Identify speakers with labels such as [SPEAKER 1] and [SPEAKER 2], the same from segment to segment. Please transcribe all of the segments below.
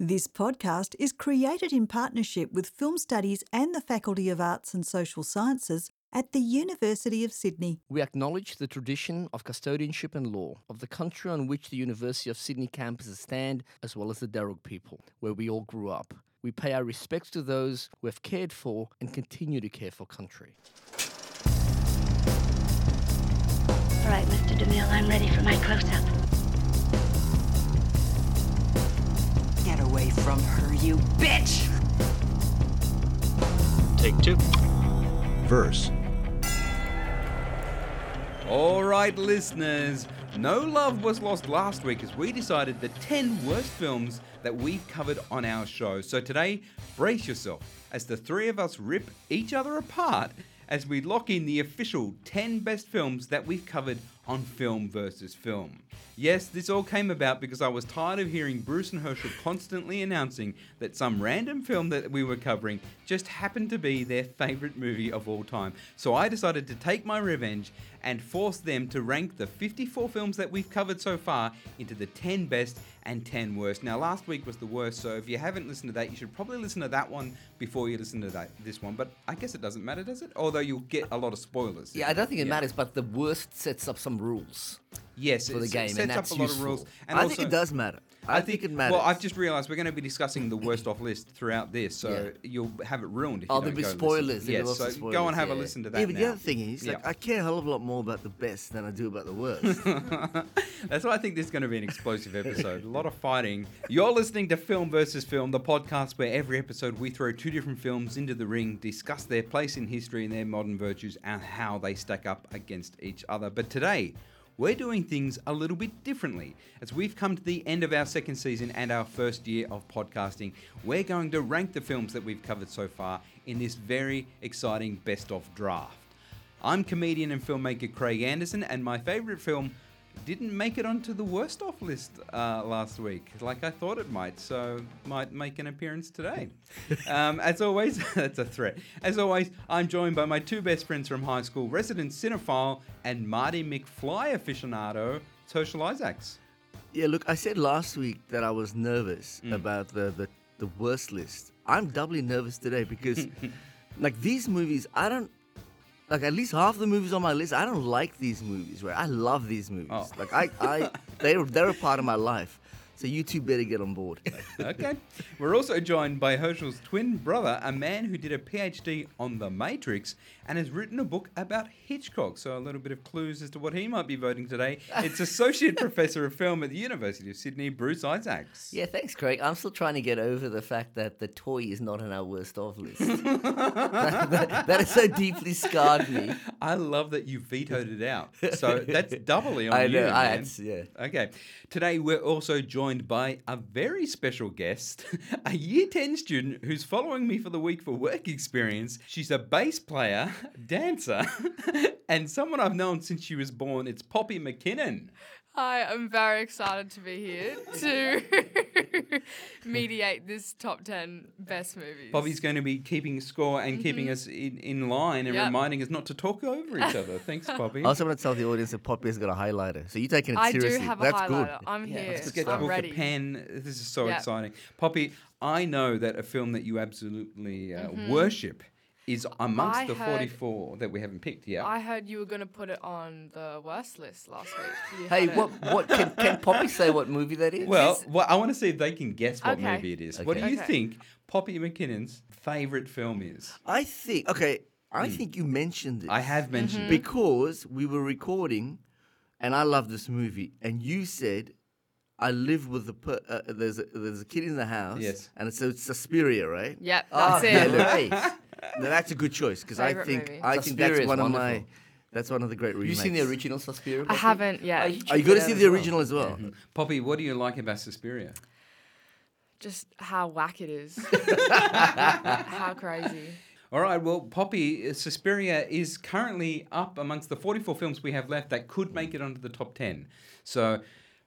[SPEAKER 1] This podcast is created in partnership with Film Studies and the Faculty of Arts and Social Sciences at the University of Sydney.
[SPEAKER 2] We acknowledge the tradition of custodianship and law of the country on which the University of Sydney campuses stand, as well as the Darug people, where we all grew up. We pay our respects to those who have cared for and continue to care for country.
[SPEAKER 3] All right, Mr. DeMille, I'm ready for my close up.
[SPEAKER 4] Get away from her, you bitch!
[SPEAKER 5] Take two.
[SPEAKER 6] verse.
[SPEAKER 7] All right, listeners. No love was lost last week as we decided the 10 worst films that we've covered on our show. So today, brace yourself as the three of us rip each other apart as we lock in the official 10 best films that we've covered on Film versus Film. Yes, this all came about because I was tired of hearing Bruce and Herschel constantly announcing that some random film that we were covering just happened to be their favorite movie of all time. So I decided to take my revenge and force them to rank the 54 films that we've covered so far into the 10 best and 10 worst. Now, last week was the worst, so if you haven't listened to that, you should probably listen to that one before you listen to that this one. But I guess it doesn't matter, does it? Although you'll get a lot of spoilers.
[SPEAKER 2] Yeah, I don't think it matters, but the worst sets up some rules
[SPEAKER 7] Yes,
[SPEAKER 2] for the
[SPEAKER 7] it
[SPEAKER 2] game,
[SPEAKER 7] sets
[SPEAKER 2] and
[SPEAKER 7] up
[SPEAKER 2] that's
[SPEAKER 7] a lot
[SPEAKER 2] useful.
[SPEAKER 7] of rules.
[SPEAKER 8] I think it does matter. I, think, it matters.
[SPEAKER 7] Well, I've just realised we're going to be discussing the worst off list throughout this, so you'll have it ruined. If
[SPEAKER 2] Oh,
[SPEAKER 7] you
[SPEAKER 2] there'll
[SPEAKER 7] don't
[SPEAKER 2] be
[SPEAKER 7] go and
[SPEAKER 2] spoilers,
[SPEAKER 7] Listen.
[SPEAKER 2] there'll be lots
[SPEAKER 7] Yes, so
[SPEAKER 2] of
[SPEAKER 7] go
[SPEAKER 2] spoilers,
[SPEAKER 7] and have a
[SPEAKER 2] yeah.
[SPEAKER 7] listen to that.
[SPEAKER 8] yeah, but the
[SPEAKER 7] now.
[SPEAKER 8] other thing is, like,
[SPEAKER 7] Yeah.
[SPEAKER 8] I care a hell of a lot more about the best than I do about the worst.
[SPEAKER 7] That's why I think this is going to be an explosive episode. A lot of fighting. You're listening to Film versus Film, the podcast where every episode we throw two different films into the ring, discuss their place in history and their modern virtues and how they stack up against each other. But today, we're doing things a little bit differently. As we've come to the end of our second season and our first year of podcasting, we're going to rank the films that we've covered so far in this very exciting best of draft. I'm comedian and filmmaker Craig Anderson, and my favourite film didn't make it onto the worst off list uh, last week, like I thought it might. So might make an appearance today. um, as always, that's a threat. As always, I'm joined by my two best friends from high school, resident cinephile and Marty McFly aficionado, Social Isaacs.
[SPEAKER 8] yeah, look, I said last week that I was nervous
[SPEAKER 2] Mm.
[SPEAKER 8] about the, the, the worst list. I'm doubly nervous today because, like, these movies, I don't. Like at least half the movies on my list, I don't like these movies, right? I love these movies.
[SPEAKER 7] Oh.
[SPEAKER 8] Like I, I, they're they're a part of my life. So you two better get on board.
[SPEAKER 7] okay. We're also joined by Herschel's twin brother, a man who did a PhD on The Matrix and has written a book about Hitchcock. So a little bit of clues as to what he might be voting today. It's Associate Professor of Film at the University of Sydney, Bruce Isaacs.
[SPEAKER 2] Yeah, thanks, Craig. I'm still trying to get over the fact that the toy is not on our worst of list. that, that has so deeply scarred me.
[SPEAKER 7] I love that you vetoed it out. So that's doubly on
[SPEAKER 2] I
[SPEAKER 7] you.
[SPEAKER 2] know, I-
[SPEAKER 7] man.
[SPEAKER 2] it's- yeah.
[SPEAKER 7] Okay. Today we're also joined by a very special guest, a year 10 student who's following me for the week for work experience. She's a bass player, dancer, and someone I've known since she was born. It's Poppy McKinnon.
[SPEAKER 9] Hi, I'm very excited to be here to mediate this top 10 best movies.
[SPEAKER 7] Poppy's going to be keeping score and keeping us in, in line and
[SPEAKER 9] Yep.
[SPEAKER 7] reminding us not to talk over each other. Thanks, Poppy.
[SPEAKER 8] I also want to tell the audience that Poppy's got a highlighter, so you're taking it
[SPEAKER 9] I do
[SPEAKER 8] seriously.
[SPEAKER 9] have a
[SPEAKER 8] That's good.
[SPEAKER 9] highlighter. I'm here.
[SPEAKER 7] Let's get the
[SPEAKER 9] I'm
[SPEAKER 7] book,
[SPEAKER 9] ready.
[SPEAKER 7] a pen. This is so
[SPEAKER 9] Yep.
[SPEAKER 7] exciting. Poppy, I know that a film that you absolutely uh, worship is amongst
[SPEAKER 9] Mm-hmm. I
[SPEAKER 7] the
[SPEAKER 9] heard-
[SPEAKER 7] 44 that we haven't picked yet.
[SPEAKER 9] I heard you were going to put it on the worst list last week. You
[SPEAKER 2] Hey,
[SPEAKER 9] had it-
[SPEAKER 2] what, what can, can Poppy say what movie that is?
[SPEAKER 7] well, well, I want to see if they can guess what
[SPEAKER 9] Okay.
[SPEAKER 7] movie it is. What do
[SPEAKER 9] Okay.
[SPEAKER 7] you
[SPEAKER 9] Okay.
[SPEAKER 7] think Poppy McKinnon's favourite film is?
[SPEAKER 8] I think okay. I think you mentioned this.
[SPEAKER 7] Hmm. I have mentioned
[SPEAKER 9] Mm-hmm.
[SPEAKER 7] it.
[SPEAKER 8] because we were recording, and I love this movie, and you said, "I live with the per- uh, there's a, there's a kid in the house."
[SPEAKER 7] Yes.
[SPEAKER 8] and so it's Suspiria, right?
[SPEAKER 9] Yep,
[SPEAKER 2] Ah,
[SPEAKER 9] that's
[SPEAKER 2] yeah,
[SPEAKER 9] it.
[SPEAKER 2] look, hey,
[SPEAKER 8] Now, that's a good choice because I
[SPEAKER 9] Favorite
[SPEAKER 8] think
[SPEAKER 9] movie.
[SPEAKER 8] I think
[SPEAKER 2] Suspiria
[SPEAKER 8] that's
[SPEAKER 2] is
[SPEAKER 8] one of my
[SPEAKER 2] wonderful.
[SPEAKER 8] that's one of the great
[SPEAKER 2] you
[SPEAKER 8] remakes.
[SPEAKER 2] seen the original Suspiria?
[SPEAKER 9] I
[SPEAKER 2] Poppy?
[SPEAKER 9] haven't
[SPEAKER 2] Oh,
[SPEAKER 9] yet.
[SPEAKER 2] you
[SPEAKER 8] Are
[SPEAKER 2] check
[SPEAKER 8] you going
[SPEAKER 2] that
[SPEAKER 8] to see
[SPEAKER 2] out
[SPEAKER 8] the
[SPEAKER 2] as well.
[SPEAKER 8] original as well?
[SPEAKER 9] Mm-hmm. Mm.
[SPEAKER 7] Poppy, what do you like about Suspiria?
[SPEAKER 9] Just how whack it is. how crazy.
[SPEAKER 7] All right, well, Poppy, uh, Suspiria is currently up amongst the 44 films we have left that could make it onto the top 10. So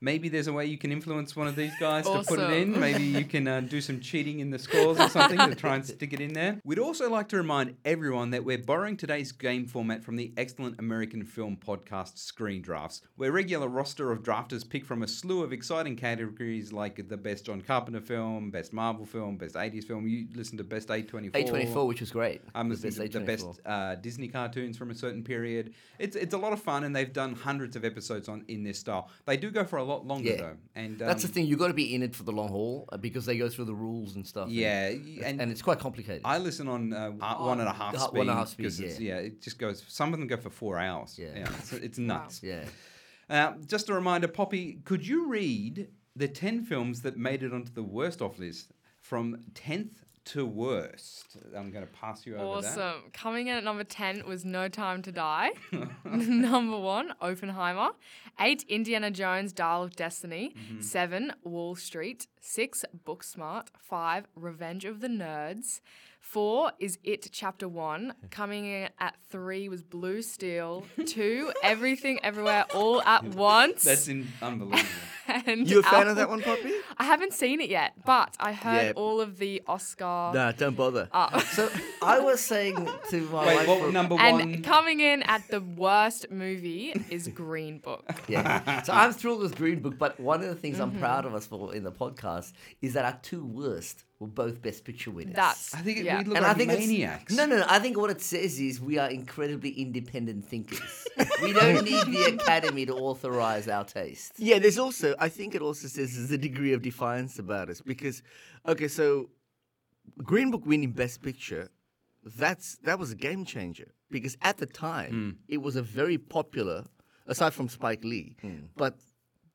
[SPEAKER 7] Maybe there's a way you can influence one of these guys to put it
[SPEAKER 9] Awesome.
[SPEAKER 7] in. Maybe you can uh, do some cheating in the scores or something to try and stick it in there. We'd also like to remind everyone that we're borrowing today's game format from the excellent American film podcast Screen Drafts, where regular roster of drafters pick from a slew of exciting categories like the best John Carpenter film, best Marvel film, best 80s film. You listen to best 824.
[SPEAKER 2] A24, which was great.
[SPEAKER 7] I'm
[SPEAKER 2] The
[SPEAKER 7] the best, Um, the
[SPEAKER 2] A24.
[SPEAKER 7] best uh, Disney cartoons from a certain period. It's it's a lot of fun, and they've done hundreds of episodes on in this style. They do go for a lot longer
[SPEAKER 2] Yeah.
[SPEAKER 7] though, and um,
[SPEAKER 2] That's the thing. You've got to be in it for the long haul uh, because they go through the rules and stuff. and-
[SPEAKER 7] Yeah,
[SPEAKER 2] it's-
[SPEAKER 7] and-
[SPEAKER 2] and, it's quite complicated.
[SPEAKER 7] I listen on uh, one and a half
[SPEAKER 2] uh,
[SPEAKER 7] speed.
[SPEAKER 2] one and a half speed,
[SPEAKER 7] 'cause it's-
[SPEAKER 2] yeah.
[SPEAKER 7] it just goes. Some of them go for four hours.
[SPEAKER 2] Yeah.
[SPEAKER 7] it's, it's nuts.
[SPEAKER 2] yeah.
[SPEAKER 7] Uh, just a reminder, Poppy, could you read the ten films that made it onto the worst off list from tenth to worst? I'm going to pass you over that.
[SPEAKER 9] Awesome. Coming in at number 10 was No Time to Die. number one, Oppenheimer. Eight, Indiana Jones, Dial of Destiny.
[SPEAKER 8] Mm-hmm.
[SPEAKER 9] Seven, Wall Street. Six, Booksmart. Five, Revenge of the Nerds. Four is It Chapter One. Coming in at three was Blue Steel. Two, Everything Everywhere All at Once.
[SPEAKER 7] That's in, unbelievable.
[SPEAKER 9] and
[SPEAKER 8] You a fan
[SPEAKER 9] um,
[SPEAKER 8] of that one, Poppy?
[SPEAKER 9] I haven't seen it yet, but I heard
[SPEAKER 8] Yeah.
[SPEAKER 9] all of the Oscar.
[SPEAKER 8] Nah, don't bother.
[SPEAKER 9] uh,
[SPEAKER 8] So I was saying to my
[SPEAKER 7] Wait,
[SPEAKER 8] wife,
[SPEAKER 7] what
[SPEAKER 8] for-
[SPEAKER 7] number
[SPEAKER 9] And
[SPEAKER 7] one?
[SPEAKER 9] coming in at the worst movie is Green Book.
[SPEAKER 8] yeah. So I'm thrilled with Green Book, but one of the things I'm proud of us for in the podcast is that our two worst were both Best Picture winners.
[SPEAKER 9] That's
[SPEAKER 7] I think it,
[SPEAKER 9] yeah.
[SPEAKER 7] we look like
[SPEAKER 8] it's-
[SPEAKER 7] maniacs.
[SPEAKER 8] No, no, no. I think what it says is we are incredibly independent thinkers. we don't need the academy to authorize our taste. Yeah, there's also, I think it also says there's a degree of defiance about us because, okay, so Green Book winning Best Picture, that's that was a game changer because at the time it was a very popular, aside from Spike Lee, but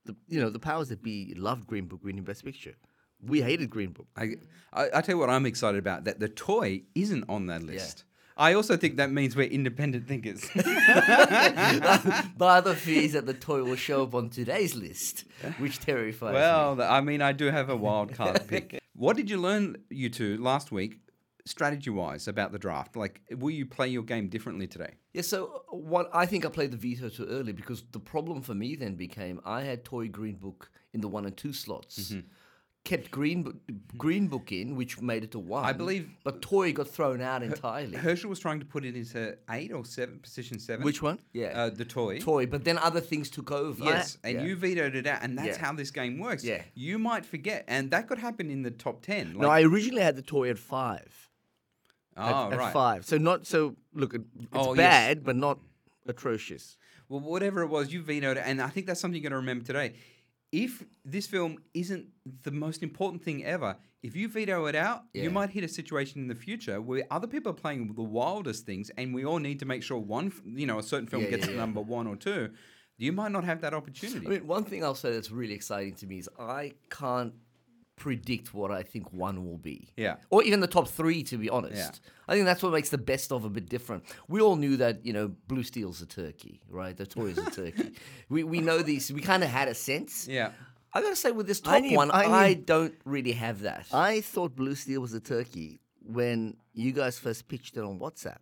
[SPEAKER 8] the, you know the powers that be loved Green Book winning Best Picture. We hated Green Book.
[SPEAKER 7] I, I, I tell you what I'm excited about that the toy isn't on that list. I also think that means we're independent thinkers.
[SPEAKER 8] By the fears that the toy will show up on today's list, which terrifies me.
[SPEAKER 7] well, th- I mean, I do have a wild card pick. What did you learn, you two, last week, strategy wise, about the draft? Like, will you play your game differently today?
[SPEAKER 2] Yeah, so uh, what I think I played the veto too early because the problem for me then became I had Toy Green Book in the one and two slots,
[SPEAKER 7] Mm-hmm.
[SPEAKER 2] kept Green Book, Green Book in, which made it to one.
[SPEAKER 7] believe-
[SPEAKER 2] but Toy got thrown out entirely.
[SPEAKER 7] Herschel was trying to put it into eight or seven, position seven.
[SPEAKER 8] Which one?
[SPEAKER 2] yeah,
[SPEAKER 7] Uh, the toy.
[SPEAKER 2] Toy, but then other things took over.
[SPEAKER 7] Yes,
[SPEAKER 8] Uh,
[SPEAKER 7] and
[SPEAKER 2] Yeah.
[SPEAKER 7] you vetoed it out, and that's
[SPEAKER 8] Yeah.
[SPEAKER 7] how this game works.
[SPEAKER 8] Yeah.
[SPEAKER 7] You might forget, and that could happen in the top 10.
[SPEAKER 8] No, I originally had the toy at five.
[SPEAKER 7] oh,
[SPEAKER 8] At, at
[SPEAKER 7] right.
[SPEAKER 8] five. So not so. Look, it, it's
[SPEAKER 7] Oh, yes.
[SPEAKER 8] bad, but not atrocious.
[SPEAKER 7] well, whatever it was, you vetoed it. And I think that's something you're going to remember today. If this film isn't the most important thing ever, if you veto it out,
[SPEAKER 2] Yeah.
[SPEAKER 7] you might hit a situation in the future where other people are playing the wildest things, and we all need to make sure one, f- you know, a certain film
[SPEAKER 2] Yeah,
[SPEAKER 7] gets
[SPEAKER 2] yeah,
[SPEAKER 7] to
[SPEAKER 2] yeah.
[SPEAKER 7] number one or two. You might not have that opportunity.
[SPEAKER 2] I mean, one thing I'll say that's really exciting to me is I can't predict what I think one will be.
[SPEAKER 7] Yeah.
[SPEAKER 2] Or even the top three, to be honest. I think that's what makes the best of a bit different. We all knew that, you know, Blue Steel's a turkey, right? The toy is a turkey. we, we know these. We kind of had a sense.
[SPEAKER 7] yeah.
[SPEAKER 2] I gotta say, with this
[SPEAKER 8] I
[SPEAKER 2] top
[SPEAKER 8] need-
[SPEAKER 2] one,
[SPEAKER 8] I
[SPEAKER 2] I,
[SPEAKER 8] need-
[SPEAKER 2] don't really have that.
[SPEAKER 8] I thought Blue Steel was a turkey when you guys first pitched it on WhatsApp.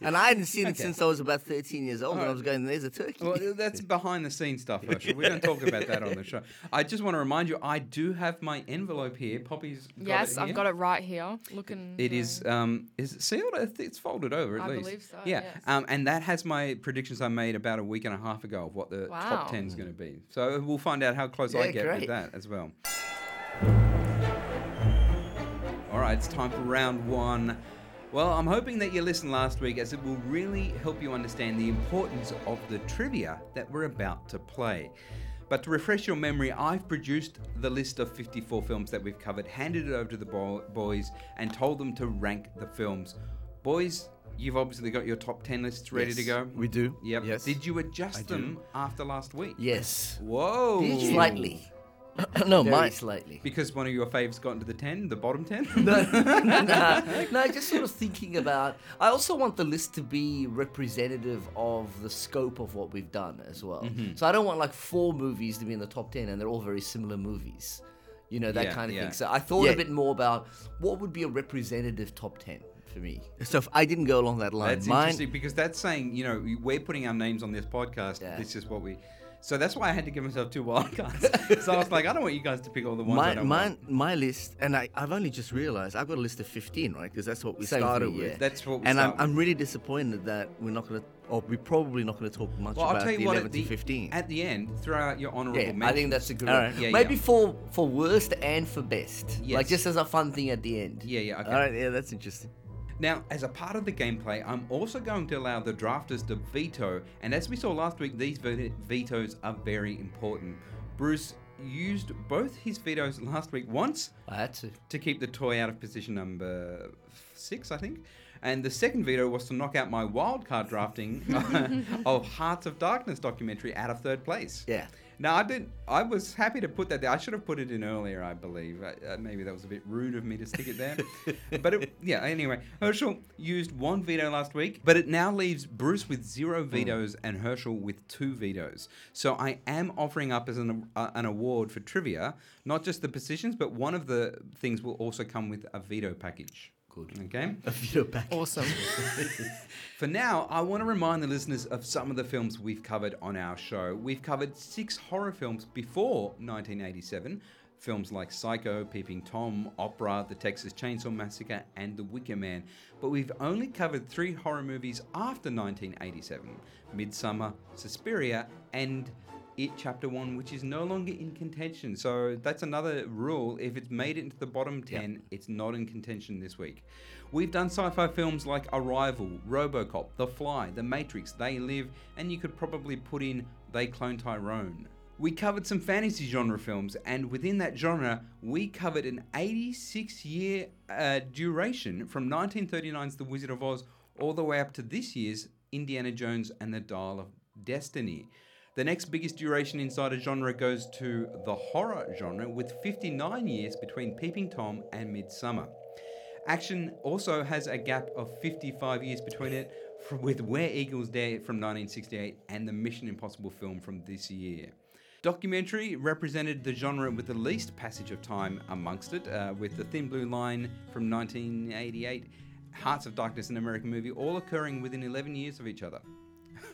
[SPEAKER 8] and I hadn't seen it since I was about 13 years old, and I was going, there's a turkey.
[SPEAKER 7] Well, th- that's behind the scenes stuff, Herschel. We don't talk about that on the show. I just want to remind you, I do have my envelope here. Poppy's got
[SPEAKER 9] yes,
[SPEAKER 7] it
[SPEAKER 9] I've
[SPEAKER 7] here.
[SPEAKER 9] got it right here. Looking.
[SPEAKER 7] It is um is it sealed? I think It's folded over at
[SPEAKER 9] Mm-hmm. I
[SPEAKER 7] least.
[SPEAKER 9] believe so,
[SPEAKER 7] Yeah.
[SPEAKER 9] yes.
[SPEAKER 7] Um, and that has my predictions I made about a week and a half ago of what the top
[SPEAKER 9] Wow.
[SPEAKER 7] ten is going to be. So we'll find out how close I
[SPEAKER 8] Yeah,
[SPEAKER 7] get with
[SPEAKER 8] great.
[SPEAKER 7] that as well. All right, it's time for round one. Well, I'm hoping that you listened last week as it will really help you understand the importance of the trivia that we're about to play. But to refresh your memory, I've produced the list of 54 films that we've covered, handed it over to the bo- boys, and told them to rank the films. Boys, you've obviously got your top 10 lists ready to
[SPEAKER 8] Yes,
[SPEAKER 7] go.
[SPEAKER 8] we do.
[SPEAKER 7] Yep.
[SPEAKER 8] Yes.
[SPEAKER 7] Did you adjust them after last week?
[SPEAKER 8] yes.
[SPEAKER 7] Whoa.
[SPEAKER 8] Slightly. no,
[SPEAKER 2] Very
[SPEAKER 8] my,
[SPEAKER 2] slightly.
[SPEAKER 7] Because one of your faves got into the 10, the bottom 10?
[SPEAKER 2] no, no, just sort of thinking about. I also want the list to be representative of the scope of what we've done as well.
[SPEAKER 8] Mm-hmm.
[SPEAKER 2] So I don't want like four movies to be in the top 10 and they're all very similar movies. You know, that
[SPEAKER 7] Yeah,
[SPEAKER 2] kind of
[SPEAKER 7] yeah.
[SPEAKER 2] thing. So I thought
[SPEAKER 8] Yeah.
[SPEAKER 2] a bit more about what would be a representative top 10 for me.
[SPEAKER 8] So if I didn't go along that line.
[SPEAKER 7] That's
[SPEAKER 8] Mine,
[SPEAKER 7] interesting because that's saying, you know, we're putting our names on this podcast.
[SPEAKER 2] Yeah.
[SPEAKER 7] This is what we. So that's why I had to give myself two wild cards. so I was like, I don't want you guys to pick all the ones I
[SPEAKER 8] My,
[SPEAKER 7] don't
[SPEAKER 8] my,
[SPEAKER 7] want.
[SPEAKER 8] my list, and I, I've only just realized I've got a list of 15, right? Because that's what we
[SPEAKER 2] Same for
[SPEAKER 8] started
[SPEAKER 2] me,
[SPEAKER 8] with.
[SPEAKER 2] yeah.
[SPEAKER 7] That's what we
[SPEAKER 8] And I'm,
[SPEAKER 7] start with.
[SPEAKER 8] I'm really disappointed that we're not going to, or we're probably not going to talk much
[SPEAKER 7] Well,
[SPEAKER 8] about
[SPEAKER 7] I'll tell you
[SPEAKER 8] the
[SPEAKER 7] what,
[SPEAKER 8] 11
[SPEAKER 7] at
[SPEAKER 8] to
[SPEAKER 7] the,
[SPEAKER 8] 15.
[SPEAKER 7] at the end, throw out your honorable
[SPEAKER 2] Yeah, I
[SPEAKER 7] mentions.
[SPEAKER 2] think that's a good
[SPEAKER 8] All
[SPEAKER 2] one.
[SPEAKER 8] right.
[SPEAKER 7] Yeah,
[SPEAKER 2] Maybe
[SPEAKER 7] yeah.
[SPEAKER 2] for for worst and for best. Like
[SPEAKER 7] Yes.
[SPEAKER 2] just as a fun thing at the end.
[SPEAKER 7] Yeah, yeah, okay.
[SPEAKER 8] All right, yeah, that's interesting.
[SPEAKER 7] Now, as a part of the gameplay, I'm also going to allow the drafters to veto, and as we saw last week, these ve- vetoes are very important. Bruce used both his vetoes last week once
[SPEAKER 2] I had to.
[SPEAKER 7] to keep the toy out of position number six, I think. And the second veto was to knock out my wildcard drafting of Hearts of Darkness documentary out of third place.
[SPEAKER 2] Yeah.
[SPEAKER 7] Now I did. I was happy to put that there. I should have put it in earlier, I believe. Uh, uh, maybe that was a bit rude of me to stick it there. but it, yeah. Anyway, Herschel used one veto last week, but it now leaves Bruce with zero vetoes and Herschel with two vetoes. So I am offering up as an uh, an award for trivia, not just the positions, but one of the things will also come with a veto package. Good. Okay.
[SPEAKER 8] A video back.
[SPEAKER 9] Awesome.
[SPEAKER 7] For now, I want to remind the listeners of some of the films we've covered on our show. We've covered six horror films before 1987, films like Psycho, Peeping Tom, Opera, The Texas Chainsaw Massacre, and The Wicker Man. But we've only covered three horror movies after 1987 Midsummer, Suspiria, and it Chapter 1, which is no longer in contention. So that's another rule. If it's made it into the bottom 10, it's not in contention this week. We've done sci fi films like Arrival, Robocop, The Fly, The Matrix, They Live, and you could probably put in They Clone Tyrone. We covered some fantasy genre films, and within that genre, we covered an 86 year uh, duration from 1939's The Wizard of Oz all the way up to this year's Indiana Jones and the Dial of Destiny. The next biggest duration inside a genre goes to the horror genre, with 59 years between Peeping Tom and Midsummer. Action also has a gap of 55 years between it, f- with Where Eagles Dare from 1968 and the Mission Impossible film from this year. Documentary represented the genre with the least passage of time amongst it, uh, with The Thin Blue Line from 1988, Hearts of Darkness, an American movie, all occurring within 11 years of each other.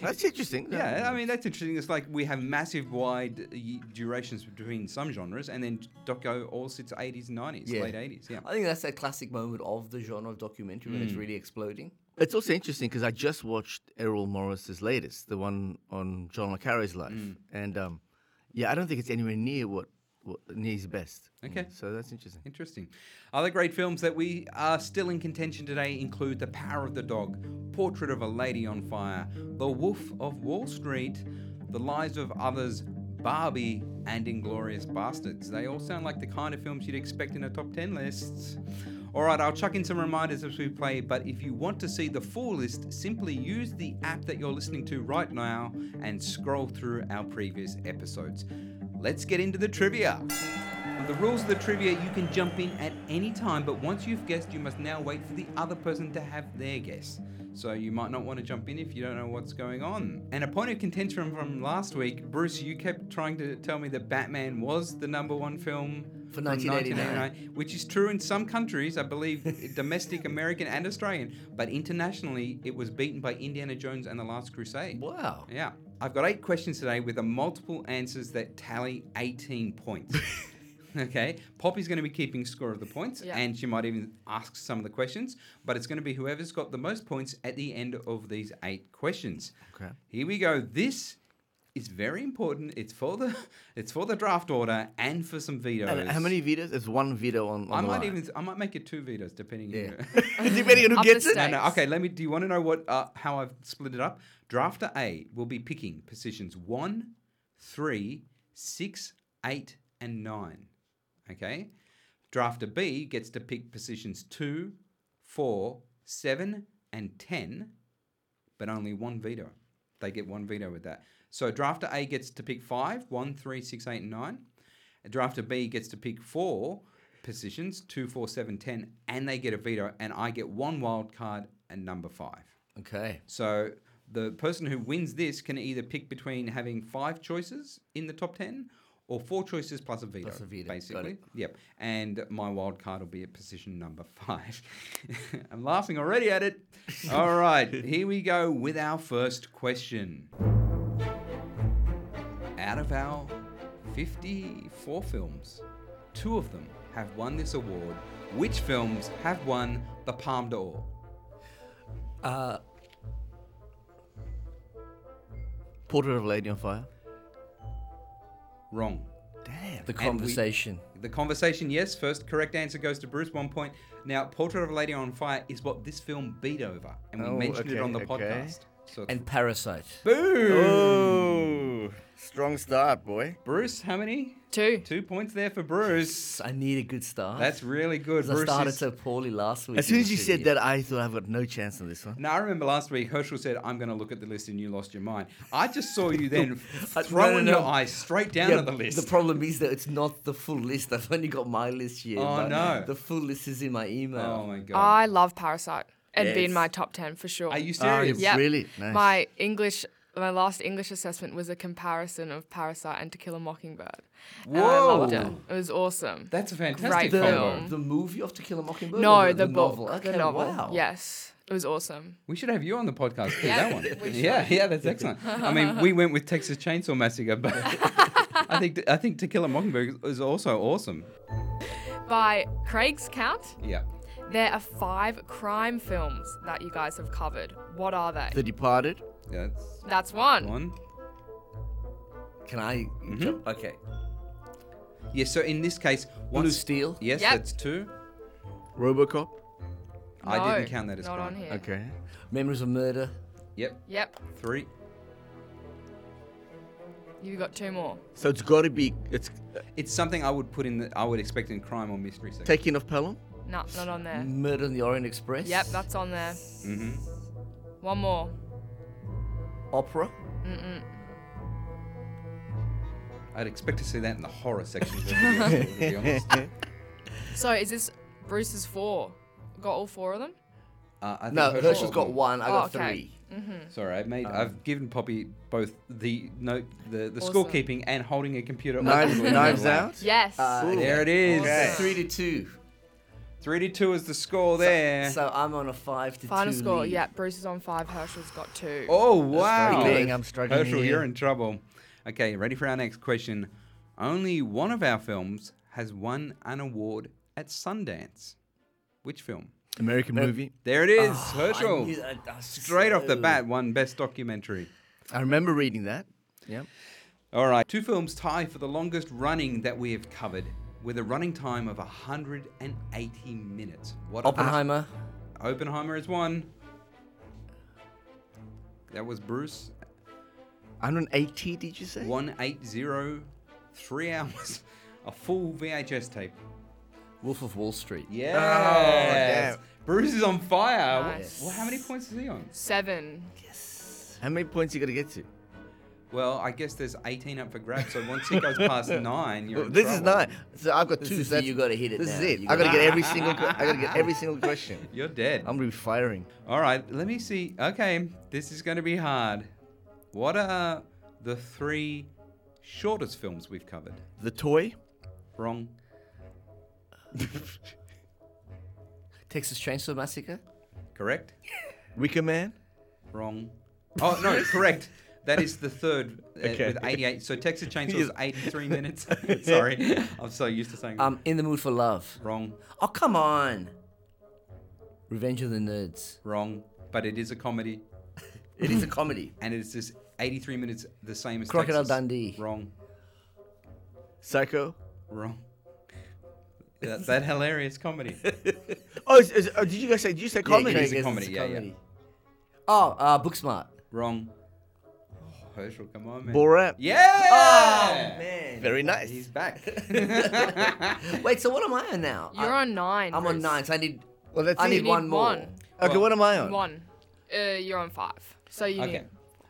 [SPEAKER 8] That's interesting.
[SPEAKER 7] Yeah, I mean that's interesting. It's like we have massive wide uh, y- durations between some genres, and then Doco all sits 80s, 90s,
[SPEAKER 2] Yeah.
[SPEAKER 7] late 80s. Yeah.
[SPEAKER 2] I think that's that classic moment of the genre of documentary when it's really exploding.
[SPEAKER 8] Hmm. It's also interesting because I just watched Errol Morris's latest, the one on John le Carre's life,
[SPEAKER 2] Hmm.
[SPEAKER 8] and um, yeah, I don't think it's anywhere near what, what near his best.
[SPEAKER 7] Okay.
[SPEAKER 8] Mm, so that's interesting.
[SPEAKER 7] Interesting. Other great films that we are still in contention today include The Power of the Dog, Portrait of a Lady on Fire, The Wolf of Wall Street, The Lives of Others, Barbie, and Inglorious Bastards. They all sound like the kind of films you'd expect in a top 10 list. All right, I'll chuck in some reminders as we play, but if you want to see the full list, simply use the app that you're listening to right now and scroll through our previous episodes. Let's get into the trivia. The rules of the trivia you can jump in at any time, but once you've guessed, you must now wait for the other person to have their guess. So you might not want to jump in if you don't know what's going on. And a point of contention from last week, Bruce, you kept trying to tell me that Batman was the number one film
[SPEAKER 2] For
[SPEAKER 7] from
[SPEAKER 2] 1989.
[SPEAKER 7] which is true in some countries, I believe, domestic American and Australian, but internationally, it was beaten by Indiana Jones and the Last Crusade.
[SPEAKER 2] Wow.
[SPEAKER 7] Yeah. I've got eight questions today with a multiple answers that tally 18 points. okay. Poppy's going to be keeping score of the points
[SPEAKER 9] Yeah.
[SPEAKER 7] and she might even ask some of the questions, but it's going to be whoever's got the most points at the end of these eight questions.
[SPEAKER 8] Okay.
[SPEAKER 7] Here we go. This is very important. It's for the it's for the draft order and for some vetoes.
[SPEAKER 8] And how many vetoes? It's one veto on. on
[SPEAKER 7] I
[SPEAKER 8] the
[SPEAKER 7] might
[SPEAKER 8] line.
[SPEAKER 7] even I might make it two vetoes depending on
[SPEAKER 8] Yeah. Depending on who
[SPEAKER 9] Up the
[SPEAKER 8] gets it.
[SPEAKER 9] stakes.
[SPEAKER 7] No, no, okay, let me. Do you want to know what uh, how I've split it up? Drafter A will be picking positions one, three, six, eight, and nine. Okay. Drafter B gets to pick positions two, four, seven, and ten, but only one veto. They get one veto with that. So drafter A gets to pick five, one, three, six, eight, and nine. Drafter B gets to pick four positions, two, four, seven, ten, and they get a veto, and I get one wild card and number five.
[SPEAKER 2] Okay.
[SPEAKER 7] So the person who wins this can either pick between having five choices in the top ten or four choices plus a veto.
[SPEAKER 2] Plus a veto, got
[SPEAKER 7] Basically.
[SPEAKER 2] it.
[SPEAKER 7] Yep. And my wild card will be at position number five. I'm laughing already at it. All right, here we go with our first question. of our 54 films, two of them have won this award. Which films have won the Palme d'Or?
[SPEAKER 8] Uh, Portrait of a Lady on Fire.
[SPEAKER 7] Wrong.
[SPEAKER 8] Damn.
[SPEAKER 2] The
[SPEAKER 7] we-
[SPEAKER 2] conversation.
[SPEAKER 7] The conversation, yes. First correct answer goes to Bruce, one point. Now, Portrait of a Lady on Fire is what this film beat over, and we
[SPEAKER 8] Oh,
[SPEAKER 7] mentioned it
[SPEAKER 8] okay,
[SPEAKER 7] on the
[SPEAKER 8] okay. Oh.
[SPEAKER 7] podcast. So it's-
[SPEAKER 2] and Parasite.
[SPEAKER 7] boom!
[SPEAKER 8] Ooh, strong start, boy.
[SPEAKER 7] Bruce, how many?
[SPEAKER 9] Two.
[SPEAKER 7] Two points there for Bruce.
[SPEAKER 2] I need a good start.
[SPEAKER 7] That's really good.
[SPEAKER 2] 'Cause I
[SPEAKER 7] Bruce
[SPEAKER 2] started
[SPEAKER 7] is-
[SPEAKER 2] so poorly last week.
[SPEAKER 8] As soon
[SPEAKER 2] in
[SPEAKER 8] as you
[SPEAKER 2] the
[SPEAKER 8] said
[SPEAKER 2] city.
[SPEAKER 8] that, I thought I've got no chance on this one.
[SPEAKER 7] Now I remember last week Herschel said, "I'm going to look at the list," and you lost your mind. I just saw you then
[SPEAKER 2] I- no,
[SPEAKER 7] throwing
[SPEAKER 2] no, no.
[SPEAKER 7] your eyes straight down
[SPEAKER 2] Yeah,
[SPEAKER 7] at the list.
[SPEAKER 2] The problem is that it's not the full list. I've only got my list here.
[SPEAKER 7] Oh,
[SPEAKER 2] but
[SPEAKER 7] no.
[SPEAKER 2] The full list is in my
[SPEAKER 7] oh
[SPEAKER 2] email.
[SPEAKER 7] my god!
[SPEAKER 9] I love Parasite. It'd be in
[SPEAKER 8] Yes.
[SPEAKER 9] my top ten for sure.
[SPEAKER 7] Are
[SPEAKER 2] Um,
[SPEAKER 7] you
[SPEAKER 8] Oh,
[SPEAKER 7] serious?
[SPEAKER 9] Yeah.
[SPEAKER 8] Really? Nice.
[SPEAKER 9] My English, my last English assessment was a comparison of Parasite and To Kill a Mockingbird. Whoa! And I loved it.
[SPEAKER 7] Whoa.
[SPEAKER 9] It was awesome.
[SPEAKER 7] That's a fantastic
[SPEAKER 9] Great
[SPEAKER 2] the,
[SPEAKER 7] combo.
[SPEAKER 9] film.
[SPEAKER 2] the movie of To Kill a Mockingbird?
[SPEAKER 9] no,
[SPEAKER 2] or
[SPEAKER 9] the, book,
[SPEAKER 2] novel. Okay,
[SPEAKER 9] the novel.
[SPEAKER 2] Wow.
[SPEAKER 9] Yes, it was awesome.
[SPEAKER 7] We should have you on the podcast for
[SPEAKER 9] Yeah,
[SPEAKER 7] that one.
[SPEAKER 9] we
[SPEAKER 7] Yeah, yeah, that's excellent. I mean, we went with Texas Chainsaw Massacre, but I think I think To Kill a Mockingbird is also awesome.
[SPEAKER 9] By Craig's count,
[SPEAKER 7] Yeah.
[SPEAKER 9] there are five crime films that you guys have covered. What are they?
[SPEAKER 8] The Departed.
[SPEAKER 7] Yeah,
[SPEAKER 9] That's
[SPEAKER 7] That's
[SPEAKER 9] one.
[SPEAKER 7] one. Mm-hmm.
[SPEAKER 2] Can I? jump? Okay.
[SPEAKER 7] Yeah, so in this case,
[SPEAKER 2] Blue
[SPEAKER 7] once
[SPEAKER 2] Steel.
[SPEAKER 7] yes,
[SPEAKER 9] Yep.
[SPEAKER 7] that's two.
[SPEAKER 8] Robocop.
[SPEAKER 7] I
[SPEAKER 9] No,
[SPEAKER 7] didn't count that as
[SPEAKER 9] not
[SPEAKER 7] crime.
[SPEAKER 9] on here.
[SPEAKER 8] Okay.
[SPEAKER 2] Memories of Murder.
[SPEAKER 7] Yep,
[SPEAKER 9] Yep,
[SPEAKER 7] three.
[SPEAKER 9] you've got two more.
[SPEAKER 8] So it's got to be. It's uh,
[SPEAKER 7] It's something I would put in. The, I would expect in crime or mystery section.
[SPEAKER 8] taking off Pelham.
[SPEAKER 9] No, not on there.
[SPEAKER 7] Mm.
[SPEAKER 2] Murder on the Orient Express.
[SPEAKER 9] Yep, that's on there.
[SPEAKER 7] hmm
[SPEAKER 9] One more.
[SPEAKER 2] Opera.
[SPEAKER 7] I'd expect to see that in the horror section. of the video, to be honest. Uh,
[SPEAKER 9] So is this Bruce's four? Got all four of them?
[SPEAKER 7] Uh, I think
[SPEAKER 2] No, Herschel's got
[SPEAKER 7] one.
[SPEAKER 2] one. I
[SPEAKER 9] Oh,
[SPEAKER 2] got
[SPEAKER 9] okay.
[SPEAKER 2] three.
[SPEAKER 7] Sorry, I made. I've given Poppy both the note, the, the scorekeeping, and holding a computer.
[SPEAKER 8] Knives,
[SPEAKER 7] open.
[SPEAKER 8] knives out.
[SPEAKER 9] Yes.
[SPEAKER 2] Uh,
[SPEAKER 7] There it is.
[SPEAKER 9] Okay.
[SPEAKER 2] Three to two.
[SPEAKER 7] Three to two is the score there.
[SPEAKER 2] So I'm on a five to
[SPEAKER 9] Final
[SPEAKER 2] two.
[SPEAKER 9] score.
[SPEAKER 2] lead.
[SPEAKER 9] Yeah, Bruce is on five. Herschel's got two.
[SPEAKER 7] oh wow!
[SPEAKER 8] very good. I'm struggling
[SPEAKER 7] Herschel,
[SPEAKER 8] here.
[SPEAKER 7] you're in trouble. Okay, ready for our next question? Only one of our films has won an award at Sundance. Which film?
[SPEAKER 8] American
[SPEAKER 2] Uh,
[SPEAKER 8] movie.
[SPEAKER 7] There it is,
[SPEAKER 2] I
[SPEAKER 7] Herschel.
[SPEAKER 2] knew that- I was
[SPEAKER 7] Straight off the
[SPEAKER 2] so-
[SPEAKER 7] bat, won best documentary.
[SPEAKER 8] I remember reading that.
[SPEAKER 7] All right, two films tie for the longest running that we have covered, with a running time of 180 minutes. What?
[SPEAKER 2] Oppenheimer.
[SPEAKER 7] Oppenheimer is one. That was Bruce.
[SPEAKER 8] 180, did you say?
[SPEAKER 7] 180, three hours, a full VHS tape.
[SPEAKER 2] Wolf of Wall Street.
[SPEAKER 8] Oh,
[SPEAKER 7] Yes. Bruce is on fire. Wha-
[SPEAKER 9] Nice.
[SPEAKER 7] Well, how many points is he on?
[SPEAKER 9] Seven.
[SPEAKER 8] How many points you got to get to?
[SPEAKER 7] Well, I guess there's 18 up for grabs. So once he goes past nine, you're in
[SPEAKER 8] this is
[SPEAKER 7] trouble.
[SPEAKER 8] nine. So I've got
[SPEAKER 2] This
[SPEAKER 8] two.
[SPEAKER 2] is the-
[SPEAKER 8] so that's-
[SPEAKER 2] you gotta hit it
[SPEAKER 8] This
[SPEAKER 2] now.
[SPEAKER 8] is it.
[SPEAKER 2] You
[SPEAKER 8] I got to
[SPEAKER 2] gotta-
[SPEAKER 8] get every single. que- I got to get every single question.
[SPEAKER 7] You're dead.
[SPEAKER 8] I'm gonna be firing.
[SPEAKER 7] All right, let me see. Okay, this is going to be hard. What are the three shortest films we've covered?
[SPEAKER 8] The toy.
[SPEAKER 7] Wrong.
[SPEAKER 2] Texas Chainsaw Massacre.
[SPEAKER 7] Correct?
[SPEAKER 8] Wicker Man.
[SPEAKER 7] Wrong. Oh, no, correct. That is the third uh,
[SPEAKER 8] Okay.
[SPEAKER 7] with 88. So Texas Chainsaw is
[SPEAKER 8] Yes.
[SPEAKER 7] 83 minutes. Sorry. I'm so used to saying
[SPEAKER 2] Um, In the Mood for Love.
[SPEAKER 7] wrong,
[SPEAKER 2] Oh come on. Revenge of the Nerds.
[SPEAKER 7] wrong. But it is a comedy
[SPEAKER 2] It is a comedy.
[SPEAKER 7] and it's just 83 minutes the same as
[SPEAKER 2] Crocodile
[SPEAKER 7] Texas.
[SPEAKER 2] Dundee.
[SPEAKER 7] Wrong,
[SPEAKER 8] Psycho.
[SPEAKER 7] wrong. That, that hilarious comedy.
[SPEAKER 8] Oh, is, is, oh, did you guys say? Did you say comedy?
[SPEAKER 7] it is
[SPEAKER 2] Craig,
[SPEAKER 7] a
[SPEAKER 2] it's
[SPEAKER 7] comedy, yeah, yeah.
[SPEAKER 2] Oh, uh, Booksmart.
[SPEAKER 7] Wrong. Oh, Herschel, come on, man.
[SPEAKER 8] Borat.
[SPEAKER 7] Yeah!
[SPEAKER 2] Man.
[SPEAKER 8] Very nice.
[SPEAKER 7] He's back.
[SPEAKER 2] Wait, so what am I on now?
[SPEAKER 9] You're
[SPEAKER 2] I,
[SPEAKER 9] on nine.
[SPEAKER 2] I'm on
[SPEAKER 9] Bruce.
[SPEAKER 2] nine, so I need.
[SPEAKER 8] Well, that's
[SPEAKER 2] I
[SPEAKER 8] it.
[SPEAKER 2] need
[SPEAKER 9] need
[SPEAKER 2] one more.
[SPEAKER 9] one.
[SPEAKER 8] Okay, what am I on?
[SPEAKER 9] One. Uh, you're on five. So you
[SPEAKER 7] Okay.
[SPEAKER 9] need.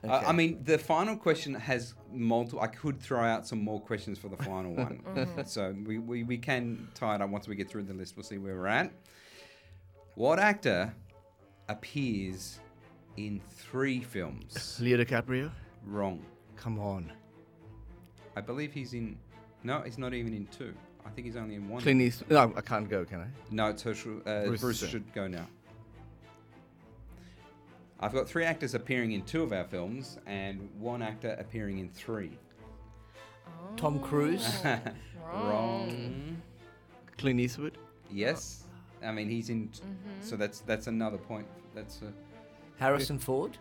[SPEAKER 7] Uh, I
[SPEAKER 2] Okay.
[SPEAKER 7] mean, the final question has multiple. I could throw out some more questions for the final one. So we, we, we can tie it up once we get through the list. We'll see where we're at. What actor appears in three films?
[SPEAKER 8] Leo DiCaprio.
[SPEAKER 7] Wrong.
[SPEAKER 8] Come on.
[SPEAKER 7] I believe he's in. No, he's not even in two. I think he's only in one.
[SPEAKER 8] Clint Eastwood. No, I can't go. Can I?
[SPEAKER 7] No, it's Herschel. Uh, Bruce,
[SPEAKER 8] Bruce.
[SPEAKER 7] should go now. I've got three actors appearing in two of our films and one actor appearing in three.
[SPEAKER 2] Tom Cruise,
[SPEAKER 9] Oh.
[SPEAKER 7] Wrong.
[SPEAKER 8] Clint Eastwood,
[SPEAKER 7] Yes. I mean, he's in. So that's that's another point. That's uh,
[SPEAKER 2] Harrison Ford.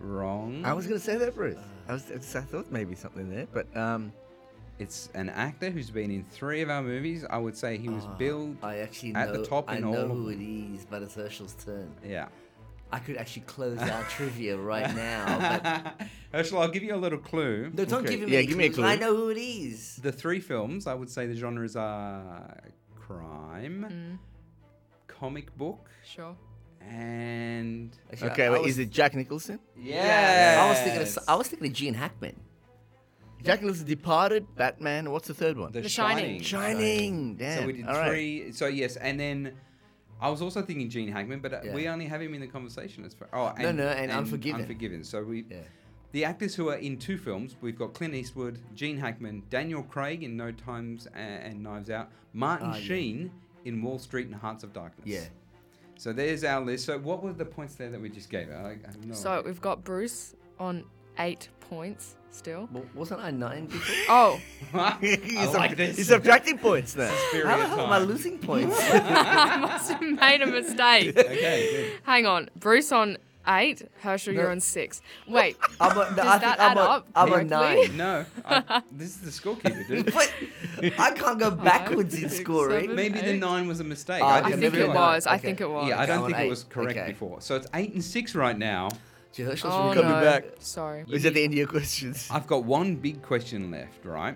[SPEAKER 7] wrong.
[SPEAKER 8] I was gonna say that, Bruce. I was, I thought maybe something there, but um,
[SPEAKER 7] It's an actor who's been in three of our movies. I would say he was billed
[SPEAKER 8] Uh, I actually
[SPEAKER 7] at
[SPEAKER 8] know,
[SPEAKER 7] the top
[SPEAKER 8] I
[SPEAKER 7] in
[SPEAKER 8] know
[SPEAKER 7] all.
[SPEAKER 8] who
[SPEAKER 7] Of,
[SPEAKER 8] it is, but it's Herschel's turn.
[SPEAKER 7] yeah.
[SPEAKER 8] I could actually close our trivia right now. But
[SPEAKER 7] Herschel, I'll give you a little clue.
[SPEAKER 8] no, don't
[SPEAKER 2] Okay.
[SPEAKER 8] give him
[SPEAKER 2] Yeah,
[SPEAKER 8] any
[SPEAKER 2] give me a
[SPEAKER 8] clues. I
[SPEAKER 2] clue.
[SPEAKER 8] know who it is.
[SPEAKER 7] The three films, I would say the genres are crime, comic book,
[SPEAKER 9] Sure.
[SPEAKER 7] and uh,
[SPEAKER 8] Actually, I- I was-
[SPEAKER 5] Jack Nicholson?
[SPEAKER 7] yeah.
[SPEAKER 8] I was thinking. Of, s- I was thinking of Gene Hackman.
[SPEAKER 5] Jack Nicholson, Departed, Batman. What's the third one?
[SPEAKER 7] The,
[SPEAKER 9] The
[SPEAKER 7] Shining.
[SPEAKER 8] Shining.
[SPEAKER 9] Shining.
[SPEAKER 8] Damn.
[SPEAKER 7] So we did
[SPEAKER 8] All right.
[SPEAKER 7] three. So yes, and then I was also thinking Gene Hackman, but uh we
[SPEAKER 8] Yeah.
[SPEAKER 7] only have him in the conversation as far. Oh, and,
[SPEAKER 8] no, and Unforgiven.
[SPEAKER 7] Unforgiven. So we,
[SPEAKER 8] Yeah.
[SPEAKER 7] the actors who are in two films, we've got Clint Eastwood, Gene Hackman, Daniel Craig in No Times and, and Knives Out, Martin
[SPEAKER 8] Ah, yeah.
[SPEAKER 7] Sheen in Wall Street and Hearts of Darkness.
[SPEAKER 8] Yeah.
[SPEAKER 7] So there's our list. So what were the points there that we just gave? I, I have no
[SPEAKER 9] So
[SPEAKER 7] idea.
[SPEAKER 9] we've got Bruce on eight points still.
[SPEAKER 8] Well, wasn't I nine before?
[SPEAKER 9] Oh,
[SPEAKER 7] I like this.
[SPEAKER 8] He's subtracting points now.
[SPEAKER 7] Superior
[SPEAKER 8] How the hell am I
[SPEAKER 7] time.
[SPEAKER 8] losing points?
[SPEAKER 9] I must have made a mistake.
[SPEAKER 7] Okay. Good.
[SPEAKER 9] Hang on. Bruce on eight. Herschel, you're on six. Wait.
[SPEAKER 8] I'm a, no,
[SPEAKER 9] Does
[SPEAKER 8] I think
[SPEAKER 9] that
[SPEAKER 8] I'm
[SPEAKER 9] add
[SPEAKER 8] a,
[SPEAKER 9] up
[SPEAKER 8] I'm a
[SPEAKER 9] correctly?
[SPEAKER 8] nine.
[SPEAKER 7] No, I, this is the scorekeeper, dude.
[SPEAKER 8] But I can't go
[SPEAKER 9] Oh,
[SPEAKER 8] backwards in
[SPEAKER 9] six,
[SPEAKER 8] scoring.
[SPEAKER 9] seven.
[SPEAKER 7] Maybe the
[SPEAKER 9] Eight.
[SPEAKER 7] nine was a mistake.
[SPEAKER 8] I
[SPEAKER 9] I
[SPEAKER 7] didn't
[SPEAKER 9] think it was.
[SPEAKER 7] realize.
[SPEAKER 9] I
[SPEAKER 8] Okay.
[SPEAKER 9] think it was.
[SPEAKER 7] Yeah, I
[SPEAKER 8] I'm
[SPEAKER 7] don't
[SPEAKER 8] on
[SPEAKER 7] think it
[SPEAKER 8] eight.
[SPEAKER 7] was correct
[SPEAKER 8] Okay.
[SPEAKER 7] before. So it's eight and six right now.
[SPEAKER 8] Gee, Herschel's
[SPEAKER 9] Oh,
[SPEAKER 8] really-
[SPEAKER 9] no.
[SPEAKER 5] back.
[SPEAKER 9] Sorry.
[SPEAKER 8] Is that the end of your questions?
[SPEAKER 7] I've got one big question left, right?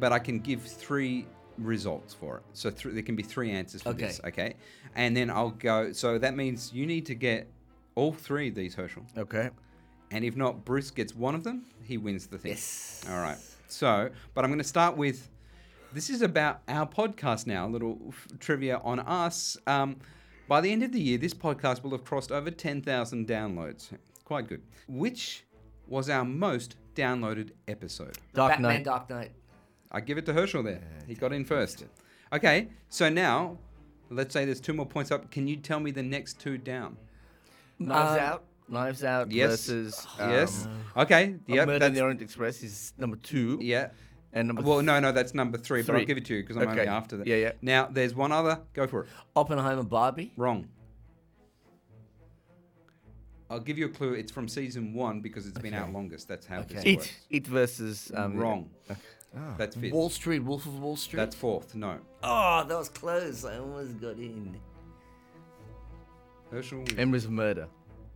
[SPEAKER 7] But I can give three results for it. So th- there can be three answers for
[SPEAKER 8] Okay.
[SPEAKER 7] this, okay? And then I'll go. So that means you need to get all three of these, Herschel.
[SPEAKER 8] Okay.
[SPEAKER 7] And if not, Bruce gets one of them, he wins the thing.
[SPEAKER 8] Yes.
[SPEAKER 7] All right. So, but I'm going to start with this is about our podcast now, a little f- trivia on us. Um, by the end of the year, this podcast will have crossed over 10,000 downloads. Quite good. Which was our most downloaded episode?
[SPEAKER 8] Dark Batman, Dark Knight.
[SPEAKER 7] I give it to Herschel there. He got in first. Okay, so now let's say there's two more points up. Can you tell me the next two down?
[SPEAKER 8] Um, Knives
[SPEAKER 5] Uh,
[SPEAKER 8] Out.
[SPEAKER 5] Knives Out
[SPEAKER 7] Yes.
[SPEAKER 5] versus um,
[SPEAKER 7] yes. Okay.
[SPEAKER 5] A
[SPEAKER 7] Yep.
[SPEAKER 5] Murder in
[SPEAKER 7] that's-
[SPEAKER 5] the Orient Express is number two.
[SPEAKER 7] yeah.
[SPEAKER 5] And number
[SPEAKER 7] Well, no, no, that's number three, but I'll
[SPEAKER 5] Three.
[SPEAKER 7] give it to you because I'm
[SPEAKER 5] Okay.
[SPEAKER 7] only after that.
[SPEAKER 5] Yeah, yeah.
[SPEAKER 7] Now, there's one other. Go for it.
[SPEAKER 8] Oppenheimer Barbie.
[SPEAKER 7] Wrong. I'll give you a clue. It's from season one because it's been out longest. That's how this
[SPEAKER 8] Okay.
[SPEAKER 7] works.
[SPEAKER 5] It versus um,
[SPEAKER 7] Wrong. That's fifth.
[SPEAKER 8] Wall Street, Wolf of Wall Street.
[SPEAKER 7] That's fourth. No.
[SPEAKER 8] oh, that was close. I almost got in.
[SPEAKER 7] Herschel.
[SPEAKER 5] Memories of Murder.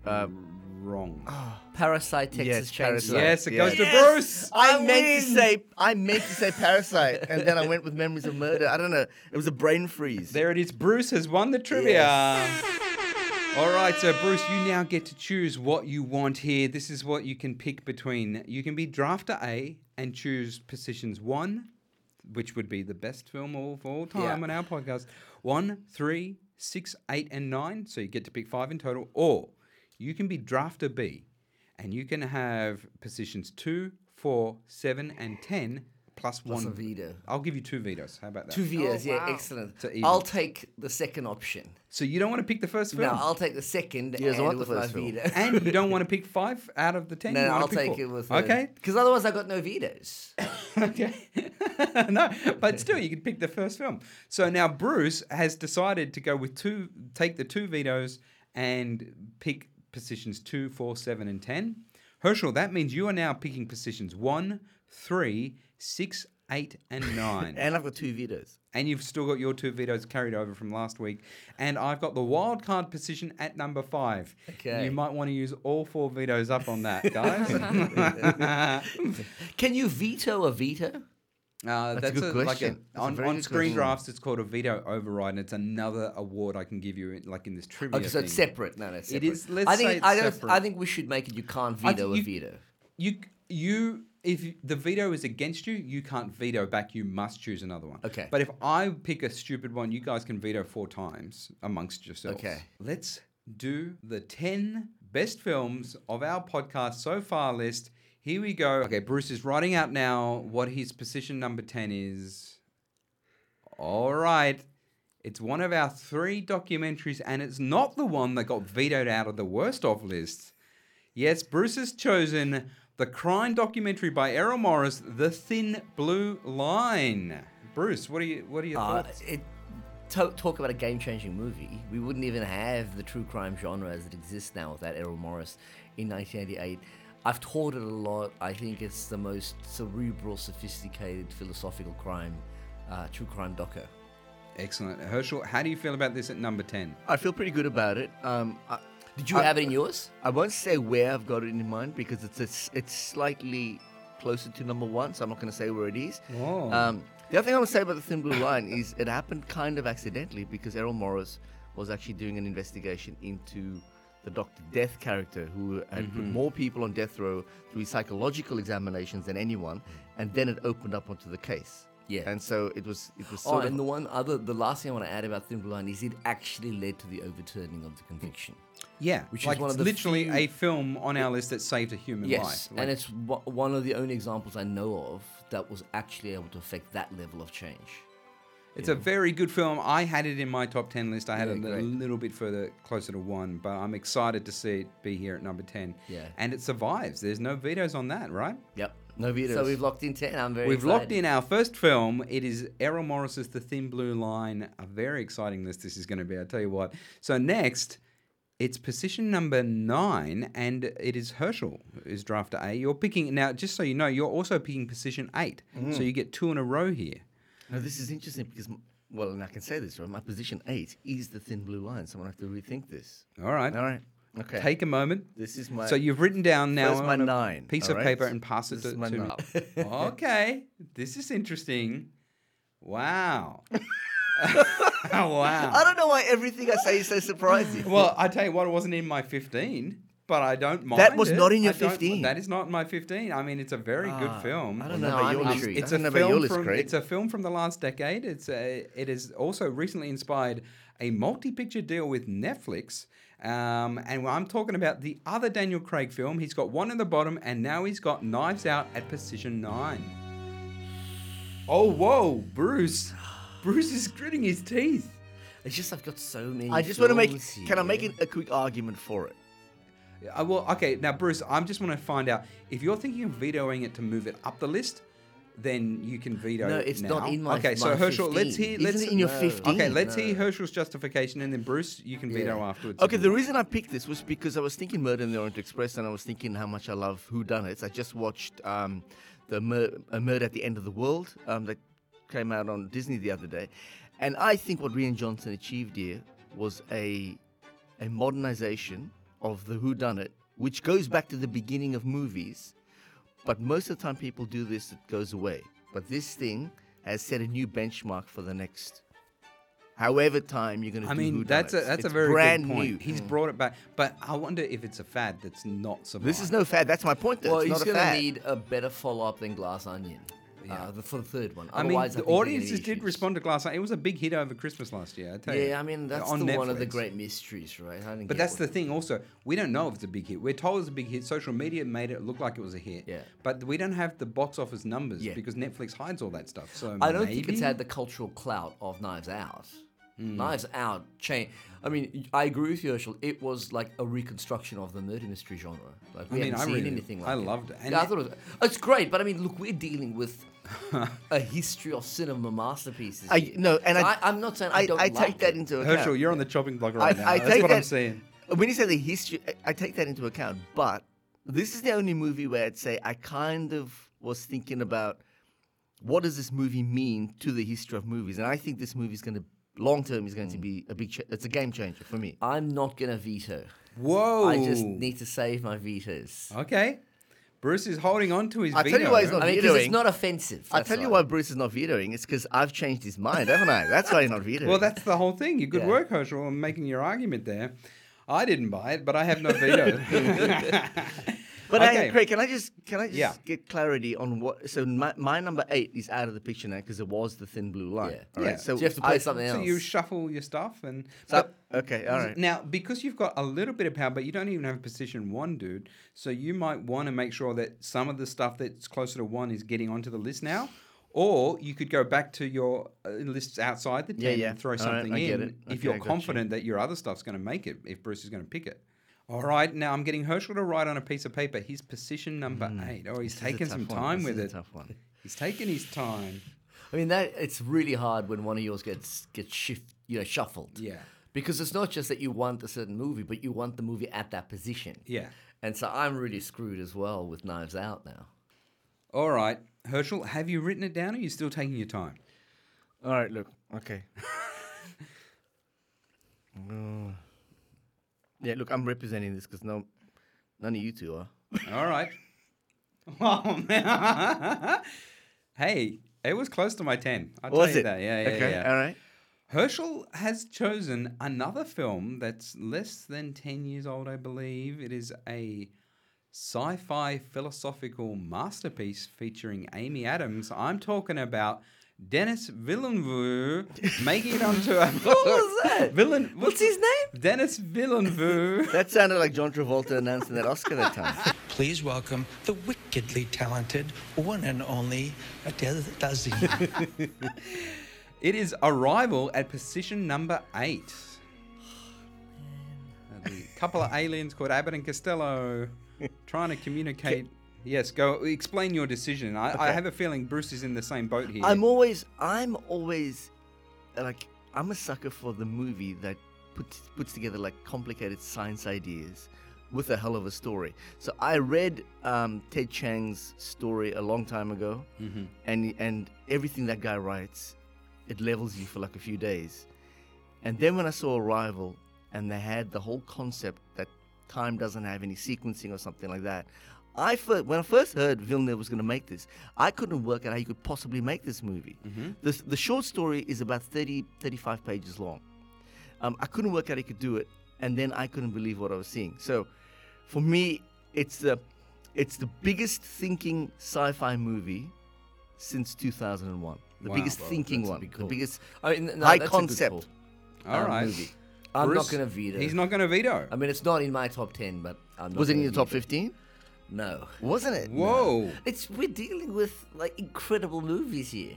[SPEAKER 7] wrong.
[SPEAKER 8] Parasite, Texas
[SPEAKER 5] Yes,
[SPEAKER 8] Chainsaw.
[SPEAKER 5] Parasite.
[SPEAKER 7] yes, it
[SPEAKER 5] Um, oh, yeah.
[SPEAKER 7] goes to
[SPEAKER 8] Yes!
[SPEAKER 7] Bruce.
[SPEAKER 5] I,
[SPEAKER 8] I
[SPEAKER 5] meant to
[SPEAKER 8] win!
[SPEAKER 5] say I meant to say Parasite, and then I went with Memories of Murder. I don't know. It was a brain freeze.
[SPEAKER 7] There it is. Bruce has won the trivia. All right, so Bruce, you now get to choose what you want here. This is what you can pick between. You can be drafter A and choose positions one, which would be the best film of all time on our podcast. One, three, six, eight, and nine. So you get to pick five in total. Or you can be drafter B and you can have positions two, four, seven, and ten plus,
[SPEAKER 8] Plus
[SPEAKER 7] one
[SPEAKER 8] a veto.
[SPEAKER 7] I'll give you two vetoes. How about that?
[SPEAKER 8] Two V's, yeah,
[SPEAKER 9] wow.
[SPEAKER 8] excellent.
[SPEAKER 7] So even.
[SPEAKER 8] I'll take the second option.
[SPEAKER 7] So you don't want to pick the first film?
[SPEAKER 8] No, I'll take the second.
[SPEAKER 5] You guys
[SPEAKER 8] and
[SPEAKER 5] want the
[SPEAKER 8] with my
[SPEAKER 5] first film.
[SPEAKER 8] veto.
[SPEAKER 7] and you don't want to pick five out of the ten.
[SPEAKER 8] No,
[SPEAKER 7] you wanna
[SPEAKER 8] I'll
[SPEAKER 7] pick
[SPEAKER 8] take
[SPEAKER 7] four.
[SPEAKER 8] it with.
[SPEAKER 7] okay,
[SPEAKER 8] Because otherwise, I got no vetoes.
[SPEAKER 7] okay. no, but still, you can pick the first film. So now Bruce has decided to go with two, take the two vetoes and pick positions two, four, seven, and ten. Herschel, that means you are now picking positions one, three, six, eight, and nine.
[SPEAKER 5] and I've got two vetoes.
[SPEAKER 7] and you've still got your two vetoes carried over from last week. And I've got the wild card position at number five.
[SPEAKER 8] Okay.
[SPEAKER 7] You might want to use all four vetoes up on that, guys.
[SPEAKER 8] Can you veto a veto?
[SPEAKER 7] Uh, that's,
[SPEAKER 5] a good
[SPEAKER 7] a, like a,
[SPEAKER 5] question. That's a
[SPEAKER 7] on,
[SPEAKER 5] very
[SPEAKER 7] on
[SPEAKER 5] good
[SPEAKER 7] screen
[SPEAKER 5] question.
[SPEAKER 7] drafts, it's called a veto override, and it's another award I can give you, in, like in this trivia.
[SPEAKER 8] Okay, so it's
[SPEAKER 7] thing.
[SPEAKER 8] separate. No, no, it's
[SPEAKER 7] It
[SPEAKER 8] separate.
[SPEAKER 7] is- let's
[SPEAKER 8] I think
[SPEAKER 7] say it's
[SPEAKER 8] I don't.
[SPEAKER 7] separate.
[SPEAKER 8] I think we should make it. You can't
[SPEAKER 7] I
[SPEAKER 8] veto a
[SPEAKER 7] think you-
[SPEAKER 8] veto.
[SPEAKER 7] You, you, if you- the veto is against you, you can't veto back. You must choose another one.
[SPEAKER 8] Okay.
[SPEAKER 7] But if I pick a stupid one, you guys can veto four times amongst yourselves.
[SPEAKER 8] Okay.
[SPEAKER 7] Let's do the ten best films of our podcast so far list. Here we go. Okay, Bruce is writing out now what his position number ten is. All right. It's one of our three documentaries, and it's not the one that got vetoed out of the worst of list. Yes, Bruce has chosen The crime documentary by Errol Morris, The Thin Blue Line. Bruce, what are you what are your
[SPEAKER 2] Uh,
[SPEAKER 7] thoughts?
[SPEAKER 2] it, to- talk about a game changing movie. We wouldn't even have the true crime genre as it exists now without Errol Morris in 1988. I've taught it a lot. I think it's the most cerebral, sophisticated, philosophical crime, uh, true crime doco.
[SPEAKER 7] Excellent. Herschel, how do you feel about this at number 10?
[SPEAKER 8] I feel pretty good about it. Um, I,
[SPEAKER 2] Did you
[SPEAKER 8] I-
[SPEAKER 2] have it in yours?
[SPEAKER 8] I won't say where I've got it in mind because it's it's, it's slightly closer to number one, so I'm not going to say where it is.
[SPEAKER 7] Oh.
[SPEAKER 8] Um, the other thing I want to say about the Thin Blue Line is it happened kind of accidentally because Errol Morris was actually doing an investigation into the Doctor Death character who had
[SPEAKER 2] Mm-hmm.
[SPEAKER 8] put more people on death row through his psychological examinations than anyone, and then it opened up onto the case.
[SPEAKER 2] Yeah.
[SPEAKER 8] and so it was it was
[SPEAKER 2] Oh,
[SPEAKER 8] sort
[SPEAKER 2] and
[SPEAKER 8] of
[SPEAKER 2] the one other, the last thing I want to add about Thin Blue Line is it actually led to the overturning of the conviction.
[SPEAKER 7] Yeah,
[SPEAKER 2] Which is
[SPEAKER 7] like
[SPEAKER 2] one
[SPEAKER 7] it's
[SPEAKER 2] of the
[SPEAKER 7] literally
[SPEAKER 2] few-
[SPEAKER 7] a film on our list that saved a human
[SPEAKER 2] Yes,
[SPEAKER 7] life. Like,
[SPEAKER 2] and it's w- one of the only examples I know of that was actually able to affect that level of change.
[SPEAKER 7] it's a very good film. I had it in my top 10 list. I had
[SPEAKER 2] Yeah,
[SPEAKER 7] it a
[SPEAKER 2] great.
[SPEAKER 7] little bit further closer to 1, but I'm excited to see it be here at number 10.
[SPEAKER 2] Yeah.
[SPEAKER 7] And it survives. There's no vetoes on that, right?
[SPEAKER 2] Yep.
[SPEAKER 8] no vetoes.
[SPEAKER 2] So we've locked in 10. I'm very
[SPEAKER 7] We've locked
[SPEAKER 2] excited.
[SPEAKER 7] in our first film. It is Errol Morris's The Thin Blue Line. A very exciting list this is going to be, I tell you what. So next, it's position number nine, and it is Herschel is drafter A. You're picking now, just so you know, you're also picking position eight.
[SPEAKER 8] Mm-hmm.
[SPEAKER 7] So you get two in a row here.
[SPEAKER 8] Now this is interesting because m- well, and I can say this right. My position eight is the Thin Blue Line, so I'm gonna have to rethink this.
[SPEAKER 7] All right.
[SPEAKER 8] All right. Okay.
[SPEAKER 7] Take a moment.
[SPEAKER 8] This is my.
[SPEAKER 7] so you've written down now
[SPEAKER 8] Where's my
[SPEAKER 7] on a
[SPEAKER 8] nine,
[SPEAKER 7] piece
[SPEAKER 8] all
[SPEAKER 7] of
[SPEAKER 8] right?
[SPEAKER 7] paper and pass it
[SPEAKER 8] This
[SPEAKER 7] to,
[SPEAKER 8] is my
[SPEAKER 7] to me. okay, this is interesting. Wow. wow.
[SPEAKER 8] I don't know why everything I say is so surprising.
[SPEAKER 7] Well, I tell you what, it wasn't in my 15, but I don't mind.
[SPEAKER 8] That was
[SPEAKER 7] it.
[SPEAKER 8] not in your
[SPEAKER 7] I don't-
[SPEAKER 8] 15.
[SPEAKER 7] That is not in my 15. I mean, it's a very good film.
[SPEAKER 8] I don't know
[SPEAKER 2] no,
[SPEAKER 8] about
[SPEAKER 2] I'm
[SPEAKER 8] your list.
[SPEAKER 2] intrigued.
[SPEAKER 8] It's
[SPEAKER 7] It's
[SPEAKER 8] I
[SPEAKER 7] a
[SPEAKER 8] don't know about your
[SPEAKER 7] film
[SPEAKER 8] list,
[SPEAKER 7] from,
[SPEAKER 8] Craig.
[SPEAKER 7] it's a film from the last decade. It's a, it is also recently inspired a multi-picture deal with Netflix. Um, and I'm talking about the other Daniel Craig film. He's got one in the bottom, and now he's got Knives Out at position nine. Oh, whoa, Bruce! Bruce is gritting his teeth.
[SPEAKER 2] It's just I've got so many.
[SPEAKER 8] I just want to make.
[SPEAKER 2] films
[SPEAKER 8] Can I make
[SPEAKER 2] here.
[SPEAKER 8] an- a quick argument for it?
[SPEAKER 7] I will. Okay, now Bruce, I am just want to find out if you're thinking of vetoing it to move it up the list, then you can veto.
[SPEAKER 2] No,
[SPEAKER 7] it
[SPEAKER 2] it's
[SPEAKER 7] now.
[SPEAKER 2] not in my-
[SPEAKER 7] Okay, so
[SPEAKER 2] my
[SPEAKER 7] Herschel, let's
[SPEAKER 2] 15.
[SPEAKER 7] hear.
[SPEAKER 2] Isn't
[SPEAKER 7] Let's
[SPEAKER 2] it in your No. 15?
[SPEAKER 7] Okay, let's
[SPEAKER 2] No.
[SPEAKER 7] hear Herschel's justification, and then Bruce, you can veto
[SPEAKER 2] Yeah.
[SPEAKER 7] afterwards.
[SPEAKER 8] Okay,
[SPEAKER 7] if
[SPEAKER 8] the
[SPEAKER 7] you-
[SPEAKER 8] reason I picked this was because I was thinking Murder in the Orient Express, and I was thinking how much I love Who Done It. I just watched um, the mur- a Murder at the End of the World um, that came out on Disney the other day, and I think what Rian Johnson achieved here was a a modernization of the Who Done It, which goes back to the beginning of movies, but most of the time people do this, it goes away. But this thing has set a new benchmark for the next. However, time you're going to
[SPEAKER 7] I
[SPEAKER 8] do
[SPEAKER 7] mean,
[SPEAKER 8] whodunits.
[SPEAKER 7] that's a that's
[SPEAKER 8] It's
[SPEAKER 7] a very
[SPEAKER 8] brand
[SPEAKER 7] good point.
[SPEAKER 8] new.
[SPEAKER 2] Hmm.
[SPEAKER 7] He's brought it back, but I wonder if it's a fad that's not survived.
[SPEAKER 8] This is no fad. That's my point. Though.
[SPEAKER 2] Well,
[SPEAKER 8] it's
[SPEAKER 2] he's
[SPEAKER 8] not a
[SPEAKER 2] going to
[SPEAKER 8] fad.
[SPEAKER 2] need a better follow up than Glass Onion uh, the, for the third one.
[SPEAKER 7] I mean,
[SPEAKER 2] Otherwise,
[SPEAKER 7] the
[SPEAKER 2] think we're gonna
[SPEAKER 7] audiences
[SPEAKER 2] have
[SPEAKER 7] did
[SPEAKER 2] issues.
[SPEAKER 7] respond to Glass. Onion. It was a big hit over Christmas last year. I tell you.
[SPEAKER 2] Yeah, I mean, that's
[SPEAKER 7] on
[SPEAKER 2] the one of the
[SPEAKER 7] Netflix.
[SPEAKER 2] great mysteries, right? I didn't
[SPEAKER 7] But
[SPEAKER 2] get
[SPEAKER 7] that's
[SPEAKER 2] what-
[SPEAKER 7] the thing. Also, we don't know if it's a big hit. We're told it's a big hit. Social media made it look like it was a hit.
[SPEAKER 2] Yeah.
[SPEAKER 7] But we don't have the box office numbers
[SPEAKER 2] Yeah.
[SPEAKER 7] because Netflix hides all that stuff. So
[SPEAKER 2] I don't think it's
[SPEAKER 7] maybe- Hmm.
[SPEAKER 2] had the cultural clout of Knives Out. Knives Out changed. I mean, y- I agree with you, Herschel. It was like a reconstruction of the murder mystery genre. Like we
[SPEAKER 7] I mean,
[SPEAKER 2] haven't
[SPEAKER 7] I
[SPEAKER 2] seen
[SPEAKER 7] really-
[SPEAKER 2] anything like
[SPEAKER 7] I
[SPEAKER 2] it.
[SPEAKER 7] loved it. And
[SPEAKER 2] yeah, I
[SPEAKER 7] it-
[SPEAKER 2] thought it was. It's great, but I mean, look, we're dealing with a history of cinema masterpieces.
[SPEAKER 8] I-
[SPEAKER 2] here.
[SPEAKER 8] no, and
[SPEAKER 2] So
[SPEAKER 8] I-
[SPEAKER 2] am not saying I, don't.
[SPEAKER 8] I
[SPEAKER 2] like
[SPEAKER 8] take that
[SPEAKER 2] it.
[SPEAKER 8] into account.
[SPEAKER 7] Herschel, you're on the chopping block right now.
[SPEAKER 8] I
[SPEAKER 7] That's
[SPEAKER 8] take
[SPEAKER 7] what
[SPEAKER 8] that,
[SPEAKER 7] I'm saying.
[SPEAKER 8] When you say the history, I, I take that into account. But this is the only movie where I'd say I kind of was thinking about what does this movie mean to the history of movies, and I think this movie is going to long term is going
[SPEAKER 2] Hmm.
[SPEAKER 8] to be a big. Cha- it's a game changer for me.
[SPEAKER 2] I'm not gonna veto.
[SPEAKER 7] Whoa.
[SPEAKER 2] I just need to save my vetoes.
[SPEAKER 7] Okay. Bruce is holding on to his
[SPEAKER 8] I'll
[SPEAKER 7] veto.
[SPEAKER 8] tell you why he's not
[SPEAKER 2] I mean, 'cause
[SPEAKER 8] vetoing.
[SPEAKER 2] it's not offensive.
[SPEAKER 8] I
[SPEAKER 2] that's
[SPEAKER 8] tell you
[SPEAKER 2] why.
[SPEAKER 8] why Bruce is not vetoing. It's because I've changed his mind, haven't I? That's why you're not vetoing.
[SPEAKER 7] Well, that's the whole thing. You good
[SPEAKER 2] Yeah.
[SPEAKER 7] work, Herschel, on making your argument there. I didn't buy it, but I have no veto.
[SPEAKER 8] But
[SPEAKER 7] Okay.
[SPEAKER 8] I, Craig, can I just can I just
[SPEAKER 7] Yeah.
[SPEAKER 8] get clarity on what? So my, my number eight is out of the picture now because it was the thin blue line.
[SPEAKER 2] Yeah.
[SPEAKER 8] All right.
[SPEAKER 7] Yeah.
[SPEAKER 8] So,
[SPEAKER 2] So you have to
[SPEAKER 8] I-
[SPEAKER 2] play something else.
[SPEAKER 7] so you shuffle your stuff and.
[SPEAKER 8] so-
[SPEAKER 7] but-
[SPEAKER 8] okay. All right.
[SPEAKER 7] Now, because you've got a little bit of power, but you don't even have position one, dude. So you might want to make sure that some of the stuff that's closer to one is getting onto the list now. Or you could go back to your uh, lists outside the 10
[SPEAKER 8] yeah.
[SPEAKER 7] and throw
[SPEAKER 8] All right,
[SPEAKER 7] something
[SPEAKER 8] I
[SPEAKER 7] in
[SPEAKER 8] get it. Okay,
[SPEAKER 7] if
[SPEAKER 8] I
[SPEAKER 7] you're
[SPEAKER 8] got you.
[SPEAKER 7] confident that your other stuff's going to make it, if Bruce is going to pick it. All right, now I'm getting Herschel to write on a piece of paper his position number eight. Oh, he's
[SPEAKER 8] Hmm. This is a
[SPEAKER 7] taking some
[SPEAKER 8] tough one.
[SPEAKER 7] time
[SPEAKER 8] This
[SPEAKER 7] with
[SPEAKER 8] is a
[SPEAKER 7] it.
[SPEAKER 8] tough one.
[SPEAKER 7] He's taking his time.
[SPEAKER 5] I mean, that it's really hard when one of yours gets gets shift, you know, shuffled.
[SPEAKER 7] Yeah.
[SPEAKER 5] Because it's not just that you want a certain movie, but you want the movie at that position.
[SPEAKER 7] Yeah.
[SPEAKER 5] And so I'm really screwed as well with Knives Out now.
[SPEAKER 7] All right, Herschel, have you written it down or are you still taking your time?
[SPEAKER 8] All right, look. Okay. Oh. yeah, look, I'm representing this because no, none of you two are.
[SPEAKER 7] All right. Oh, man. hey, it was close to my 10. I'll tell
[SPEAKER 8] Was
[SPEAKER 7] you
[SPEAKER 8] it?
[SPEAKER 7] that. Yeah, yeah,
[SPEAKER 8] okay.
[SPEAKER 7] yeah.
[SPEAKER 8] All right.
[SPEAKER 7] Herschel has chosen another film that's less than 10 years old, I believe. It is a sci fi philosophical masterpiece featuring Amy Adams. I'm talking about Dennis Villeneuve making it onto a. what
[SPEAKER 8] was that?
[SPEAKER 7] Villen-
[SPEAKER 8] What's his name?
[SPEAKER 7] Dennis Villeneuve.
[SPEAKER 8] That sounded like John Travolta announcing that Oscar that time.
[SPEAKER 10] Please welcome the wickedly talented one and only Adele Dazim.
[SPEAKER 7] It is arrival at position number eight.
[SPEAKER 8] Oh,
[SPEAKER 7] A couple of aliens called Abbott and Costello trying to communicate. Yes, go explain your decision. I, I have a feeling Bruce is in the same boat here.
[SPEAKER 8] I'm always, I'm always, like, I'm a sucker for the movie that puts puts together like complicated science ideas with a hell of a story. So I read um, Ted Chang's story a long time ago, and and everything that guy writes, it levels you for like a few days. And then when I saw Arrival and they had the whole concept that time doesn't have any sequencing or something like that, I fir- when I first heard Villeneuve was going to make this, I couldn't work out how you could possibly make this movie.
[SPEAKER 5] Mm-hmm.
[SPEAKER 8] The, the short story is about 30, 35 pages long. Um, I couldn't work out he could do it, and then I couldn't believe what I was seeing. So, for me, it's the it's the biggest thinking sci-fi movie since 2001. The
[SPEAKER 7] Wow,
[SPEAKER 8] biggest
[SPEAKER 7] well,
[SPEAKER 8] thinking
[SPEAKER 5] that's a
[SPEAKER 8] one,
[SPEAKER 5] big
[SPEAKER 8] the
[SPEAKER 5] call.
[SPEAKER 8] biggest
[SPEAKER 5] I mean, no,
[SPEAKER 8] high
[SPEAKER 5] that's a good
[SPEAKER 8] concept.
[SPEAKER 5] call.
[SPEAKER 7] All
[SPEAKER 8] uh,
[SPEAKER 7] right.
[SPEAKER 8] movie.
[SPEAKER 5] I'm
[SPEAKER 7] Bruce,
[SPEAKER 5] not going to veto.
[SPEAKER 7] He's not going to veto.
[SPEAKER 5] I mean, it's not in my top 10, but I'm not.
[SPEAKER 8] Was it in
[SPEAKER 5] gonna
[SPEAKER 8] your top
[SPEAKER 5] veto.
[SPEAKER 8] 15?
[SPEAKER 5] No.
[SPEAKER 8] Wasn't it?
[SPEAKER 7] Whoa.
[SPEAKER 5] It's we're dealing with like incredible movies here.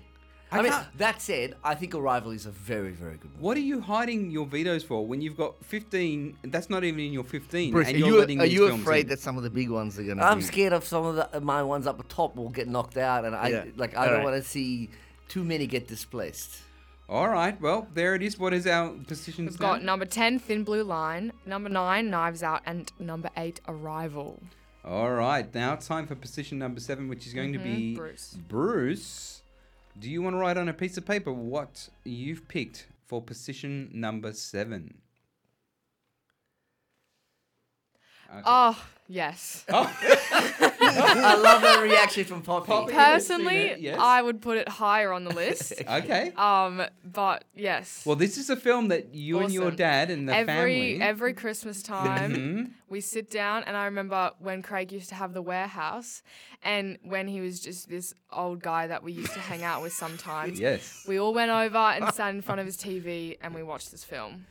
[SPEAKER 5] I,
[SPEAKER 7] I
[SPEAKER 5] mean,
[SPEAKER 7] can't-
[SPEAKER 5] that said, I think Arrival is a very, very good movie.
[SPEAKER 7] What are you hiding your vetoes for when you've got 15? That's not even in your 15.
[SPEAKER 8] Bruce,
[SPEAKER 7] and
[SPEAKER 8] are
[SPEAKER 7] you're
[SPEAKER 8] you,
[SPEAKER 7] letting
[SPEAKER 8] are
[SPEAKER 7] these
[SPEAKER 8] you
[SPEAKER 7] films
[SPEAKER 8] afraid
[SPEAKER 7] in.
[SPEAKER 8] that some of the big ones are going to
[SPEAKER 5] I'm
[SPEAKER 8] be...
[SPEAKER 5] scared of some of the, uh, my ones up the top will get knocked out, and I
[SPEAKER 8] Yeah.
[SPEAKER 5] like I
[SPEAKER 8] All
[SPEAKER 5] don't
[SPEAKER 8] right.
[SPEAKER 5] want to see too many get displaced.
[SPEAKER 7] All right, well, there it is. What is our position?
[SPEAKER 9] We've got number 10, Thin Blue Line, number 9, Knives Out, and number 8, Arrival.
[SPEAKER 7] All right, now it's time for position number seven, which is going to be
[SPEAKER 9] Mm-hmm. Bruce.
[SPEAKER 7] Bruce, do you want to write on a piece of paper what you've picked for position number seven?
[SPEAKER 9] Oh, yes.
[SPEAKER 5] I love that reaction from Poppy.
[SPEAKER 9] Personally,
[SPEAKER 7] yes.
[SPEAKER 9] I would put it higher on the list.
[SPEAKER 7] Okay.
[SPEAKER 9] um, but yes.
[SPEAKER 7] well, this is a film that you and your
[SPEAKER 9] Awesome.
[SPEAKER 7] dad and the
[SPEAKER 9] every
[SPEAKER 7] family. Mm-hmm.
[SPEAKER 9] every Christmas time we sit down and I remember when Craig used to have the warehouse and when he was just this old guy that we used to hang out with sometimes.
[SPEAKER 7] yes.
[SPEAKER 9] We all went over and sat in front of his TV and we watched this film.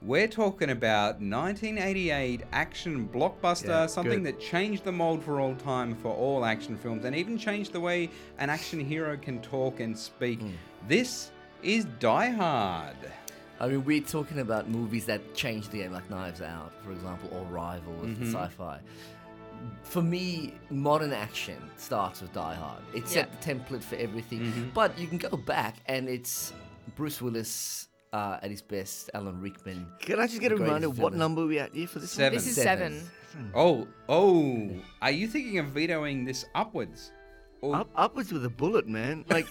[SPEAKER 7] We're talking about 1988 action blockbuster,
[SPEAKER 8] Yeah,
[SPEAKER 7] something
[SPEAKER 8] good.
[SPEAKER 7] that changed the mold for all time for all action films and even changed the way an action hero can talk and speak.
[SPEAKER 8] Mm.
[SPEAKER 7] This is Die Hard.
[SPEAKER 5] I mean, we're talking about movies that change the game, like Knives Out, for example, or Rival with
[SPEAKER 8] Mm-hmm.
[SPEAKER 5] sci-fi. For me, modern action starts with Die Hard. It set the template for everything,
[SPEAKER 8] Mm-hmm.
[SPEAKER 5] but you can go back and it's Bruce Willis uh, at his best, Alan Rickman.
[SPEAKER 8] Can I just get
[SPEAKER 5] The
[SPEAKER 8] a reminder
[SPEAKER 5] greatest
[SPEAKER 8] what
[SPEAKER 5] villain.
[SPEAKER 8] number we at here for this
[SPEAKER 7] Seven.
[SPEAKER 9] This is
[SPEAKER 5] Seven.
[SPEAKER 9] seven.
[SPEAKER 7] Oh, oh. Are you thinking of vetoing this upwards? Or,
[SPEAKER 8] one? Up, upwards with a bullet, man. Like,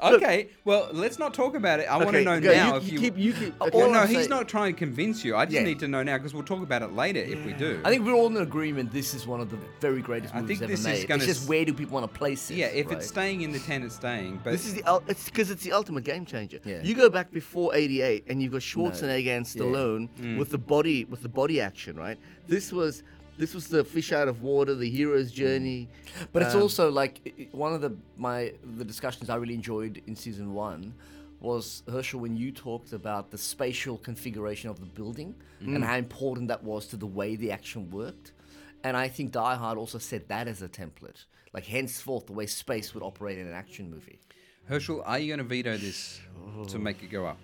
[SPEAKER 7] okay. Well, let's not talk about it. I want to
[SPEAKER 8] Okay,
[SPEAKER 7] know
[SPEAKER 8] go, you-
[SPEAKER 7] now
[SPEAKER 8] you
[SPEAKER 7] if you.
[SPEAKER 8] keep- you keep-
[SPEAKER 7] Oh,
[SPEAKER 8] okay.
[SPEAKER 7] no,
[SPEAKER 8] I'm
[SPEAKER 7] he's
[SPEAKER 8] saying-
[SPEAKER 7] not trying to convince you. I just
[SPEAKER 8] Yeah.
[SPEAKER 7] need to know now because we'll talk about it later if we do.
[SPEAKER 5] I think we're all in agreement. This is one of the very greatest
[SPEAKER 7] I
[SPEAKER 5] movies
[SPEAKER 7] think
[SPEAKER 5] ever
[SPEAKER 7] this is
[SPEAKER 5] made.
[SPEAKER 7] gonna
[SPEAKER 5] It's
[SPEAKER 7] s-
[SPEAKER 5] just where do people want to place it?
[SPEAKER 7] yeah, if
[SPEAKER 5] right?
[SPEAKER 7] it's staying in the ten, it's staying. But
[SPEAKER 8] this is the ul- it's because it's the ultimate game changer.
[SPEAKER 5] Yeah.
[SPEAKER 8] You go back before '88, and you've got Schwarzenegger and Stallone with the body with the body action, right? This was this was the fish out of water, the hero's journey.
[SPEAKER 5] Mm. But it's
[SPEAKER 8] Um,
[SPEAKER 5] also like i- i- one of the my the discussions I really enjoyed in season one was Herschel when you talked about the spatial configuration of the building and
[SPEAKER 8] Mm.
[SPEAKER 5] how important that was to the way the action worked. And I think Die Hard also set that as a template, like henceforth the way space would operate in an action movie.
[SPEAKER 7] Herschel, are you going to veto this
[SPEAKER 8] Oh.
[SPEAKER 7] to make it go up?